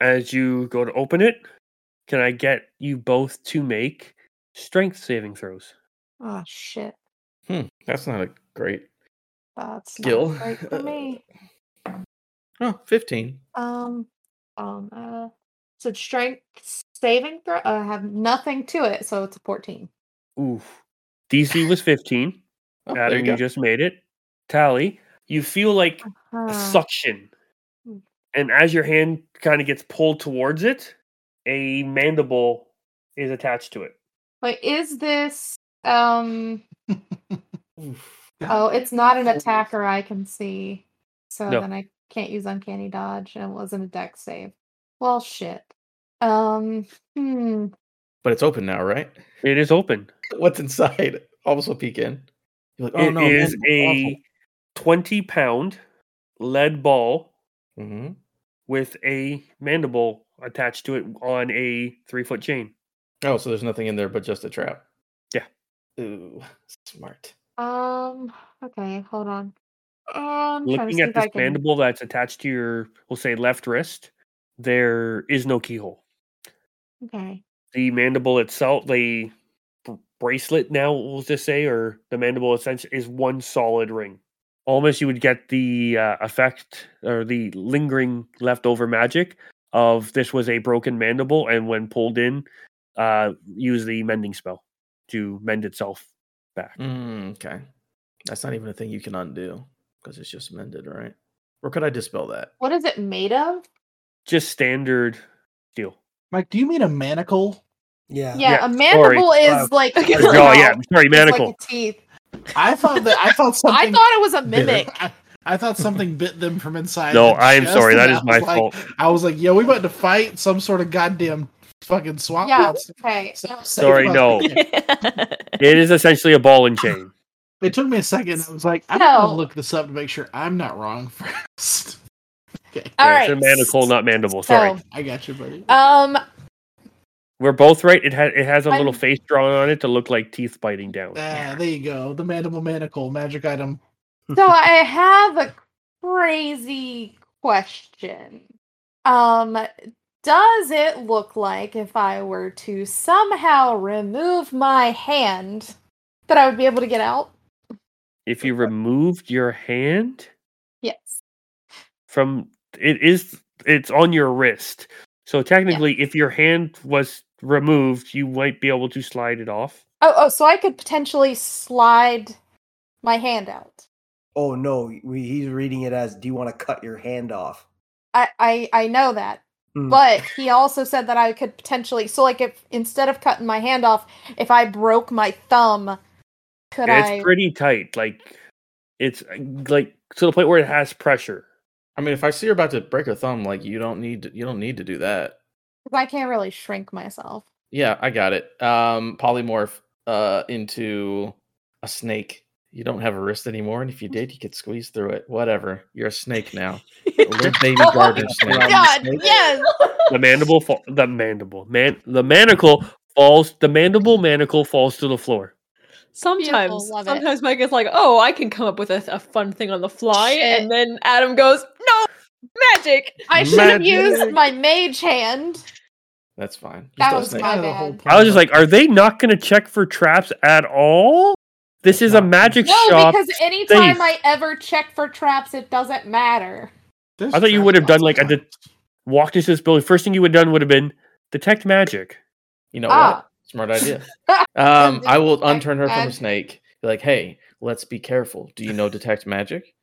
[SPEAKER 1] As you go to open it, can I get you both to make strength saving throws?
[SPEAKER 4] Oh shit,
[SPEAKER 5] Hmm, that's not a great.
[SPEAKER 4] that's
[SPEAKER 5] Skill.
[SPEAKER 4] not great for me.
[SPEAKER 5] Oh, 15.
[SPEAKER 4] Um, um, uh, so strength saving throw. uh, I have nothing to it, so it's a fourteen.
[SPEAKER 1] Oof. DC was 15.
[SPEAKER 5] Oh, there
[SPEAKER 1] Adam,
[SPEAKER 5] you
[SPEAKER 1] you,
[SPEAKER 5] go.
[SPEAKER 1] just made it. Tally, you feel like
[SPEAKER 4] Uh,
[SPEAKER 1] a suction.
[SPEAKER 4] Mm.
[SPEAKER 1] And as your hand kind of gets pulled towards it, a mandible is attached to it.
[SPEAKER 4] but is this um? Oh,
[SPEAKER 3] God
[SPEAKER 4] it's not an
[SPEAKER 3] damn.
[SPEAKER 4] attacker I can see. So
[SPEAKER 1] No.
[SPEAKER 4] then I can't use uncanny dodge and it wasn't a deck save. Well shit. Um hmm.
[SPEAKER 5] But it's open now, right?
[SPEAKER 1] It is open.
[SPEAKER 5] What's inside? Also peek in. You're like,
[SPEAKER 1] It
[SPEAKER 5] oh
[SPEAKER 1] is
[SPEAKER 5] no.
[SPEAKER 1] a 20 pound lead ball
[SPEAKER 5] hmm
[SPEAKER 1] with a mandible attached to it on a three foot chain.
[SPEAKER 5] Oh, so there's nothing in there but just a trap.
[SPEAKER 1] Yeah.
[SPEAKER 5] Ooh, smart.
[SPEAKER 4] Um okay, hold on. Um trying to
[SPEAKER 1] Looking
[SPEAKER 4] see
[SPEAKER 1] at
[SPEAKER 4] if I
[SPEAKER 1] this
[SPEAKER 4] can
[SPEAKER 1] mandible that's attached to your, we'll say, left wrist, there is no keyhole.
[SPEAKER 4] Okay.
[SPEAKER 1] the mandible itself, the br- bracelet now, we'll just say, or the mandible essentially is one solid ring. Almost you would get the uh, effect or the lingering leftover magic of this was a broken mandible, and when pulled in, uh, use the mending spell to mend itself back.
[SPEAKER 5] Mm, okay. That's not even a thing you can undo because it's just mended, right? Or could I dispel that?
[SPEAKER 4] What is it made of?
[SPEAKER 1] Just standard steel.
[SPEAKER 3] Mike, do you mean a manacle?
[SPEAKER 2] Yeah.
[SPEAKER 4] Yeah, a
[SPEAKER 1] sorry.
[SPEAKER 4] mandible is like
[SPEAKER 6] Okay.
[SPEAKER 4] you
[SPEAKER 1] Oh yeah,
[SPEAKER 4] know,
[SPEAKER 1] sorry,
[SPEAKER 4] it's
[SPEAKER 1] manacle.
[SPEAKER 4] Like a teeth.
[SPEAKER 3] I thought that I thought something.
[SPEAKER 4] I thought it was a
[SPEAKER 3] bit them.
[SPEAKER 4] mimic.
[SPEAKER 3] I, I thought something bit them from inside.
[SPEAKER 1] No,
[SPEAKER 3] the
[SPEAKER 1] I am
[SPEAKER 3] chest,
[SPEAKER 1] sorry.
[SPEAKER 3] and
[SPEAKER 1] That
[SPEAKER 3] I
[SPEAKER 1] is
[SPEAKER 3] was
[SPEAKER 1] my
[SPEAKER 3] like-
[SPEAKER 1] fault.
[SPEAKER 3] I was like, yo, we about to fight some sort of goddamn fucking swamp
[SPEAKER 4] Yeah,
[SPEAKER 3] monster.
[SPEAKER 4] okay.
[SPEAKER 3] So-
[SPEAKER 1] Sorry, no. It is essentially a ball and chain.
[SPEAKER 3] It took me a second. I was like, I gotta
[SPEAKER 4] No.
[SPEAKER 3] look this up to make sure I'm not wrong first. okay,
[SPEAKER 4] All
[SPEAKER 1] Yeah,
[SPEAKER 4] right.
[SPEAKER 1] it's a manacle, not mandible. Sorry.
[SPEAKER 4] So,
[SPEAKER 3] I got you, buddy.
[SPEAKER 4] um
[SPEAKER 1] We're both right. It has it has a little
[SPEAKER 4] I'm-
[SPEAKER 1] face drawn on it to look like teeth biting down.
[SPEAKER 3] Ah, there you go. The mandible manacle magic item.
[SPEAKER 4] So I have a crazy question. Um, does it look like if I were to somehow remove my hand that I would be able to get out?
[SPEAKER 1] If you removed your hand
[SPEAKER 4] Yes.
[SPEAKER 1] from it is it's on your wrist. So technically, if your hand was removed, you might be able to slide it off.
[SPEAKER 4] Oh, oh, so I could potentially slide my hand out.
[SPEAKER 2] Oh no, we, he's reading it as do you want to cut your hand off?
[SPEAKER 4] I, I, I know that.
[SPEAKER 2] Hmm.
[SPEAKER 4] But he also said that I could potentially. So, like, if instead of cutting my hand off, if I broke my thumb, could
[SPEAKER 1] it's
[SPEAKER 4] I?
[SPEAKER 1] pretty tight. Like it's uh, like to the point where it has pressure.
[SPEAKER 5] I mean, if I see her about to break her thumb, like you don't need to, you don't need to do that.
[SPEAKER 4] 'cause I can't really shrink myself.
[SPEAKER 5] Yeah, I got it. Um, polymorph uh into a snake. You don't have a wrist anymore, and if you did, you could squeeze through it. Whatever. You're a snake now. A little baby
[SPEAKER 4] Oh my
[SPEAKER 5] garden snake.
[SPEAKER 4] God, yes.
[SPEAKER 1] The mandible, fa- the mandible, man, the manacle falls. The mandible manacle falls to the floor.
[SPEAKER 9] Sometimes,
[SPEAKER 4] love it.
[SPEAKER 9] sometimes Mike is like, "Oh, I can come up with a, a fun thing on the fly," and then Adam goes, "No, magic."
[SPEAKER 4] I should have used
[SPEAKER 5] Magic.
[SPEAKER 4] my mage hand.
[SPEAKER 5] That's fine.
[SPEAKER 4] That
[SPEAKER 5] still a
[SPEAKER 4] was
[SPEAKER 5] snake.
[SPEAKER 4] my
[SPEAKER 3] Yeah, the whole
[SPEAKER 4] bad.
[SPEAKER 1] I was just like, are they not going to check for traps at all? This is a
[SPEAKER 5] Not-
[SPEAKER 1] magic
[SPEAKER 4] No,
[SPEAKER 1] shop.
[SPEAKER 4] because anytime
[SPEAKER 1] safe.
[SPEAKER 4] I ever check for traps, it doesn't matter.
[SPEAKER 1] I thought you would have done like a de- walked into this building. First thing you would have done would have been detect magic.
[SPEAKER 5] You know
[SPEAKER 4] Ah.
[SPEAKER 5] what? Smart idea. um, I will
[SPEAKER 4] Detect
[SPEAKER 5] unturn her from a
[SPEAKER 4] magic.
[SPEAKER 5] snake. Be like, hey, let's be careful. Do you know detect magic?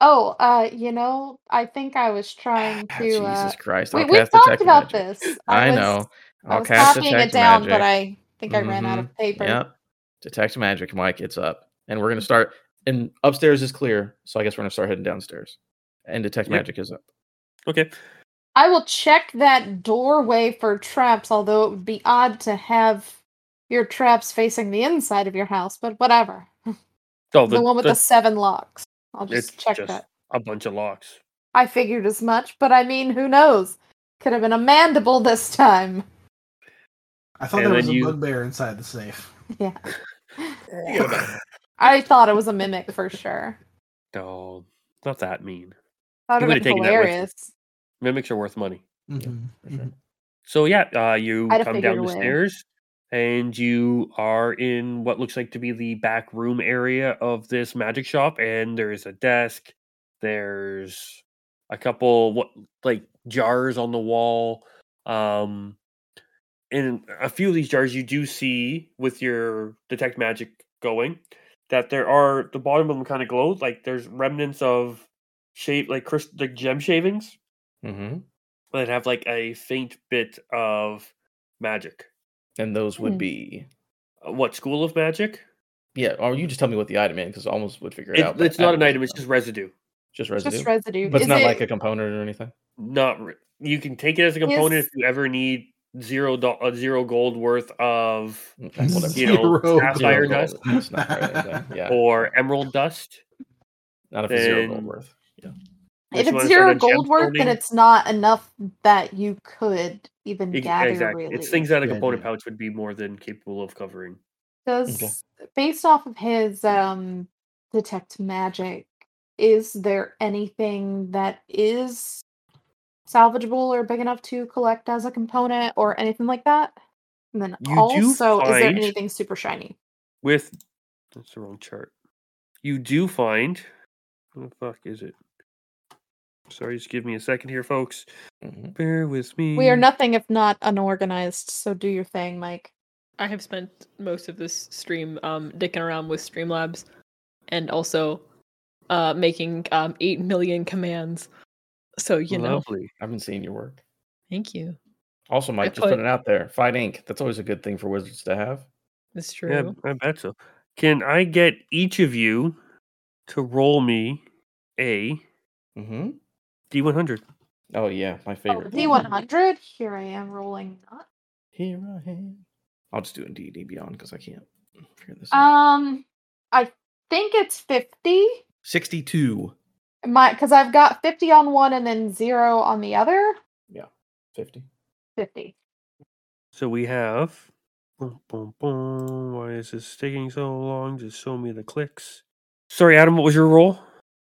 [SPEAKER 4] Oh, uh, you know, I think I was trying
[SPEAKER 5] Ah,
[SPEAKER 4] to. Uh,
[SPEAKER 5] Jesus Christ!
[SPEAKER 4] we
[SPEAKER 5] I'll
[SPEAKER 4] we
[SPEAKER 5] cast
[SPEAKER 4] talked
[SPEAKER 5] detect
[SPEAKER 4] about
[SPEAKER 5] magic.
[SPEAKER 4] this.
[SPEAKER 5] I,
[SPEAKER 4] was-
[SPEAKER 5] know.
[SPEAKER 4] I
[SPEAKER 5] I'll
[SPEAKER 4] was
[SPEAKER 5] cast
[SPEAKER 4] copying
[SPEAKER 5] detect
[SPEAKER 4] it down,
[SPEAKER 5] magic.
[SPEAKER 4] but I think I ran out
[SPEAKER 5] Mhm.
[SPEAKER 4] of paper.
[SPEAKER 5] Yep. Detect magic, Mike. It's up, and we're gonna start. And upstairs is clear, so I guess we're gonna start heading downstairs. And detect
[SPEAKER 1] Yep.
[SPEAKER 5] magic is up.
[SPEAKER 1] Okay,
[SPEAKER 4] I will check that doorway for traps, although it would be odd to have your traps facing the inside of your house, but whatever.
[SPEAKER 1] so
[SPEAKER 4] The, one with the, seven locks. I'll just
[SPEAKER 1] it's
[SPEAKER 4] check
[SPEAKER 1] just
[SPEAKER 4] that.
[SPEAKER 1] a bunch of locks.
[SPEAKER 4] I figured as much, but I mean, who knows? Could have been a mandible this time.
[SPEAKER 3] I thought
[SPEAKER 1] And
[SPEAKER 3] there
[SPEAKER 1] then
[SPEAKER 3] was a
[SPEAKER 1] you-
[SPEAKER 3] bugbear inside the safe.
[SPEAKER 4] Yeah.
[SPEAKER 7] Yeah, but-
[SPEAKER 4] I thought it was a mimic for sure.
[SPEAKER 1] No, not that mean.
[SPEAKER 4] That
[SPEAKER 1] You
[SPEAKER 4] would
[SPEAKER 1] would've
[SPEAKER 4] have been
[SPEAKER 1] taken that with you.
[SPEAKER 4] hilarious.
[SPEAKER 1] Mimics are worth money.
[SPEAKER 3] Mhm,
[SPEAKER 5] for sure.
[SPEAKER 3] mhm.
[SPEAKER 1] Mm-hmm. So yeah, uh, you
[SPEAKER 4] I'd have
[SPEAKER 1] come
[SPEAKER 4] figured
[SPEAKER 1] down
[SPEAKER 4] a
[SPEAKER 1] the
[SPEAKER 4] way.
[SPEAKER 1] stairs, and you are in what looks like to be the back room area of this magic shop. And there's a desk. There's a couple what like jars on the wall. Um, in a few of these jars, you do see with your detect magic going that there are the bottom of them kind of glow like there's remnants of shape like crystal like gem shavings Mm-hmm.
[SPEAKER 5] hmm
[SPEAKER 1] that have like a faint bit of magic.
[SPEAKER 5] And those
[SPEAKER 4] Hmm.
[SPEAKER 5] would be.
[SPEAKER 1] Uh, What school of magic?
[SPEAKER 5] Yeah, or you just tell me what the item is because I almost would figure it,
[SPEAKER 1] It,
[SPEAKER 5] out. but
[SPEAKER 1] it's not
[SPEAKER 5] I
[SPEAKER 1] an
[SPEAKER 5] don't
[SPEAKER 1] item; it's
[SPEAKER 5] know.
[SPEAKER 1] just residue.
[SPEAKER 5] just residue.
[SPEAKER 4] Just residue.
[SPEAKER 5] But it's
[SPEAKER 4] Is
[SPEAKER 5] not
[SPEAKER 4] it-
[SPEAKER 5] like a component or anything.
[SPEAKER 1] Not re- you can take it as a component
[SPEAKER 4] Is-
[SPEAKER 1] if you ever need zero do- uh, zero gold worth of
[SPEAKER 5] Okay, Mm, whatever.
[SPEAKER 1] you know
[SPEAKER 3] Mm-hmm. Zero
[SPEAKER 1] sapphire
[SPEAKER 5] Zero gold.
[SPEAKER 1] dust
[SPEAKER 5] That's not very anything. Yeah.
[SPEAKER 1] or emerald dust.
[SPEAKER 5] Not if it's zero gold
[SPEAKER 1] then-
[SPEAKER 5] worth.
[SPEAKER 1] Unless
[SPEAKER 4] If
[SPEAKER 1] you
[SPEAKER 4] it's
[SPEAKER 1] wanna start
[SPEAKER 4] zero
[SPEAKER 1] a
[SPEAKER 4] gold worth, then
[SPEAKER 1] gemstoning.
[SPEAKER 4] it's not enough that you could even
[SPEAKER 1] Ex-
[SPEAKER 4] gather.
[SPEAKER 1] exactly,
[SPEAKER 4] Really,
[SPEAKER 1] it's things that a
[SPEAKER 7] Yeah,
[SPEAKER 1] component
[SPEAKER 7] yeah.
[SPEAKER 1] pouch would be more than capable of covering.
[SPEAKER 4] does based off of his um detect magic. Is there anything that is salvageable or big enough to collect as a component or anything like that? And then
[SPEAKER 1] You do
[SPEAKER 4] also, is there
[SPEAKER 1] find-
[SPEAKER 4] anything super shiny?
[SPEAKER 1] With that's the wrong chart. You do find. What the fuck is it? Sorry, just give me a second here, folks.
[SPEAKER 5] hmm
[SPEAKER 1] Bear with me.
[SPEAKER 4] We are nothing if not unorganized, so do your thing, Mike.
[SPEAKER 9] I have spent most of this stream um, dicking around with Streamlabs, and also uh, making um, eight million commands. So you know,
[SPEAKER 1] Lovely.
[SPEAKER 5] I've been seeing your work.
[SPEAKER 9] thank you.
[SPEAKER 5] Also, Mike, just
[SPEAKER 9] put-
[SPEAKER 5] putting it out there. Fight Inc. That's always a good thing for wizards to have.
[SPEAKER 9] It's true.
[SPEAKER 1] Yeah, I bet so. Can I get each of you to roll me a
[SPEAKER 5] hmm
[SPEAKER 1] D100?
[SPEAKER 5] Oh yeah, my favorite.
[SPEAKER 4] D one hundred. Here I am rolling. Not.
[SPEAKER 5] Here I am. I'll just do it in D and Beyond because I can't figure this out.
[SPEAKER 4] Um, I think it's fifty.
[SPEAKER 5] Sixty-two.
[SPEAKER 4] My because I've got fifty on one and then zero on the other.
[SPEAKER 5] Fifty.
[SPEAKER 4] Fifty.
[SPEAKER 1] So we have. Boom, boom, boom. Why is this taking so long? Just show me the clicks. Sorry, Adam, what was your roll?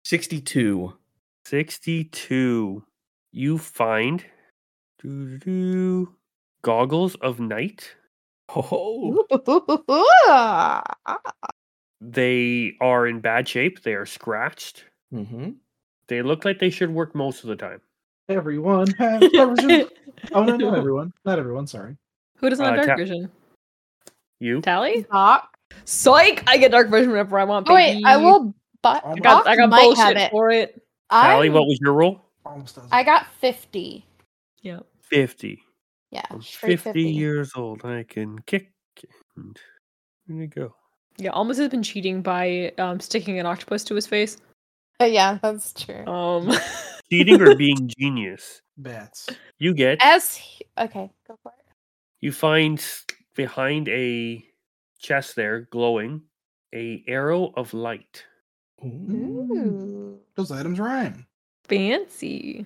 [SPEAKER 5] Sixty-two.
[SPEAKER 1] 62. You find. doo-doo-doo, Goggles of Night.
[SPEAKER 5] Oh,
[SPEAKER 1] They are in bad shape. They are scratched.
[SPEAKER 5] mm-hmm.
[SPEAKER 1] They look like they should work most of the time.
[SPEAKER 3] Everyone Oh, have perversion. oh no, not everyone. Not everyone. Sorry.
[SPEAKER 9] Who doesn't
[SPEAKER 1] Uh,
[SPEAKER 9] have dark
[SPEAKER 1] tap-
[SPEAKER 9] vision?
[SPEAKER 1] You?
[SPEAKER 6] Tally?
[SPEAKER 4] Bach.
[SPEAKER 10] Psych! I get dark vision whenever I want.
[SPEAKER 4] Oh, wait, I
[SPEAKER 10] baby.
[SPEAKER 4] will. But
[SPEAKER 11] I
[SPEAKER 6] I got, I got
[SPEAKER 4] might
[SPEAKER 6] bullshit
[SPEAKER 4] have it.
[SPEAKER 6] for it.
[SPEAKER 1] Tally,
[SPEAKER 4] I
[SPEAKER 1] what was your roll?
[SPEAKER 11] Almost does.
[SPEAKER 4] I got fifty.
[SPEAKER 6] Yeah.
[SPEAKER 1] 50.
[SPEAKER 4] Yeah,
[SPEAKER 5] Oh,
[SPEAKER 4] straight
[SPEAKER 1] 50 years old. I can kick. And there you go.
[SPEAKER 6] Yeah, Almas has been cheating by um, sticking an octopus to his face.
[SPEAKER 4] Uh, yeah, that's true.
[SPEAKER 5] Oh.
[SPEAKER 6] Um,
[SPEAKER 1] Cheating or being genius?
[SPEAKER 11] Bats.
[SPEAKER 1] You get.
[SPEAKER 4] As he- okay, go for it.
[SPEAKER 1] You find s- behind a chest there, glowing, a arrow of light.
[SPEAKER 4] Mm-hmm. Ooh.
[SPEAKER 11] Those items rhyme.
[SPEAKER 6] fancy.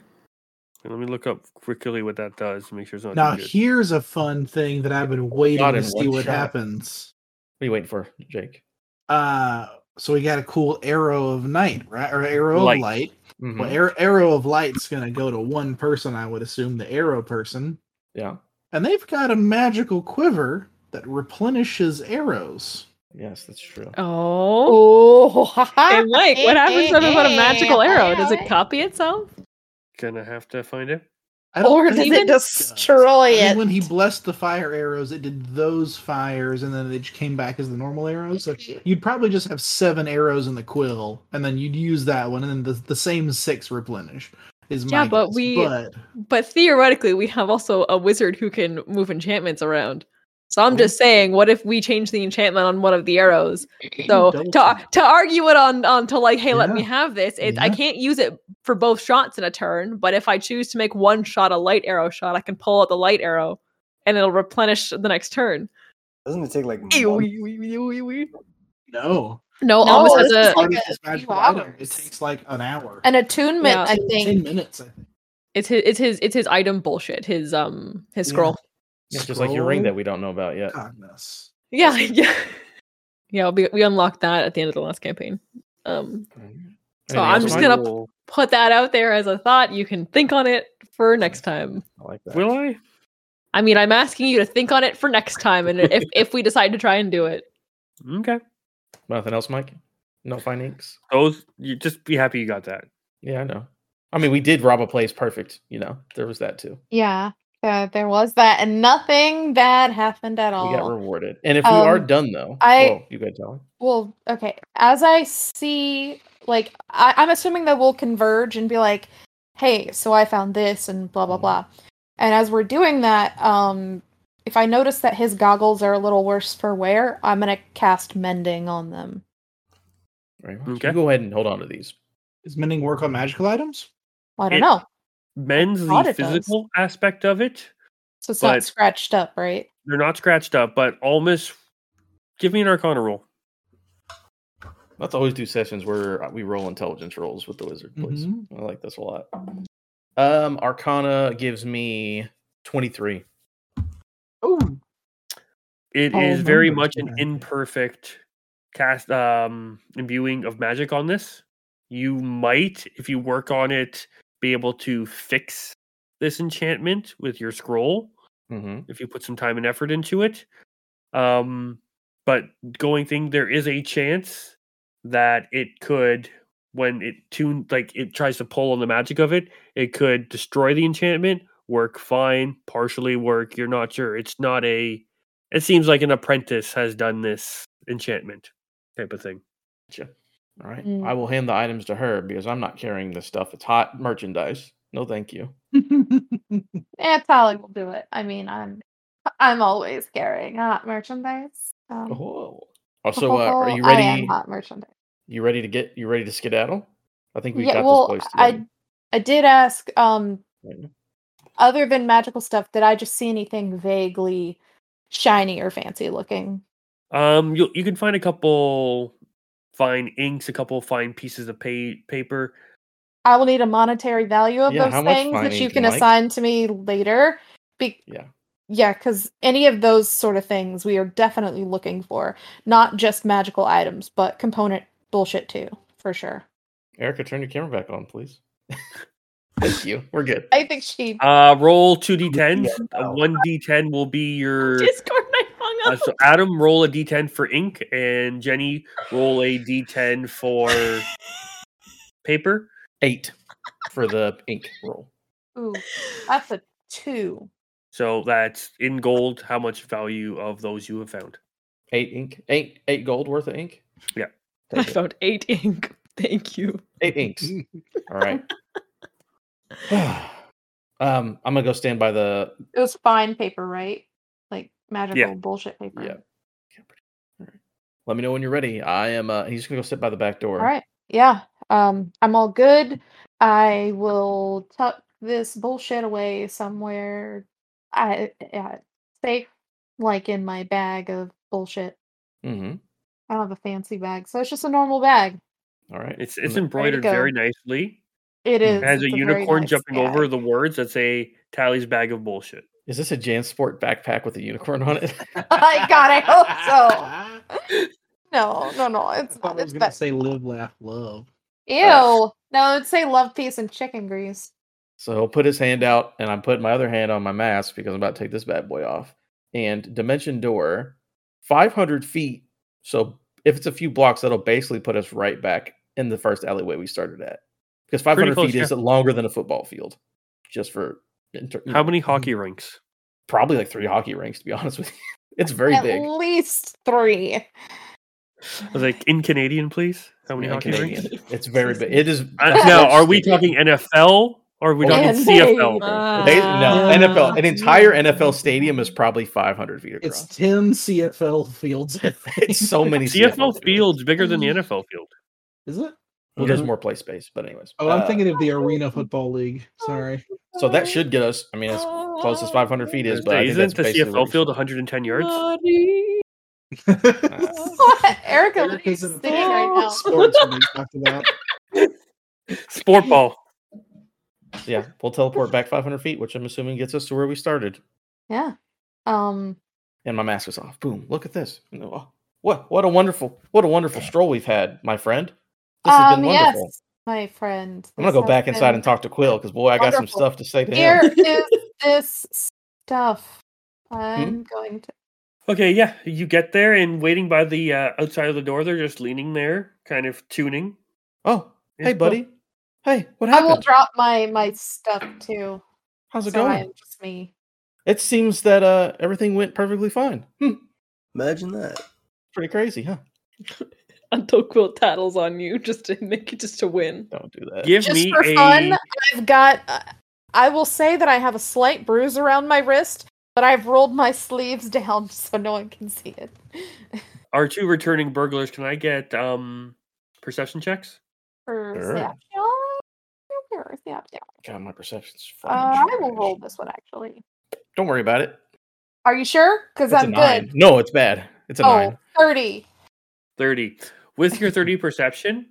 [SPEAKER 1] And let me look up quickly what that does. Make sure it's not
[SPEAKER 3] Now
[SPEAKER 1] too good.
[SPEAKER 3] here's a fun thing that I've been waiting
[SPEAKER 5] Not
[SPEAKER 3] to
[SPEAKER 5] in
[SPEAKER 3] see
[SPEAKER 5] one
[SPEAKER 3] what
[SPEAKER 5] shot.
[SPEAKER 3] happens.
[SPEAKER 5] What are you waiting for, Jake?
[SPEAKER 3] Uh, so we got a cool arrow of night, right? Or arrow
[SPEAKER 1] Light.
[SPEAKER 3] of light.
[SPEAKER 5] Mhm.
[SPEAKER 3] Well, arrow, arrow of light's gonna go to one person, I would assume, the arrow person,
[SPEAKER 5] Yeah.
[SPEAKER 3] and they've got a magical quiver that replenishes arrows.
[SPEAKER 5] Yes, that's true.
[SPEAKER 6] Oh.
[SPEAKER 4] Oh, ha, ha.
[SPEAKER 6] And Mike, what happens if I put a magical
[SPEAKER 4] Yeah,
[SPEAKER 6] arrow? Does
[SPEAKER 4] yeah.
[SPEAKER 6] it copy itself?
[SPEAKER 1] Gonna have to find it.
[SPEAKER 3] I don't
[SPEAKER 4] Or
[SPEAKER 3] think
[SPEAKER 4] does
[SPEAKER 3] it
[SPEAKER 4] it
[SPEAKER 6] even-
[SPEAKER 4] destroy
[SPEAKER 3] I think
[SPEAKER 4] it?
[SPEAKER 3] when he blessed the fire arrows, it did those fires, and then they just came back as the normal arrows. So you'd probably just have seven arrows in the quill, and then you'd use that one, and then the, the same six replenish. Is my
[SPEAKER 6] Yeah, but
[SPEAKER 3] guess.
[SPEAKER 6] we-
[SPEAKER 3] But
[SPEAKER 6] But theoretically, we have also a wizard who can move enchantments around. So I'm just saying, what if we change the enchantment on one of the arrows? So
[SPEAKER 3] double
[SPEAKER 6] to, ar-
[SPEAKER 3] check.
[SPEAKER 6] to argue it on on to like, hey, let me
[SPEAKER 3] Yeah.
[SPEAKER 6] have this. It, I
[SPEAKER 3] Yeah.
[SPEAKER 6] can't use it for both shots in a turn. But if I choose to make one shot a light arrow shot, I can pull out the light arrow, and it'll replenish the next turn.
[SPEAKER 2] Doesn't it take like months?
[SPEAKER 6] Ew, wee, wee, wee, wee, wee.
[SPEAKER 3] no,
[SPEAKER 6] No,
[SPEAKER 4] No,
[SPEAKER 6] almost has
[SPEAKER 4] this is like
[SPEAKER 6] a.
[SPEAKER 3] Part of
[SPEAKER 4] a
[SPEAKER 3] his
[SPEAKER 4] few
[SPEAKER 3] magical item, it
[SPEAKER 4] hours.
[SPEAKER 3] takes like an hour,
[SPEAKER 4] An attunement,
[SPEAKER 6] Yeah.
[SPEAKER 4] I
[SPEAKER 3] ten
[SPEAKER 4] think.
[SPEAKER 3] minutes. I think.
[SPEAKER 6] It's his. It's his. It's his item bullshit. His um. His
[SPEAKER 3] Yeah.
[SPEAKER 6] scroll.
[SPEAKER 5] Yeah, just like your ring that
[SPEAKER 3] Scroll
[SPEAKER 5] we don't know about yet.
[SPEAKER 3] Cognos.
[SPEAKER 6] Yeah. Yeah. yeah. We we unlocked that at the end of the last campaign. Um. So
[SPEAKER 5] Anything
[SPEAKER 6] I'm
[SPEAKER 5] else,
[SPEAKER 6] just
[SPEAKER 5] Mike?
[SPEAKER 6] gonna put that out there as a thought. You can think on it for next time.
[SPEAKER 5] I like that.
[SPEAKER 1] Will I?
[SPEAKER 6] I mean, I'm asking you to think on it for next time, and if if we decide to try and do it,
[SPEAKER 1] Okay.
[SPEAKER 5] Nothing else, Mike? No fine inks?
[SPEAKER 1] Those. You just be happy you got that.
[SPEAKER 5] Yeah, I know. I mean, we did rob a place perfect. You know, there was that too.
[SPEAKER 4] Yeah, uh, there was that, and nothing bad happened at all.
[SPEAKER 5] We got rewarded. And if we are
[SPEAKER 4] Oh. Um,
[SPEAKER 5] done though,
[SPEAKER 4] I-
[SPEAKER 5] Whoa, you gotta tell
[SPEAKER 4] Well, okay. As I see, like, I, I'm assuming that we'll converge and be like, hey, so I found this and blah, blah,
[SPEAKER 5] Mhm.
[SPEAKER 4] blah. And as we're doing that, um, if I notice that his goggles are a little worse for wear, I'm going to cast Mending on them.
[SPEAKER 5] Very much.
[SPEAKER 1] Okay.
[SPEAKER 5] You go ahead and hold on to these.
[SPEAKER 3] Is mending work on magical items?
[SPEAKER 4] Well, I don't
[SPEAKER 1] It-
[SPEAKER 4] know.
[SPEAKER 1] Men's
[SPEAKER 4] thought
[SPEAKER 1] the
[SPEAKER 4] it does.
[SPEAKER 1] physical aspect of it.
[SPEAKER 4] So it's
[SPEAKER 1] but-
[SPEAKER 4] not scratched up, right?
[SPEAKER 1] They're not scratched up, but Almus, give me an Arcana roll.
[SPEAKER 5] Let's always do sessions where we roll intelligence rolls with the wizard, please.
[SPEAKER 3] Mhm.
[SPEAKER 5] I like this a lot. Um, Arcana gives me 23.
[SPEAKER 3] Oh,
[SPEAKER 1] It is
[SPEAKER 3] All
[SPEAKER 1] very
[SPEAKER 3] numbers
[SPEAKER 1] much an
[SPEAKER 3] behind it.
[SPEAKER 1] imperfect cast um imbuing of magic on this. You might, if you work on it, be able to fix this enchantment with your scroll
[SPEAKER 5] Mm-hmm.
[SPEAKER 1] if you put some time and effort into it. Um, but going thing, there is a chance that it could, when it tuned, like it tries to pull on the magic of it, it could destroy the enchantment, work fine, partially work. You're not sure. It's not a. It seems like an apprentice has done this enchantment type of thing.
[SPEAKER 5] All right.
[SPEAKER 4] Mm.
[SPEAKER 5] I will hand the items to her because I'm not carrying this stuff. It's hot merchandise. No, thank you.
[SPEAKER 4] Yeah, Tali will do it. I mean, I'm I'm always carrying hot merchandise. Um,
[SPEAKER 5] Oh. Also, uh, are you
[SPEAKER 4] I am
[SPEAKER 5] ready?
[SPEAKER 4] hot merchandise.
[SPEAKER 5] You ready to get? You ready to skedaddle? I think we
[SPEAKER 4] yeah,
[SPEAKER 5] got
[SPEAKER 4] well,
[SPEAKER 5] this place
[SPEAKER 4] I
[SPEAKER 5] together.
[SPEAKER 4] I did ask um
[SPEAKER 5] right?
[SPEAKER 4] other than magical stuff, did I just see anything vaguely shiny or fancy looking?
[SPEAKER 1] Um, you you can find a couple fine inks, a couple fine pieces of pa- paper.
[SPEAKER 4] I will need a monetary value of
[SPEAKER 5] Yeah, how
[SPEAKER 4] those
[SPEAKER 5] much
[SPEAKER 4] things that
[SPEAKER 5] finding
[SPEAKER 4] you can
[SPEAKER 5] can like?
[SPEAKER 4] assign to me later. Be-
[SPEAKER 5] Yeah.
[SPEAKER 4] yeah, because any of those sort of things we are definitely looking for, not just magical items, but component bullshit too, for sure.
[SPEAKER 5] Erica, turn your camera back on, please. Thank you. We're good.
[SPEAKER 4] I think she.
[SPEAKER 1] Uh, roll two d10s.
[SPEAKER 2] now.
[SPEAKER 1] One d10 will be your.
[SPEAKER 6] Discord, I hung
[SPEAKER 1] Uh,
[SPEAKER 6] up.
[SPEAKER 1] so Adam, roll a d10 for ink, and Jenny, roll a d10 for paper.
[SPEAKER 5] Eight for the ink roll.
[SPEAKER 4] Ooh, that's a two.
[SPEAKER 1] So that's in gold. How much value of those you have found?
[SPEAKER 5] Eight ink, eight eight gold worth of ink.
[SPEAKER 1] Yeah,
[SPEAKER 9] I found eight ink. Thank you.
[SPEAKER 5] eight inks. All right. um, I'm gonna go stand by the.
[SPEAKER 4] It was fine paper, right? Like magical
[SPEAKER 5] Yeah.
[SPEAKER 4] bullshit paper.
[SPEAKER 5] Yeah. Let me know when you're ready. I am. Uh, he's gonna go sit by the back door.
[SPEAKER 4] All right. Yeah. Um, I'm all good. I will tuck this bullshit away somewhere. I yeah, safe, like in my bag of bullshit.
[SPEAKER 5] Mm-hmm.
[SPEAKER 4] I don't have a fancy bag, so it's just a normal bag.
[SPEAKER 5] All right.
[SPEAKER 1] It's it's
[SPEAKER 5] Ready to
[SPEAKER 1] embroidered very
[SPEAKER 4] go.
[SPEAKER 1] nicely. It
[SPEAKER 4] It is.
[SPEAKER 1] has a
[SPEAKER 4] it's very
[SPEAKER 1] unicorn
[SPEAKER 4] nice
[SPEAKER 1] jumping
[SPEAKER 4] bag.
[SPEAKER 1] over the words that say Tally's bag of bullshit.
[SPEAKER 5] Is this a JanSport backpack with a unicorn on it?
[SPEAKER 4] I God, I hope so. no, Oh, no, no. It's not. It's
[SPEAKER 7] gonna
[SPEAKER 4] better.
[SPEAKER 7] say live, laugh, love.
[SPEAKER 4] Ew. No, it'd say love, peace, and chicken grease.
[SPEAKER 5] So he'll put his hand out, and I'm putting my other hand on my mask because I'm about to take this bad boy off. And dimension door, 500 feet. So if it's a few blocks, that'll basically put us right back in the first alleyway we started at. Because
[SPEAKER 1] Pretty
[SPEAKER 5] 500
[SPEAKER 1] close,
[SPEAKER 5] feet is
[SPEAKER 1] yeah.
[SPEAKER 5] longer than a football field, just for inter- you
[SPEAKER 1] How
[SPEAKER 5] know,
[SPEAKER 1] many hockey
[SPEAKER 5] Mm-hmm.
[SPEAKER 1] rinks?
[SPEAKER 5] probably like three hockey rinks. To be honest with you, it's very
[SPEAKER 4] At
[SPEAKER 5] big.
[SPEAKER 4] least three.
[SPEAKER 1] I was like, in Canadian, please. How many
[SPEAKER 5] Yeah,
[SPEAKER 1] hockey
[SPEAKER 5] Canadian.
[SPEAKER 1] rinks?
[SPEAKER 5] It's very big. It is
[SPEAKER 1] Uh,
[SPEAKER 5] that's
[SPEAKER 1] now,
[SPEAKER 5] much
[SPEAKER 1] are we
[SPEAKER 5] bigger.
[SPEAKER 1] talking NFL or are we
[SPEAKER 5] Oh,
[SPEAKER 1] talking
[SPEAKER 4] And
[SPEAKER 1] CFL?
[SPEAKER 5] They,
[SPEAKER 9] Ah.
[SPEAKER 5] no NFL? An entire NFL stadium is probably 500 feet across.
[SPEAKER 3] It's ten CFL fields. I think.
[SPEAKER 5] It's so many
[SPEAKER 1] CFL
[SPEAKER 5] fields.
[SPEAKER 1] field's bigger
[SPEAKER 4] Mm.
[SPEAKER 1] than the NFL field.
[SPEAKER 3] Is it?
[SPEAKER 5] Well, there's more play space, but anyways.
[SPEAKER 3] Mm-hmm. Oh, I'm
[SPEAKER 5] uh,
[SPEAKER 3] thinking of the Arena Football League.
[SPEAKER 4] Oh,
[SPEAKER 3] Sorry.
[SPEAKER 5] So that should get us. I mean, as
[SPEAKER 9] Oh.
[SPEAKER 5] close as 500 feet is, but I think that's
[SPEAKER 1] Isn't the
[SPEAKER 5] basically where we
[SPEAKER 1] CFL field 110 yards?
[SPEAKER 9] Bloody-
[SPEAKER 4] What? Erica, what are you
[SPEAKER 3] Erica's in a
[SPEAKER 4] singing right now?
[SPEAKER 3] Sports when we talked about.
[SPEAKER 1] Sport ball.
[SPEAKER 3] Oh.
[SPEAKER 5] should- yeah, we'll teleport back 500 feet, which I'm assuming gets us to where we started.
[SPEAKER 4] Yeah. Um.
[SPEAKER 5] And my mask is off. Boom! Look at this. You know, oh, what what a wonderful what a wonderful stroll we've had, my friend. This has
[SPEAKER 4] um.
[SPEAKER 5] been wonderful.
[SPEAKER 4] Yes, my friend.
[SPEAKER 5] I'm gonna
[SPEAKER 4] this
[SPEAKER 5] go
[SPEAKER 4] has
[SPEAKER 5] back inside
[SPEAKER 4] been
[SPEAKER 5] and talk to Quill because boy, I got some
[SPEAKER 4] wonderful.
[SPEAKER 5] stuff to say to
[SPEAKER 4] Here
[SPEAKER 5] him. Hmm?
[SPEAKER 4] is this stuff. I'm going to.
[SPEAKER 1] Okay, yeah, you get there and waiting by the uh, outside of the door. They're just leaning there, kind of tuning.
[SPEAKER 5] Oh,
[SPEAKER 1] It's
[SPEAKER 5] hey,
[SPEAKER 1] cool.
[SPEAKER 5] buddy. Hey, what
[SPEAKER 4] I will
[SPEAKER 5] happened?
[SPEAKER 4] drop my my stuff too.
[SPEAKER 5] How's it
[SPEAKER 4] so
[SPEAKER 5] going?
[SPEAKER 4] I'm just me.
[SPEAKER 5] It seems that uh everything went perfectly fine. Hmm,
[SPEAKER 2] Imagine that.
[SPEAKER 5] pretty crazy, huh?
[SPEAKER 9] Until Quilt tattles on you just to make it just to win.
[SPEAKER 5] Don't do that.
[SPEAKER 1] Give
[SPEAKER 4] Just
[SPEAKER 1] me
[SPEAKER 4] for
[SPEAKER 1] a
[SPEAKER 4] fun, I've got. Uh, I will say that I have a slight bruise around my wrist, but I've rolled my sleeves down so no one can see it.
[SPEAKER 1] our two returning burglars. Can I get um perception checks?
[SPEAKER 4] Perception. Perception.
[SPEAKER 5] God, my perception's.
[SPEAKER 4] Uh,
[SPEAKER 5] fucking
[SPEAKER 4] I will
[SPEAKER 5] trash.
[SPEAKER 4] roll this one actually.
[SPEAKER 5] Don't worry about it.
[SPEAKER 4] Are you sure? Because
[SPEAKER 5] It's a
[SPEAKER 4] I'm
[SPEAKER 5] nine.
[SPEAKER 4] good.
[SPEAKER 5] No, it's bad. It's a
[SPEAKER 4] Oh,
[SPEAKER 5] nine.
[SPEAKER 4] 30.
[SPEAKER 1] Thirty. With your thirty perception,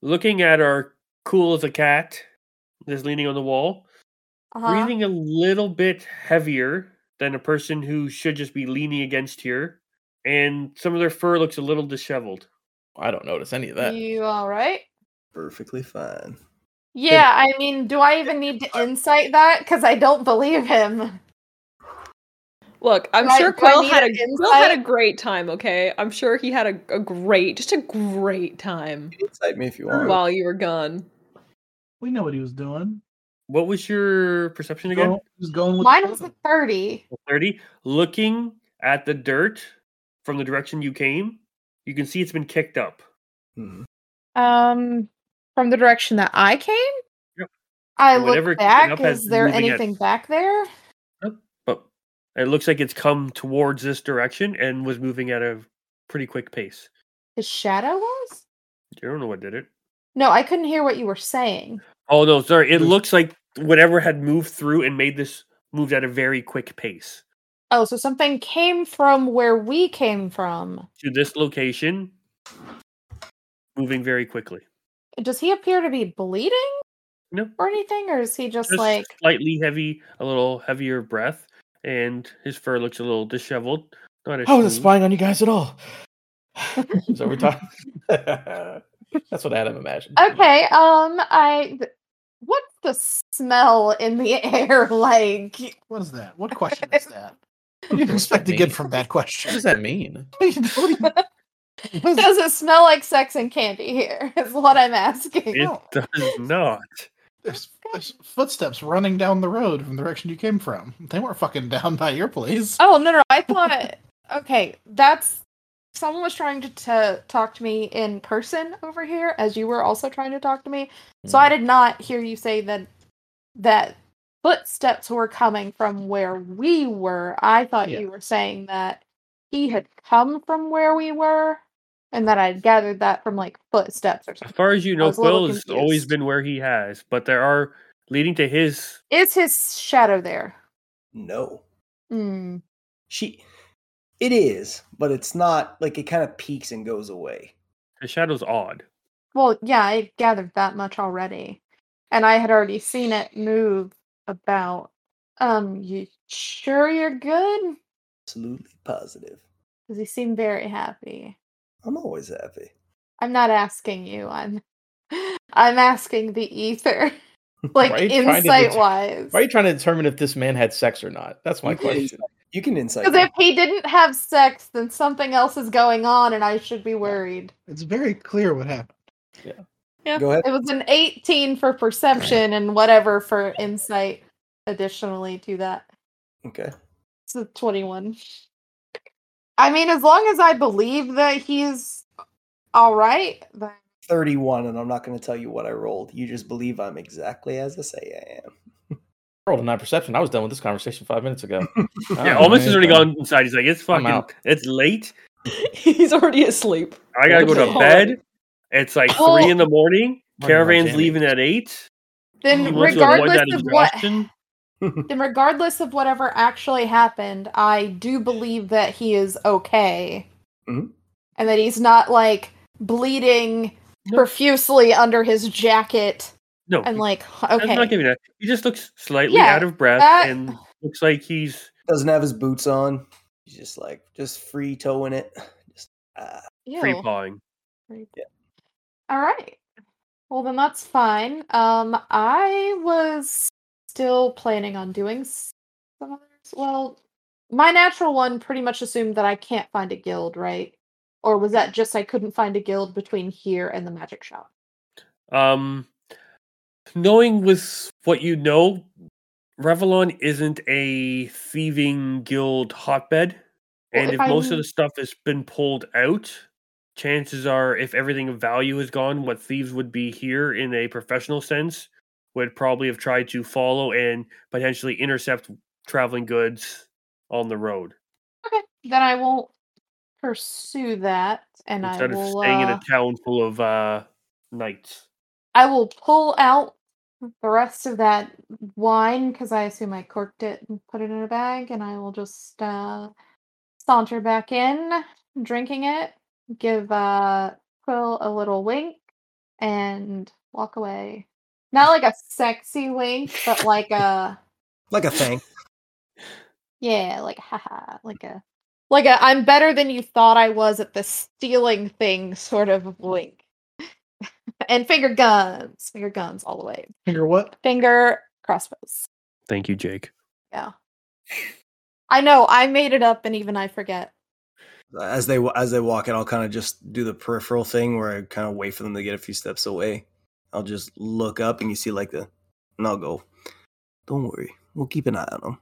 [SPEAKER 1] looking at our cool as a cat, that's leaning on the wall,
[SPEAKER 4] Uh-huh.
[SPEAKER 1] breathing a little bit heavier than a person who should just be leaning against here, and some of their fur looks a little disheveled.
[SPEAKER 5] I don't notice any of that.
[SPEAKER 4] You all right?
[SPEAKER 2] Perfectly fine.
[SPEAKER 4] Yeah, I mean, do I even need to insight that? Because I don't believe him.
[SPEAKER 9] Look, I'm
[SPEAKER 4] Do I-
[SPEAKER 9] sure
[SPEAKER 4] do I
[SPEAKER 9] Quill
[SPEAKER 4] need
[SPEAKER 9] had a
[SPEAKER 4] an
[SPEAKER 9] Quill had a
[SPEAKER 4] insight?
[SPEAKER 9] great time. Okay, I'm sure he had a, a great, just a great time
[SPEAKER 2] Incite me if you want.
[SPEAKER 9] while you were gone.
[SPEAKER 3] We know what he was doing.
[SPEAKER 1] What was your perception again?
[SPEAKER 3] Going- he was going with the
[SPEAKER 4] Mine was
[SPEAKER 3] flow.
[SPEAKER 4] a 30.
[SPEAKER 1] 30 looking at the dirt from the direction you came you can see it's been kicked up
[SPEAKER 2] Mhm.
[SPEAKER 4] Um, from the direction that I came?
[SPEAKER 1] Yep.
[SPEAKER 4] I
[SPEAKER 1] And whatever
[SPEAKER 4] look
[SPEAKER 1] kicked it
[SPEAKER 4] back.
[SPEAKER 1] up has
[SPEAKER 4] Is
[SPEAKER 1] been
[SPEAKER 4] there
[SPEAKER 1] moving it.
[SPEAKER 4] anything back there?
[SPEAKER 1] but it looks like it's come towards this direction and was moving at a pretty quick pace
[SPEAKER 4] His shadow was?
[SPEAKER 1] you don't know what did it
[SPEAKER 4] No, I couldn't hear what you were saying.
[SPEAKER 1] oh no sorry it
[SPEAKER 3] There's-
[SPEAKER 1] looks like whatever had moved through and made this moved at a very quick pace
[SPEAKER 4] Oh, so something came from where we came from.
[SPEAKER 1] to this location moving very quickly
[SPEAKER 4] Does he appear to be bleeding
[SPEAKER 1] no
[SPEAKER 4] or anything? Or is he just,
[SPEAKER 1] just
[SPEAKER 4] like.
[SPEAKER 1] slightly heavy a little heavier breath and his fur looks a little disheveled not as
[SPEAKER 5] I wasn't
[SPEAKER 1] smooth.
[SPEAKER 5] spying on you guys at all. so we're talking. That's what Adam imagined.
[SPEAKER 4] Okay, um, I. th- What's the smell in the air like?
[SPEAKER 7] What is that? What question is that? What do you expect to
[SPEAKER 5] Me.
[SPEAKER 7] get from that
[SPEAKER 5] What
[SPEAKER 7] question?
[SPEAKER 5] does that mean?
[SPEAKER 7] What do you- what do you-
[SPEAKER 4] Does it smell like sex and candy here? Is what I'm asking.
[SPEAKER 1] It does not.
[SPEAKER 7] There's, there's footsteps running down the road from the direction you came from. They weren't fucking down by your place.
[SPEAKER 4] Oh no no! I thought Okay, that's someone was trying to t- talk to me in person over here, as you were also trying to talk to me. So I did not hear you say that that footsteps were coming from where we were. I thought
[SPEAKER 3] Yeah.
[SPEAKER 4] you were saying that he had come from where we were, and that I had gathered that from like footsteps or
[SPEAKER 1] As
[SPEAKER 4] something.
[SPEAKER 1] far as you
[SPEAKER 4] I
[SPEAKER 1] know,
[SPEAKER 4] was a little
[SPEAKER 1] Quill has always been where he has, but there are leading to his.
[SPEAKER 4] Is his shadow there?
[SPEAKER 2] No.
[SPEAKER 4] Mm.
[SPEAKER 2] She it is, but it's not like it kind of peaks and goes away.
[SPEAKER 1] The shadow's odd.
[SPEAKER 4] Well, yeah, I gathered that much already, and I had already seen it move about. Um, you sure you're good?
[SPEAKER 2] Absolutely positive.
[SPEAKER 4] Because he seemed very happy.
[SPEAKER 2] I'm always happy.
[SPEAKER 4] I'm not asking you. I'm I'm asking the ether. Like
[SPEAKER 5] Why are you trying to
[SPEAKER 4] insight
[SPEAKER 5] det-
[SPEAKER 4] wise.
[SPEAKER 5] Hmm. Why are you trying to determine if this man had sex or not? That's my
[SPEAKER 2] You can
[SPEAKER 5] question.
[SPEAKER 2] insight- You can insight.
[SPEAKER 4] Because if he didn't have sex, then something else is going on and I should be worried.
[SPEAKER 3] It's very clear what happened.
[SPEAKER 9] Yeah.
[SPEAKER 2] Go ahead.
[SPEAKER 4] It was an 18 for perception and whatever for insight additionally to that.
[SPEAKER 2] Okay.
[SPEAKER 4] So 21. I mean, as long as I believe that he's all right, then
[SPEAKER 2] 31 and I'm not going to tell you what I rolled. You just believe I'm exactly as I say I am.
[SPEAKER 5] I rolled a nine perception. I was done with this conversation five minutes ago.
[SPEAKER 1] yeah,
[SPEAKER 5] Oh,
[SPEAKER 1] almost has already
[SPEAKER 5] okay.
[SPEAKER 1] gone inside. He's like, it's
[SPEAKER 5] I'm
[SPEAKER 1] fucking,
[SPEAKER 5] out.
[SPEAKER 1] it's late.
[SPEAKER 9] He's already asleep.
[SPEAKER 1] I gotta go to
[SPEAKER 9] Already.
[SPEAKER 4] Oh.
[SPEAKER 1] bed. It's like three in the morning.
[SPEAKER 5] Marty, my
[SPEAKER 1] Caravan's
[SPEAKER 5] jammies.
[SPEAKER 1] leaving at eight.
[SPEAKER 4] then
[SPEAKER 1] He wants to avoid
[SPEAKER 4] regardless
[SPEAKER 1] that
[SPEAKER 4] of what
[SPEAKER 1] exhaustion.
[SPEAKER 4] then regardless of whatever actually happened, I do believe that he is okay.
[SPEAKER 1] Mm-hmm.
[SPEAKER 2] Mhm.
[SPEAKER 4] And that he's not like bleeding
[SPEAKER 1] No.
[SPEAKER 4] profusely under his jacket
[SPEAKER 1] No,
[SPEAKER 4] and like h-
[SPEAKER 1] I'm not
[SPEAKER 4] okay.
[SPEAKER 1] giving that. He just looks slightly
[SPEAKER 4] Yeah,
[SPEAKER 1] out of breath
[SPEAKER 4] that-
[SPEAKER 1] and looks like he's
[SPEAKER 2] Doesn't have his boots on. He's just like, just free toeing it. Just, ah.
[SPEAKER 1] free
[SPEAKER 4] Ew.
[SPEAKER 1] pawing.
[SPEAKER 4] All right. Well, then that's fine. Um I was still planning on doing s- some others. Well, my natural one pretty much assumed that I can't find a guild, right? Or was that just I couldn't find a guild between here and the magic shop?
[SPEAKER 1] Um, knowing with what you know, Revelon isn't a thieving guild hotbed,
[SPEAKER 4] Well,
[SPEAKER 1] and
[SPEAKER 4] if
[SPEAKER 1] if most
[SPEAKER 4] I'm-
[SPEAKER 1] of the stuff has been pulled out, chances are, if everything of value is gone, what thieves would be here in a professional sense would probably have tried to follow and potentially intercept traveling goods on the road
[SPEAKER 4] Okay, then I won't pursue that, and
[SPEAKER 1] instead
[SPEAKER 4] I
[SPEAKER 1] of
[SPEAKER 4] will.
[SPEAKER 1] staying in
[SPEAKER 4] Uh,
[SPEAKER 1] a town full of uh, knights.
[SPEAKER 4] I will pull out the rest of that wine because I assume I corked it and put it in a bag, and I will just uh, saunter back in, drinking it, give uh, Quill a little wink, and walk away. Not like a sexy wink, but like a
[SPEAKER 2] Like a thing.
[SPEAKER 4] yeah, like haha, like a like a I'm better than you thought I was at the stealing thing sort of wink. and finger guns, finger guns all the way.
[SPEAKER 3] Finger what?
[SPEAKER 4] Finger crossbows.
[SPEAKER 1] Thank you, Jake.
[SPEAKER 4] Yeah. I know, I made it up and even I forget.
[SPEAKER 2] As they as they walk in, I'll kind of just do the peripheral thing where I kind of wait for them to get a few steps away. I'll just look up and you see like the, and I'll go. Don't worry, we'll keep an eye on them.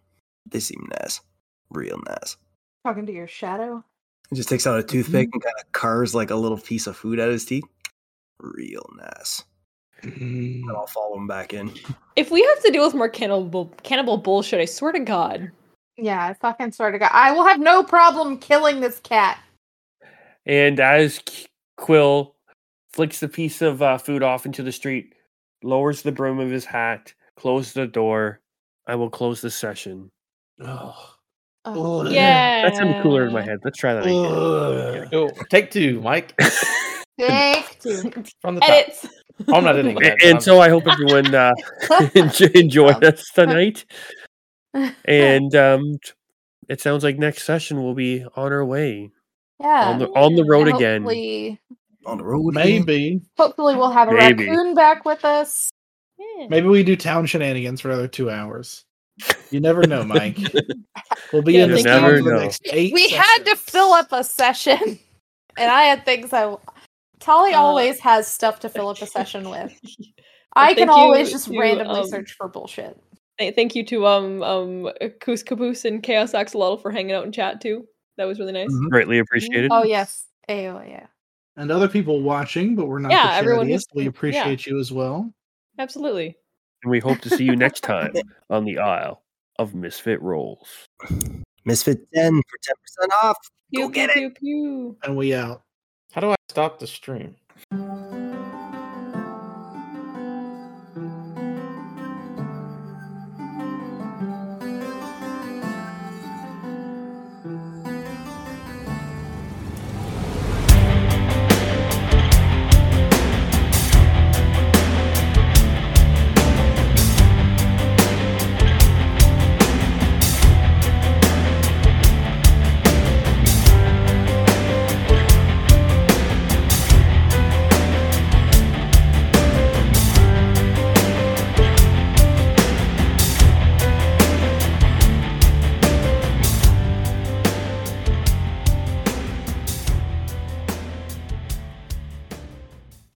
[SPEAKER 2] They seem nice, real nice.
[SPEAKER 4] Talking to your shadow.
[SPEAKER 2] He just takes out a toothpick and kind of carves like a little piece of food out of his teeth. Real nice. And I'll follow him back in.
[SPEAKER 9] If we have to deal with more cannibal cannibal bullshit, I swear to God.
[SPEAKER 4] Yeah, I fucking swear to God. I will have no problem killing this cat.
[SPEAKER 1] And as Qu- Quill flicks the piece of uh, food off into the street, lowers the brim of his hat, closes the door, I will close the session.
[SPEAKER 7] Ugh.
[SPEAKER 4] Oh,
[SPEAKER 7] Ugh.
[SPEAKER 9] Yeah.
[SPEAKER 1] That sounded cooler
[SPEAKER 4] Uh,
[SPEAKER 1] in my head. Let's try that again.
[SPEAKER 7] Ugh.
[SPEAKER 5] Yo, take two, Mike.
[SPEAKER 4] take two.
[SPEAKER 5] From the top.
[SPEAKER 9] Edits.
[SPEAKER 5] I'm not editing
[SPEAKER 1] A-
[SPEAKER 5] that.
[SPEAKER 1] And, so I hope everyone uh, enj- enjoyed us tonight. And um, t- it sounds like next session will be on our way
[SPEAKER 4] yeah.
[SPEAKER 1] on the on the road
[SPEAKER 4] and
[SPEAKER 1] again.
[SPEAKER 4] Hopefully,
[SPEAKER 2] On the road. again.
[SPEAKER 3] Maybe.
[SPEAKER 4] hopefully we'll have a
[SPEAKER 1] Maybe.
[SPEAKER 4] raccoon back with us.
[SPEAKER 3] Maybe we do town shenanigans for another two hours. You never know, Mike. We'll be
[SPEAKER 9] Yeah,
[SPEAKER 3] in this
[SPEAKER 9] thank
[SPEAKER 3] town
[SPEAKER 9] you.
[SPEAKER 3] for the
[SPEAKER 1] Never know.
[SPEAKER 3] next eight.
[SPEAKER 4] we had to fill
[SPEAKER 3] sessions.
[SPEAKER 4] up a session, and I had things I. Tolly
[SPEAKER 9] Uh,
[SPEAKER 4] always has stuff to fill up a session with. I
[SPEAKER 9] thank
[SPEAKER 4] can
[SPEAKER 9] you
[SPEAKER 4] always just
[SPEAKER 9] to,
[SPEAKER 4] randomly
[SPEAKER 9] um,
[SPEAKER 4] search for bullshit.
[SPEAKER 9] Th- Thank you to um um Koos Caboose and Chaos Axolotl for hanging out in chat too.
[SPEAKER 6] That was really nice.
[SPEAKER 1] Greatly appreciated.
[SPEAKER 4] Oh yes. Ayo, yeah.
[SPEAKER 3] and other people watching, but we're not
[SPEAKER 6] Yeah,
[SPEAKER 3] the
[SPEAKER 6] everyone
[SPEAKER 3] charity.
[SPEAKER 6] who's-
[SPEAKER 3] We
[SPEAKER 6] yeah.
[SPEAKER 3] appreciate you as well.
[SPEAKER 6] Absolutely.
[SPEAKER 1] And we hope to see you next time on the Isle of Misfit Rolls.
[SPEAKER 2] Misfit 10 for 10% off.
[SPEAKER 6] Pew,
[SPEAKER 2] Go get it.
[SPEAKER 6] pew, pew, pew.
[SPEAKER 3] And we out.
[SPEAKER 5] How do I stop the stream?
[SPEAKER 4] yeah.